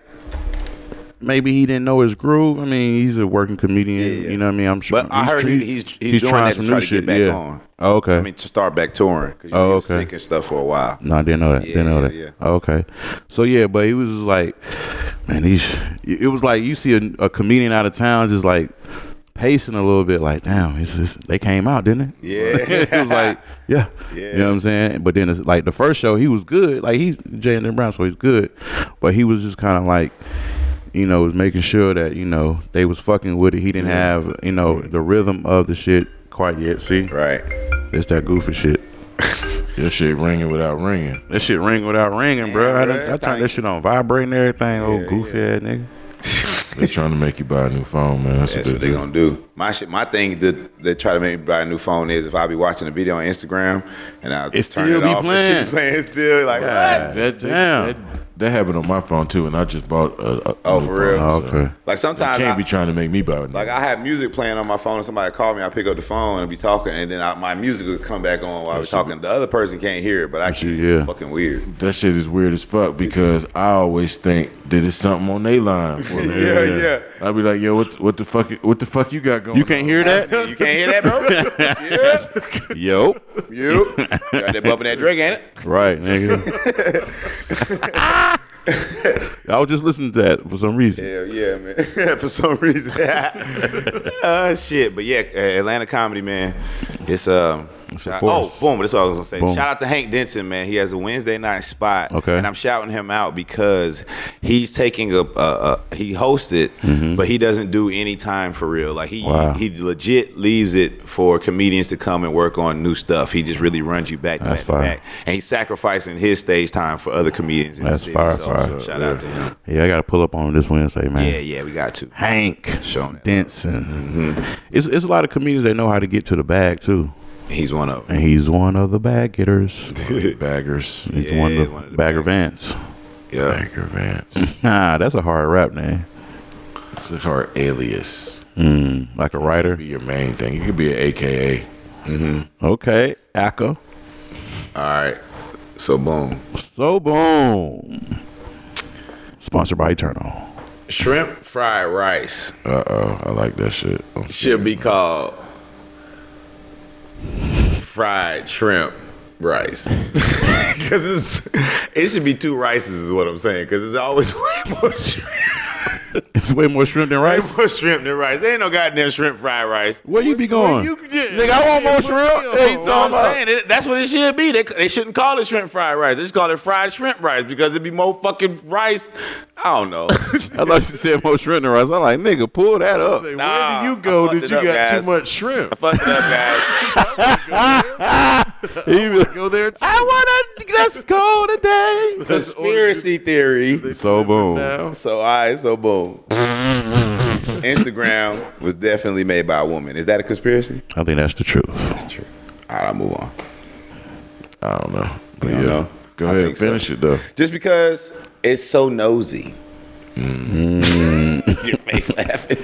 Speaker 3: maybe he didn't know his groove. I mean, he's a working comedian. You know what I mean? I'm sure.
Speaker 1: But I heard he- he's- he's doing that to try to get back on.
Speaker 3: Oh, okay.
Speaker 1: I mean, to start back touring because you
Speaker 3: Oh,
Speaker 1: oh,
Speaker 3: okay.
Speaker 1: sick and stuff for a while.
Speaker 3: No, I didn't know that. didn't know
Speaker 1: yeah,
Speaker 3: that. Oh,
Speaker 1: yeah.
Speaker 3: Okay. So yeah, but he was just like, man, he's. It was like you see a, a comedian out of town just like pacing a little bit, like, damn, it's, it's, they came out, didn't they?
Speaker 1: Yeah.
Speaker 3: it was like, yeah. You know what I'm saying? But then it's like the first show, he was good. Like he's Jalen Brown, so he's good. But he was just kind of like. You know, was making sure that you know they was fucking with it. He didn't have you know the rhythm of the shit quite yet. See,
Speaker 1: Right.
Speaker 3: it's that goofy shit.
Speaker 2: Your shit ringing without ringing.
Speaker 3: That shit ring without ringing, bro.
Speaker 1: bro,
Speaker 3: I, done- I turned
Speaker 1: everything-
Speaker 3: that shit on vibrate and everything. old goofy ass nigga.
Speaker 2: They're trying to make you buy a new phone, man. That's,
Speaker 1: That's
Speaker 2: what
Speaker 1: what
Speaker 2: they
Speaker 1: they're
Speaker 2: do.
Speaker 1: gonna do. My shit, my thing that they try to make me buy a new phone is if I be watching a video on Instagram and I
Speaker 3: It
Speaker 1: turn
Speaker 3: still
Speaker 1: it
Speaker 3: be
Speaker 1: off, the shit
Speaker 3: playing.
Speaker 1: be playing still. Like what?
Speaker 2: That,
Speaker 3: God
Speaker 2: that,
Speaker 3: damn.
Speaker 2: That, that happened on my phone too, and I just bought a. a
Speaker 1: Oh,
Speaker 2: new
Speaker 1: for real?
Speaker 2: phone, so
Speaker 3: okay.
Speaker 1: Like
Speaker 2: they
Speaker 1: sometimes
Speaker 2: Can't
Speaker 1: I-
Speaker 2: be trying to make me buy a new
Speaker 1: like I have music playing on my phone and somebody call me, I pick up the phone and be talking, and then I, my music will come back on while I was talking. The other person can't hear it, but I can.
Speaker 3: shit,
Speaker 1: Yeah.
Speaker 3: yeah.
Speaker 1: Fucking weird.
Speaker 2: That shit is weird as fuck because I always think that it's something on their line. For me.
Speaker 1: Yeah, yeah.
Speaker 2: I'd be like, yo, what, what the fuck? What the fuck you got going?
Speaker 3: You can't hear that?
Speaker 1: You can't hear that, bro. yeah.
Speaker 3: Yo.
Speaker 1: You. Got that bumping that drink, ain't it?
Speaker 3: Right, nigga. I was just listening to that for some reason.
Speaker 1: Hell yeah, man. For some reason. uh, shit. But yeah, uh, Atlanta comedy, man. It's um.
Speaker 3: a
Speaker 1: shout- oh,
Speaker 3: force.
Speaker 1: boom! That's what I was gonna say.
Speaker 3: Boom.
Speaker 1: Shout out to Hank Denson, man. He has a Wednesday night spot,
Speaker 3: Okay.
Speaker 1: and I'm shouting him out because he's taking a, a, a he hosted, but he doesn't do any time for real. Like he
Speaker 3: Mm-hmm. Wow.
Speaker 1: he legit leaves it for comedians to come and work on new stuff. He just really runs you back to
Speaker 3: That's
Speaker 1: back, to
Speaker 3: fire.
Speaker 1: back, and he's sacrificing his stage time for other comedians. In
Speaker 3: That's
Speaker 1: the city.
Speaker 3: fire,
Speaker 1: so,
Speaker 3: fire.
Speaker 1: so Shout out to him.
Speaker 3: Yeah, I got to pull up on him this Wednesday, man.
Speaker 1: Yeah, yeah, we got to.
Speaker 3: Hank
Speaker 1: Showing it.
Speaker 3: Denson.
Speaker 1: Mm-hmm.
Speaker 3: It's it's a lot of comedians that know how to get to the bag too,
Speaker 1: He's one of them.
Speaker 3: and he's one of the bag getters.
Speaker 2: Baggers.
Speaker 3: He's one
Speaker 1: Yeah,
Speaker 3: of the
Speaker 1: one of the
Speaker 3: bagger vents.
Speaker 1: Yeah.
Speaker 2: Bagger Vance.
Speaker 3: Nah, that's a hard rap name.
Speaker 2: It's like our alias.
Speaker 3: Mm, like a writer.
Speaker 2: Be your main thing. You could be an AKA.
Speaker 3: Okay, Akka.
Speaker 1: All right. So boom.
Speaker 3: So boom. Sponsored by Eternal.
Speaker 1: Shrimp fried rice
Speaker 2: Uh oh, I like that shit. Oh,
Speaker 1: should be called fried shrimp rice. Cause it's it should be two rices is what I'm saying. Cause it's always way more shrimp,
Speaker 3: It's way more shrimp than rice.
Speaker 1: more shrimp than rice. There ain't no goddamn shrimp fried rice.
Speaker 3: Where you be going? Nigga, I want more shrimp. Hey,
Speaker 1: So I'm
Speaker 3: talking about-
Speaker 1: saying it, that's what it should be. They, they shouldn't call it shrimp fried rice. They should call it fried shrimp rice because it'd be more fucking rice. I don't know.
Speaker 3: I thought you said more shrimp than rice. I'm like, nigga, pull that up.
Speaker 2: Say,
Speaker 1: Nah,
Speaker 2: where do you
Speaker 1: I
Speaker 2: go
Speaker 1: fucked
Speaker 2: that
Speaker 1: it
Speaker 2: you
Speaker 1: up,
Speaker 2: got
Speaker 1: guys.
Speaker 2: too much shrimp?
Speaker 1: Fucked up, guys. oh
Speaker 3: He be like,
Speaker 2: Go there. Too.
Speaker 3: I wanna let's go today.
Speaker 2: That's
Speaker 1: Conspiracy theory.
Speaker 3: So boom.
Speaker 2: Now.
Speaker 1: So I so boom. Instagram was definitely made by a woman. Is that a conspiracy?
Speaker 3: I think that's the truth.
Speaker 1: That's true. All right, I'll move on.
Speaker 2: I don't know. But
Speaker 1: You don't
Speaker 2: yeah.
Speaker 1: know?
Speaker 2: Go
Speaker 1: I
Speaker 2: ahead,
Speaker 1: think so.
Speaker 2: finish it though.
Speaker 1: Just because it's so nosy. Your face laughing.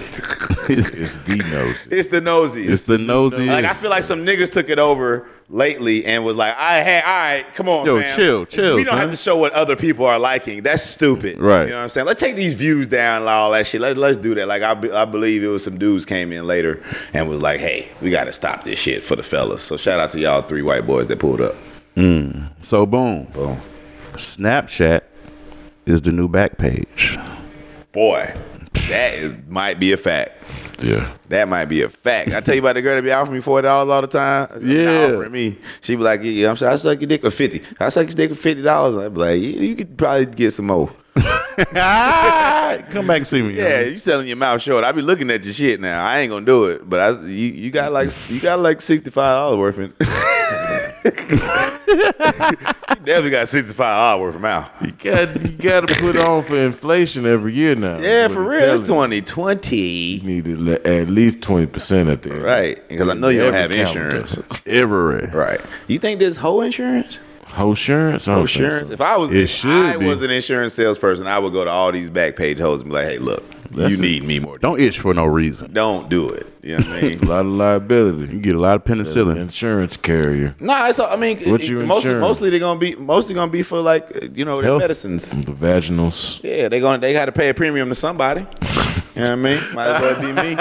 Speaker 2: It's the nose.
Speaker 1: It's the nosy.
Speaker 3: It's the nosy.
Speaker 1: like I feel like some niggas took it over lately and was like, "All right, hey, all right, come on,
Speaker 3: Yo,
Speaker 1: fam.
Speaker 3: chill, chill,
Speaker 1: We don't
Speaker 3: son."
Speaker 1: have to show what other people are liking. That's stupid,
Speaker 3: Right.
Speaker 1: You know what I'm saying? Let's take these views down and all that shit. Let's let's do that. Like I, be- I believe it was some dudes came in later and was like, "Hey, we got to stop this shit for the fellas." So shout out to y'all three white boys that pulled up.
Speaker 3: so boom.
Speaker 1: Boom,
Speaker 3: Snapchat is the new back page.
Speaker 1: boy, that is might be a fact.
Speaker 2: Yeah.
Speaker 1: That might be a fact. I tell you about the girl that be offering me forty dollars all the time. Not
Speaker 3: Yeah.
Speaker 1: offering me. She be like, yeah, I'm sure I suck your dick for fifty. I suck your dick for fifty dollars. I be like, yeah, you could probably get some more.
Speaker 3: Ah, Come back and see me.
Speaker 1: Yeah,
Speaker 3: Yeah.
Speaker 1: you selling your mouth short. I be looking at your shit now. I ain't gonna do it, but I you, you got like you got like sixty five dollars worth in. you definitely got sixty five dollars worth of mouth.
Speaker 2: You got you got to put on for inflation every year now.
Speaker 1: Yeah,
Speaker 2: That's
Speaker 1: for
Speaker 2: what
Speaker 1: real. It's
Speaker 2: I'm telling
Speaker 1: twenty
Speaker 2: you.
Speaker 1: twenty.
Speaker 2: You need to let- at least twenty percent at the end.
Speaker 1: Right, because I know you don't
Speaker 2: Every
Speaker 1: have
Speaker 2: calendar.
Speaker 1: insurance.
Speaker 3: Everywhere.
Speaker 1: Right. You think there's whole insurance?
Speaker 2: Whole insurance.
Speaker 1: Oh, insurance. If I was,
Speaker 3: It
Speaker 1: if
Speaker 3: should
Speaker 1: I
Speaker 3: be.
Speaker 1: was an insurance salesperson, I would go to all these back page hoes and be like, "Hey, look, you
Speaker 3: Listen.
Speaker 1: need me more. Don't,
Speaker 3: Don't itch for no reason.
Speaker 1: don't do it." You know what I
Speaker 2: It's a
Speaker 1: mean?
Speaker 2: lot of liability.
Speaker 3: You get a lot of penicillin.
Speaker 2: Insurance carrier.
Speaker 1: nah, it's. all- I mean,
Speaker 2: What
Speaker 1: it-
Speaker 2: you
Speaker 1: mostly,
Speaker 2: insuring?
Speaker 1: mostly they're gonna be mostly gonna be for like you know their
Speaker 3: Health.
Speaker 1: medicines.
Speaker 2: The vaginals.
Speaker 1: Yeah, they gonna they got to pay a premium to somebody. you know what I mean? Might as well be me.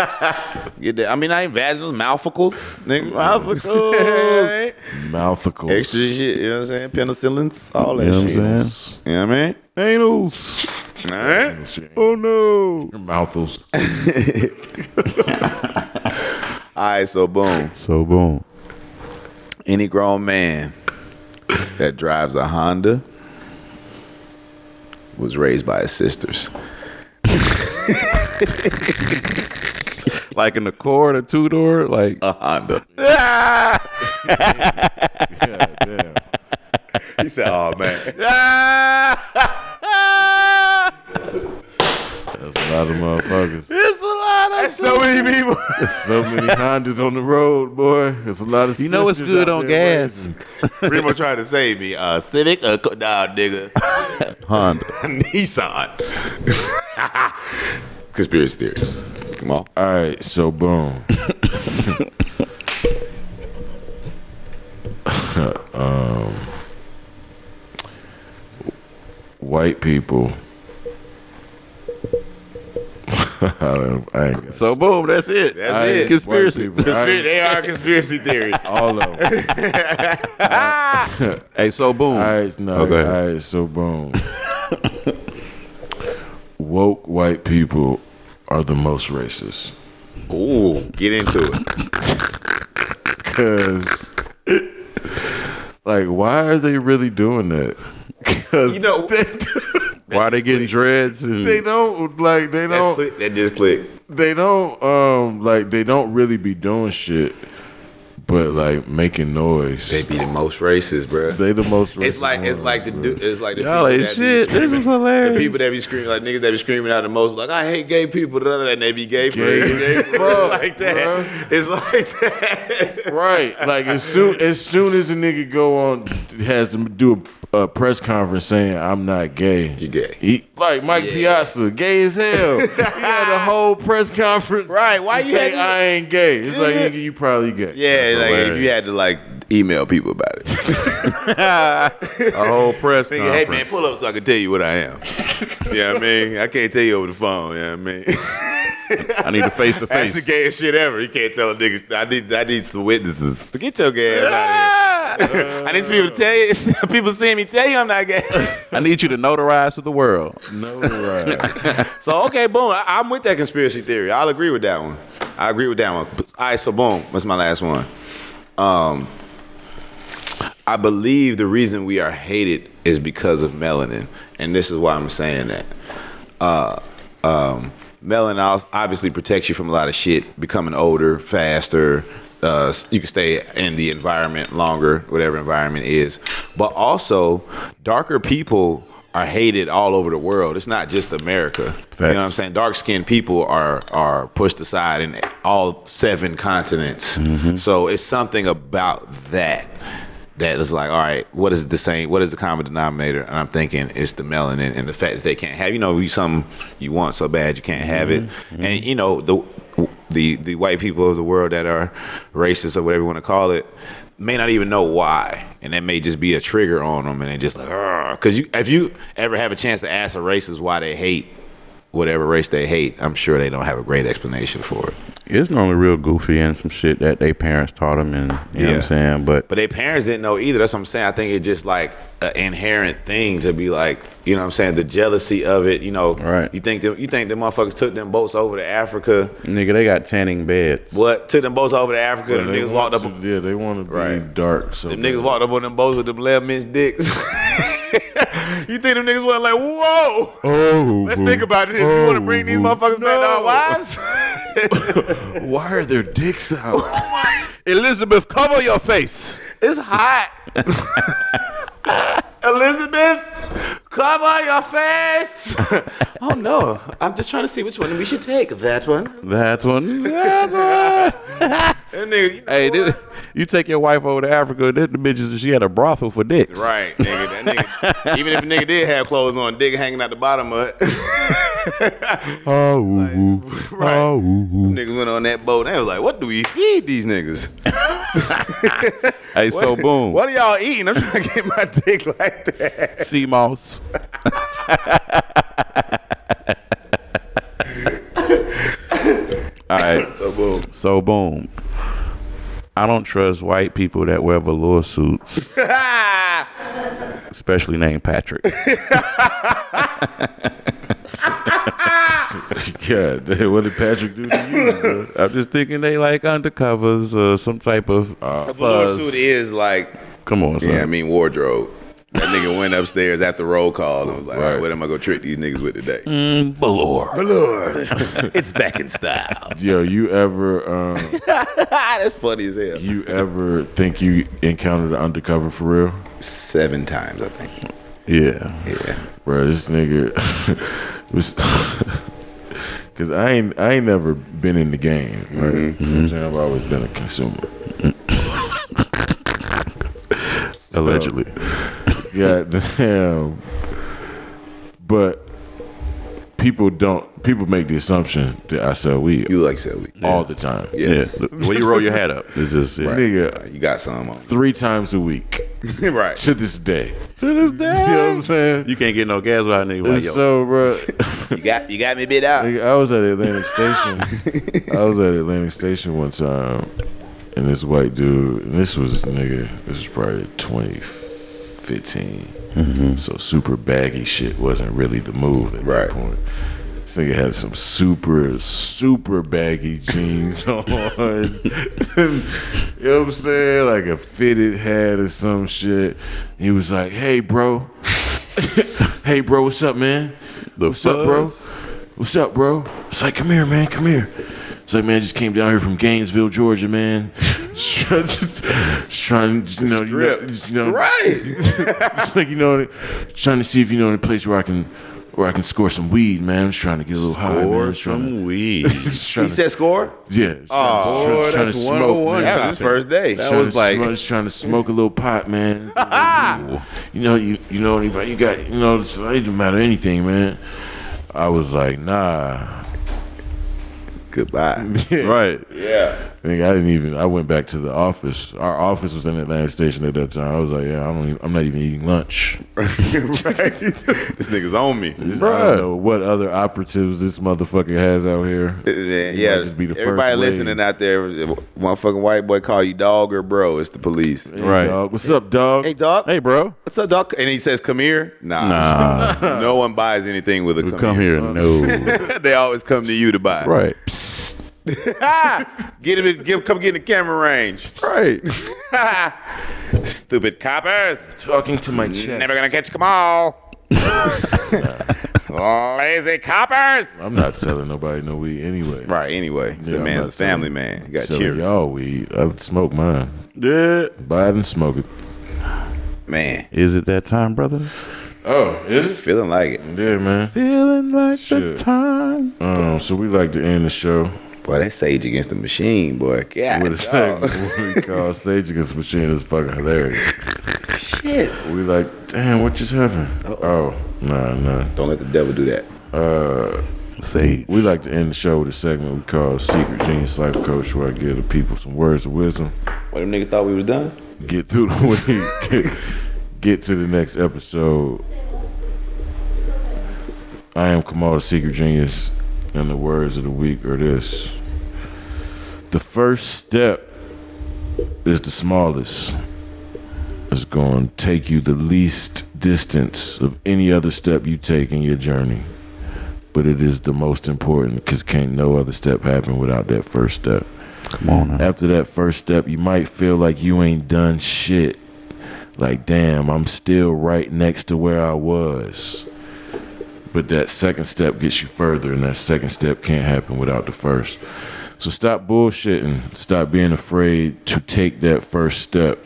Speaker 1: Get that. I mean, I ain't vaginal mouthfuls, nigga. Mouthfuls,
Speaker 2: Mouthicles.
Speaker 1: extra shit. You know what I'm saying? Penicillins, all that
Speaker 3: You know what
Speaker 1: shit.
Speaker 3: I'm
Speaker 1: You know what I mean?
Speaker 2: Anals.
Speaker 1: All right.
Speaker 2: Oh,
Speaker 3: Oh no.
Speaker 2: your mouthles.
Speaker 1: All right. So boom.
Speaker 3: So boom.
Speaker 1: any grown man that drives a Honda was raised by his sisters.
Speaker 3: Like in the cord, a two door, like
Speaker 1: A Honda. He said, "Oh man,
Speaker 2: That's a lot of motherfuckers.
Speaker 3: it's a lot of
Speaker 1: so many people."
Speaker 2: So many Hondas on the road, boy. It's a lot of.
Speaker 3: You know what's
Speaker 2: sisters
Speaker 3: good
Speaker 2: out
Speaker 3: on
Speaker 2: there
Speaker 3: gas?
Speaker 2: raising.
Speaker 1: Primo trying to save me. Uh, Civic, uh, co- nah, nigga,
Speaker 3: Honda.
Speaker 1: Nissan. Conspiracy theory. Come on.
Speaker 2: All right, so boom. um, Um, white people. I don't. I ain't got
Speaker 3: So boom, that's it.
Speaker 1: That's
Speaker 2: I-
Speaker 1: it.
Speaker 2: Cons-
Speaker 3: Conspiracy.
Speaker 2: White people.
Speaker 1: Conspira- they are conspiracy theory.
Speaker 2: all of them.
Speaker 3: Hey, so boom.
Speaker 2: All right, no.
Speaker 3: Okay.
Speaker 2: All right, so boom. woke white people are the most racist.
Speaker 1: Ooh, get into it.
Speaker 2: Cause, like, why are they really doing that? Cause
Speaker 1: You know,
Speaker 2: they,
Speaker 3: Why are they getting dreads? And
Speaker 2: they don't like they
Speaker 1: that's
Speaker 2: don't
Speaker 1: click. That just click.
Speaker 2: they don't um like they don't really be doing shit, but like making noise.
Speaker 1: They
Speaker 2: They,
Speaker 1: be the most racist, bro.
Speaker 2: the most.
Speaker 1: It's
Speaker 2: racist
Speaker 1: like it's
Speaker 2: ones,
Speaker 1: like the
Speaker 2: bro.
Speaker 1: dude. It's like the
Speaker 3: Y'all
Speaker 1: people
Speaker 3: ain't
Speaker 1: that be
Speaker 3: shit. This is
Speaker 1: screaming-
Speaker 3: hilarious.
Speaker 1: The people that be screaming like niggas that be screaming out the most like I hate gay people, da, da, da, and they be gay, for
Speaker 2: Gay
Speaker 1: it.
Speaker 2: as
Speaker 1: It's
Speaker 2: fuck,
Speaker 1: like that.
Speaker 2: bruh.
Speaker 1: It's like that.
Speaker 2: Right, like as soon as soon as a nigga go on has to do a, a press conference saying I'm not gay,
Speaker 1: You gay.
Speaker 2: He, like Mike
Speaker 1: Yeah.
Speaker 2: Piazza, gay as hell. he had a whole press conference.
Speaker 1: Right, why
Speaker 2: to
Speaker 1: you had
Speaker 2: say
Speaker 1: to-
Speaker 2: I ain't gay? It's like nigga, you probably gay.
Speaker 1: Yeah,
Speaker 2: That's
Speaker 1: like
Speaker 2: hilarious.
Speaker 1: if you had to like email people about it,
Speaker 3: a whole press
Speaker 1: nigga, hey man,
Speaker 3: conference.
Speaker 1: pull up so I can tell you what I am. yeah, I mean, I can't tell you over the phone. Yeah, I mean,
Speaker 3: I need a face to
Speaker 1: that's
Speaker 3: face.
Speaker 1: the gayest shit ever. You can't tell a nigga. I need, I need some witnesses. Get your gay ass out of here. I need some people to tell you. People seeing me tell you I'm not gay.
Speaker 3: I need you to notarize to the world.
Speaker 2: no right.
Speaker 1: So okay, boom. I, I'm with that conspiracy theory. I'll agree with that one. I agree with that one. All right, so boom. What's my last one? Um, I believe the reason we are hated is because of melanin, and this is why I'm saying that. Uh, um, melanin als- obviously protects you from a lot of shit, becoming older faster. Uh, s- you can stay in the environment longer, whatever environment is. But also, darker people are hated all over the world. It's not just America. You know what I'm saying? Dark skinned people are are pushed aside in all seven continents. So it's something about that that is like, all right, what is the same? What is the common denominator? And I'm thinking it's the melanin and the fact that they can't have. You know, you something you want so bad you can't have it, and you know the the the white people of the world that are racist or whatever you want to call it may not even know why, and that may just be a trigger on them, and they just like, because you if you ever have a chance to ask a racist why they hate whatever race they hate, I'm sure they don't have a great explanation for it.
Speaker 3: It's normally real goofy and some shit that they parents taught them, and you know what
Speaker 1: Yeah.
Speaker 3: I'm saying. But
Speaker 1: But their parents didn't know either. That's what I'm saying. I think it's just like an inherent thing to be like, you know what I'm saying? The jealousy of it, you know.
Speaker 3: Right.
Speaker 1: You think them you think the motherfuckers took them boats over to Africa.
Speaker 3: nigga, they got tanning beds.
Speaker 1: What? Took them boats over to Africa. the
Speaker 2: They
Speaker 1: niggas
Speaker 2: want
Speaker 1: walked up
Speaker 2: to- yeah, they want to be
Speaker 1: Right.
Speaker 2: dark. So
Speaker 1: them
Speaker 2: bad.
Speaker 1: niggas walked up on them boats with them left men's dicks. you think them niggas was like, whoa.
Speaker 2: Oh,
Speaker 1: Let's think about it. If you want to bring these motherfuckers back to our wives?
Speaker 2: Why are their dicks out?
Speaker 3: Elizabeth, cover your face.
Speaker 1: It's hot. Elizabeth, cover your face. oh no, I'm just trying to see which one we should take. That one.
Speaker 3: That's one. That's one.
Speaker 1: That nigga, you know
Speaker 3: hey, this,
Speaker 1: what?
Speaker 3: you take your wife over to Africa. That the bitches, she had a brothel for dicks.
Speaker 1: Right, nigga. That nigga. even if a nigga did have clothes on, dick hanging out the bottom of it.
Speaker 2: oh, ooh, ooh.
Speaker 1: right.
Speaker 2: Oh, ooh, ooh.
Speaker 1: niggas went on that boat. and They was like, "What do we feed these niggas?
Speaker 3: Hey, so boom.
Speaker 1: What are y'all eating? I'm trying to get my dick like that."
Speaker 3: Sea moss. All right.
Speaker 1: So boom.
Speaker 3: So boom. I don't trust white people that wear velour suits, especially named Patrick.
Speaker 2: God, damn, what did Patrick do to you, bro?
Speaker 3: I'm just thinking they like undercovers or some type of uh, fuzz.
Speaker 1: suit is like
Speaker 3: Come on, son.
Speaker 1: Yeah, I mean wardrobe. That nigga went upstairs after roll call and was like, "All
Speaker 2: Right.
Speaker 1: right, what am I gonna trick these niggas with today?"
Speaker 3: velour.
Speaker 1: Lord, it's back in style.
Speaker 2: Yo, you ever um,
Speaker 1: Ah, That's funny as hell.
Speaker 2: You ever think you encountered an undercover for real?
Speaker 1: Seven times, I think.
Speaker 3: Yeah.
Speaker 1: Yeah.
Speaker 2: Bro, this nigga was because I ain't I ain't never been in the game. Right?
Speaker 3: Mm-hmm.
Speaker 2: You know what I'm saying? I've always been a consumer.
Speaker 3: Allegedly.
Speaker 2: God damn. But people don't people make the assumption that I sell weed
Speaker 1: You like said we.
Speaker 2: all the time.
Speaker 3: Yeah. The the way you roll your hat up is just yeah.
Speaker 2: Nigga,
Speaker 1: You got some on.
Speaker 2: three times a week
Speaker 1: you. right.
Speaker 2: to this day.
Speaker 3: to this
Speaker 2: You know what
Speaker 3: day.
Speaker 2: I'm saying?
Speaker 3: You can't get no gas without a nigga.
Speaker 2: And
Speaker 3: Like, yo,
Speaker 2: so, bro,
Speaker 1: You got you got me bit out.
Speaker 2: Nigga, I was at Atlantic Station. I was at Atlantic Station one time, and this white dude, and this was nigga, this was probably 2015. So super baggy shit wasn't really the move at
Speaker 1: Right.
Speaker 2: that point. This nigga had some super, super baggy jeans on. you know what I'm saying? Like a fitted hat or some shit. He was like, hey, bro. hey, bro, what's up, man?
Speaker 3: The
Speaker 2: what's up, bro?
Speaker 3: fuzz.
Speaker 2: What's up, bro? It's like, come here, man, come here. It's like, man, I just came down here from Gainesville, Georgia, man. just, just trying, you know, you know,
Speaker 1: Script.
Speaker 2: just, you know,
Speaker 1: Right.
Speaker 2: it's like you know, trying to see if you know any place where I can, where I can score some weed, man. I'm just trying to get a little high, man.
Speaker 3: Or
Speaker 2: Just trying to,
Speaker 3: some weed.
Speaker 2: just trying
Speaker 1: He
Speaker 2: to,
Speaker 1: said score.
Speaker 2: yeah. just trying-
Speaker 1: Oh,
Speaker 2: just
Speaker 3: boy,
Speaker 2: trying- trying to
Speaker 3: that's
Speaker 2: smoke,
Speaker 3: 101.
Speaker 2: man.
Speaker 1: That was his first day.
Speaker 3: That
Speaker 2: Trying
Speaker 3: was
Speaker 2: to
Speaker 3: like-
Speaker 2: smoke- just trying to smoke a little pot, man. you know, you you know anybody? You got you know? It's, it doesn't matter anything, man. I was like, nah,
Speaker 1: Goodbye.
Speaker 2: right.
Speaker 1: Yeah.
Speaker 2: Nigga, I didn't even. I went back to the office. Our office was in Atlanta Station at that time. I was like, yeah, I don't. Even, I'm not even eating lunch.
Speaker 1: right. this nigga's on me.
Speaker 2: I don't know what other operatives this motherfucker has out here.
Speaker 1: Uh, Man,
Speaker 2: He
Speaker 1: yeah,
Speaker 2: might just be the first
Speaker 1: everybody
Speaker 2: wave.
Speaker 1: listening out there, if motherfucking white boy call you dog or bro, it's the police.
Speaker 2: Hey,
Speaker 3: Right.
Speaker 2: dog. What's up, dog?
Speaker 1: Hey dog,
Speaker 3: hey, bro.
Speaker 1: what's up, dog? And he says, "Come here." Nah,
Speaker 3: Nah,
Speaker 1: no one buys anything with a come,
Speaker 3: come
Speaker 1: here.
Speaker 3: here. No.
Speaker 1: they always come to you to buy.
Speaker 3: right.
Speaker 1: Get him, in, give, come get in the camera range.
Speaker 3: Right.
Speaker 1: Stupid coppers,
Speaker 2: Talking to my chest.
Speaker 1: never gonna catch them all. Lazy coppers.
Speaker 2: I'm not selling nobody no weed anyway.
Speaker 1: Right. Anyway, this
Speaker 2: Yeah, I'm
Speaker 1: man's
Speaker 2: not
Speaker 1: a family
Speaker 2: selling-
Speaker 1: man. You got
Speaker 2: Selling
Speaker 1: cheer,
Speaker 2: y'all weed. I would smoke mine.
Speaker 3: Yeah.
Speaker 2: Buy it and smoke it.
Speaker 1: man.
Speaker 3: Is it that time, brother?
Speaker 2: Oh, is
Speaker 1: Feeling like it.
Speaker 2: Yeah, man.
Speaker 3: Feeling like
Speaker 2: Shit.
Speaker 3: the time.
Speaker 2: Um, so we like to end the show
Speaker 1: Boy, that Sage Against the Machine, boy. God,
Speaker 2: with a
Speaker 1: dog.
Speaker 2: segment we call Sage Against the Machine is fucking hilarious.
Speaker 1: shit.
Speaker 2: We like, damn, what just happened? Oh, nah, nah.
Speaker 1: Don't let the devil do that.
Speaker 3: Say.
Speaker 2: We like to end the show with a segment we call Secret Genius Life Coach, where I give the people some words of wisdom.
Speaker 1: What them niggas thought we was done?
Speaker 2: get through the week, get, get to the next episode. I am Kamal, the secret genius, and the words of the week are this: the first step is the smallest. It's going to take you the least distance of any other step you take in your journey. But it is the most important because can't no other step happen without that first step.
Speaker 3: Come on. Now.
Speaker 2: After that first step, you might feel like you ain't done shit. Like, damn, I'm still right next to where I was. But that second step gets you further, and that second step can't happen without the first. So stop bullshitting. Stop being afraid to take that first step.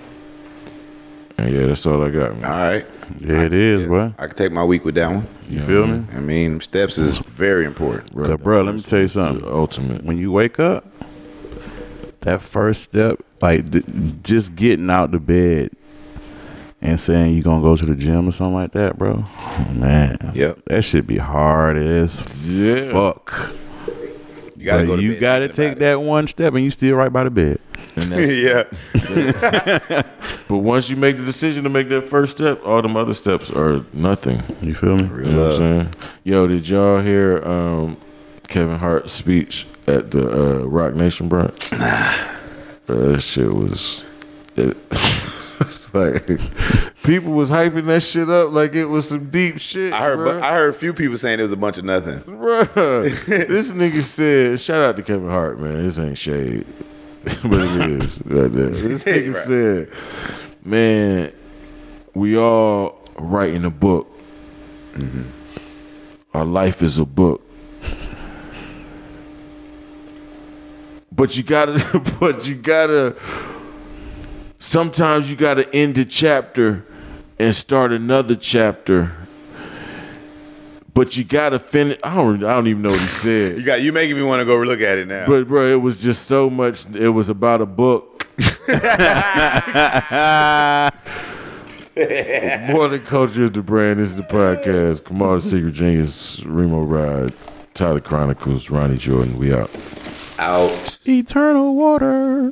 Speaker 2: And yeah, that's all I got, man.
Speaker 1: All right.
Speaker 3: Yeah, it is, bro.
Speaker 1: I can take my week with that one.
Speaker 3: You feel me?
Speaker 1: I mean, steps is very important.
Speaker 2: Bro,
Speaker 3: Cause, bro, let me tell you something.
Speaker 2: the ultimate.
Speaker 3: when you wake up, that first step, like th- just getting out the bed and saying you gonna go to the gym or something like that, bro. man,
Speaker 1: Yep.
Speaker 3: that should be hard as
Speaker 2: Yeah.
Speaker 3: fuck.
Speaker 1: You
Speaker 3: But
Speaker 1: gotta go to
Speaker 3: you
Speaker 1: bed
Speaker 3: gotta
Speaker 1: thinking
Speaker 3: take
Speaker 1: about it.
Speaker 3: that one step, and you still right by the bed.
Speaker 2: And that's,
Speaker 1: yeah.
Speaker 2: But once you make the decision to make that first step, all them other steps are nothing.
Speaker 3: You feel me?
Speaker 2: You know what I'm saying? Yo, did y'all hear um, Kevin Hart's speech at the uh, Rock Nation brunch? Bro, that shit was. It, it's like people was hyping that shit up like it was some deep shit.
Speaker 1: I heard.
Speaker 2: bruh.
Speaker 1: bu- I heard a few people saying it was a bunch of nothing.
Speaker 2: Bruh, this nigga said, shout out to Kevin Hart, man. This ain't shade. but it is. right there. This nigga
Speaker 1: Right.
Speaker 2: said, man, we all writing a book. Our life is a book. But you gotta, but you gotta, sometimes you gotta end a chapter and start another chapter. But you gotta finish. I don't. I don't even know what he said.
Speaker 1: You got. You making me want to go look at it now.
Speaker 2: But bro, it was just so much. It was about a book. Morning Culture is the brand. This is the podcast. Kamal the Secret Genius, Remo Ride, Tyler Chronicles, Ronnie Jordan. We out.
Speaker 1: Out.
Speaker 3: Eternal water.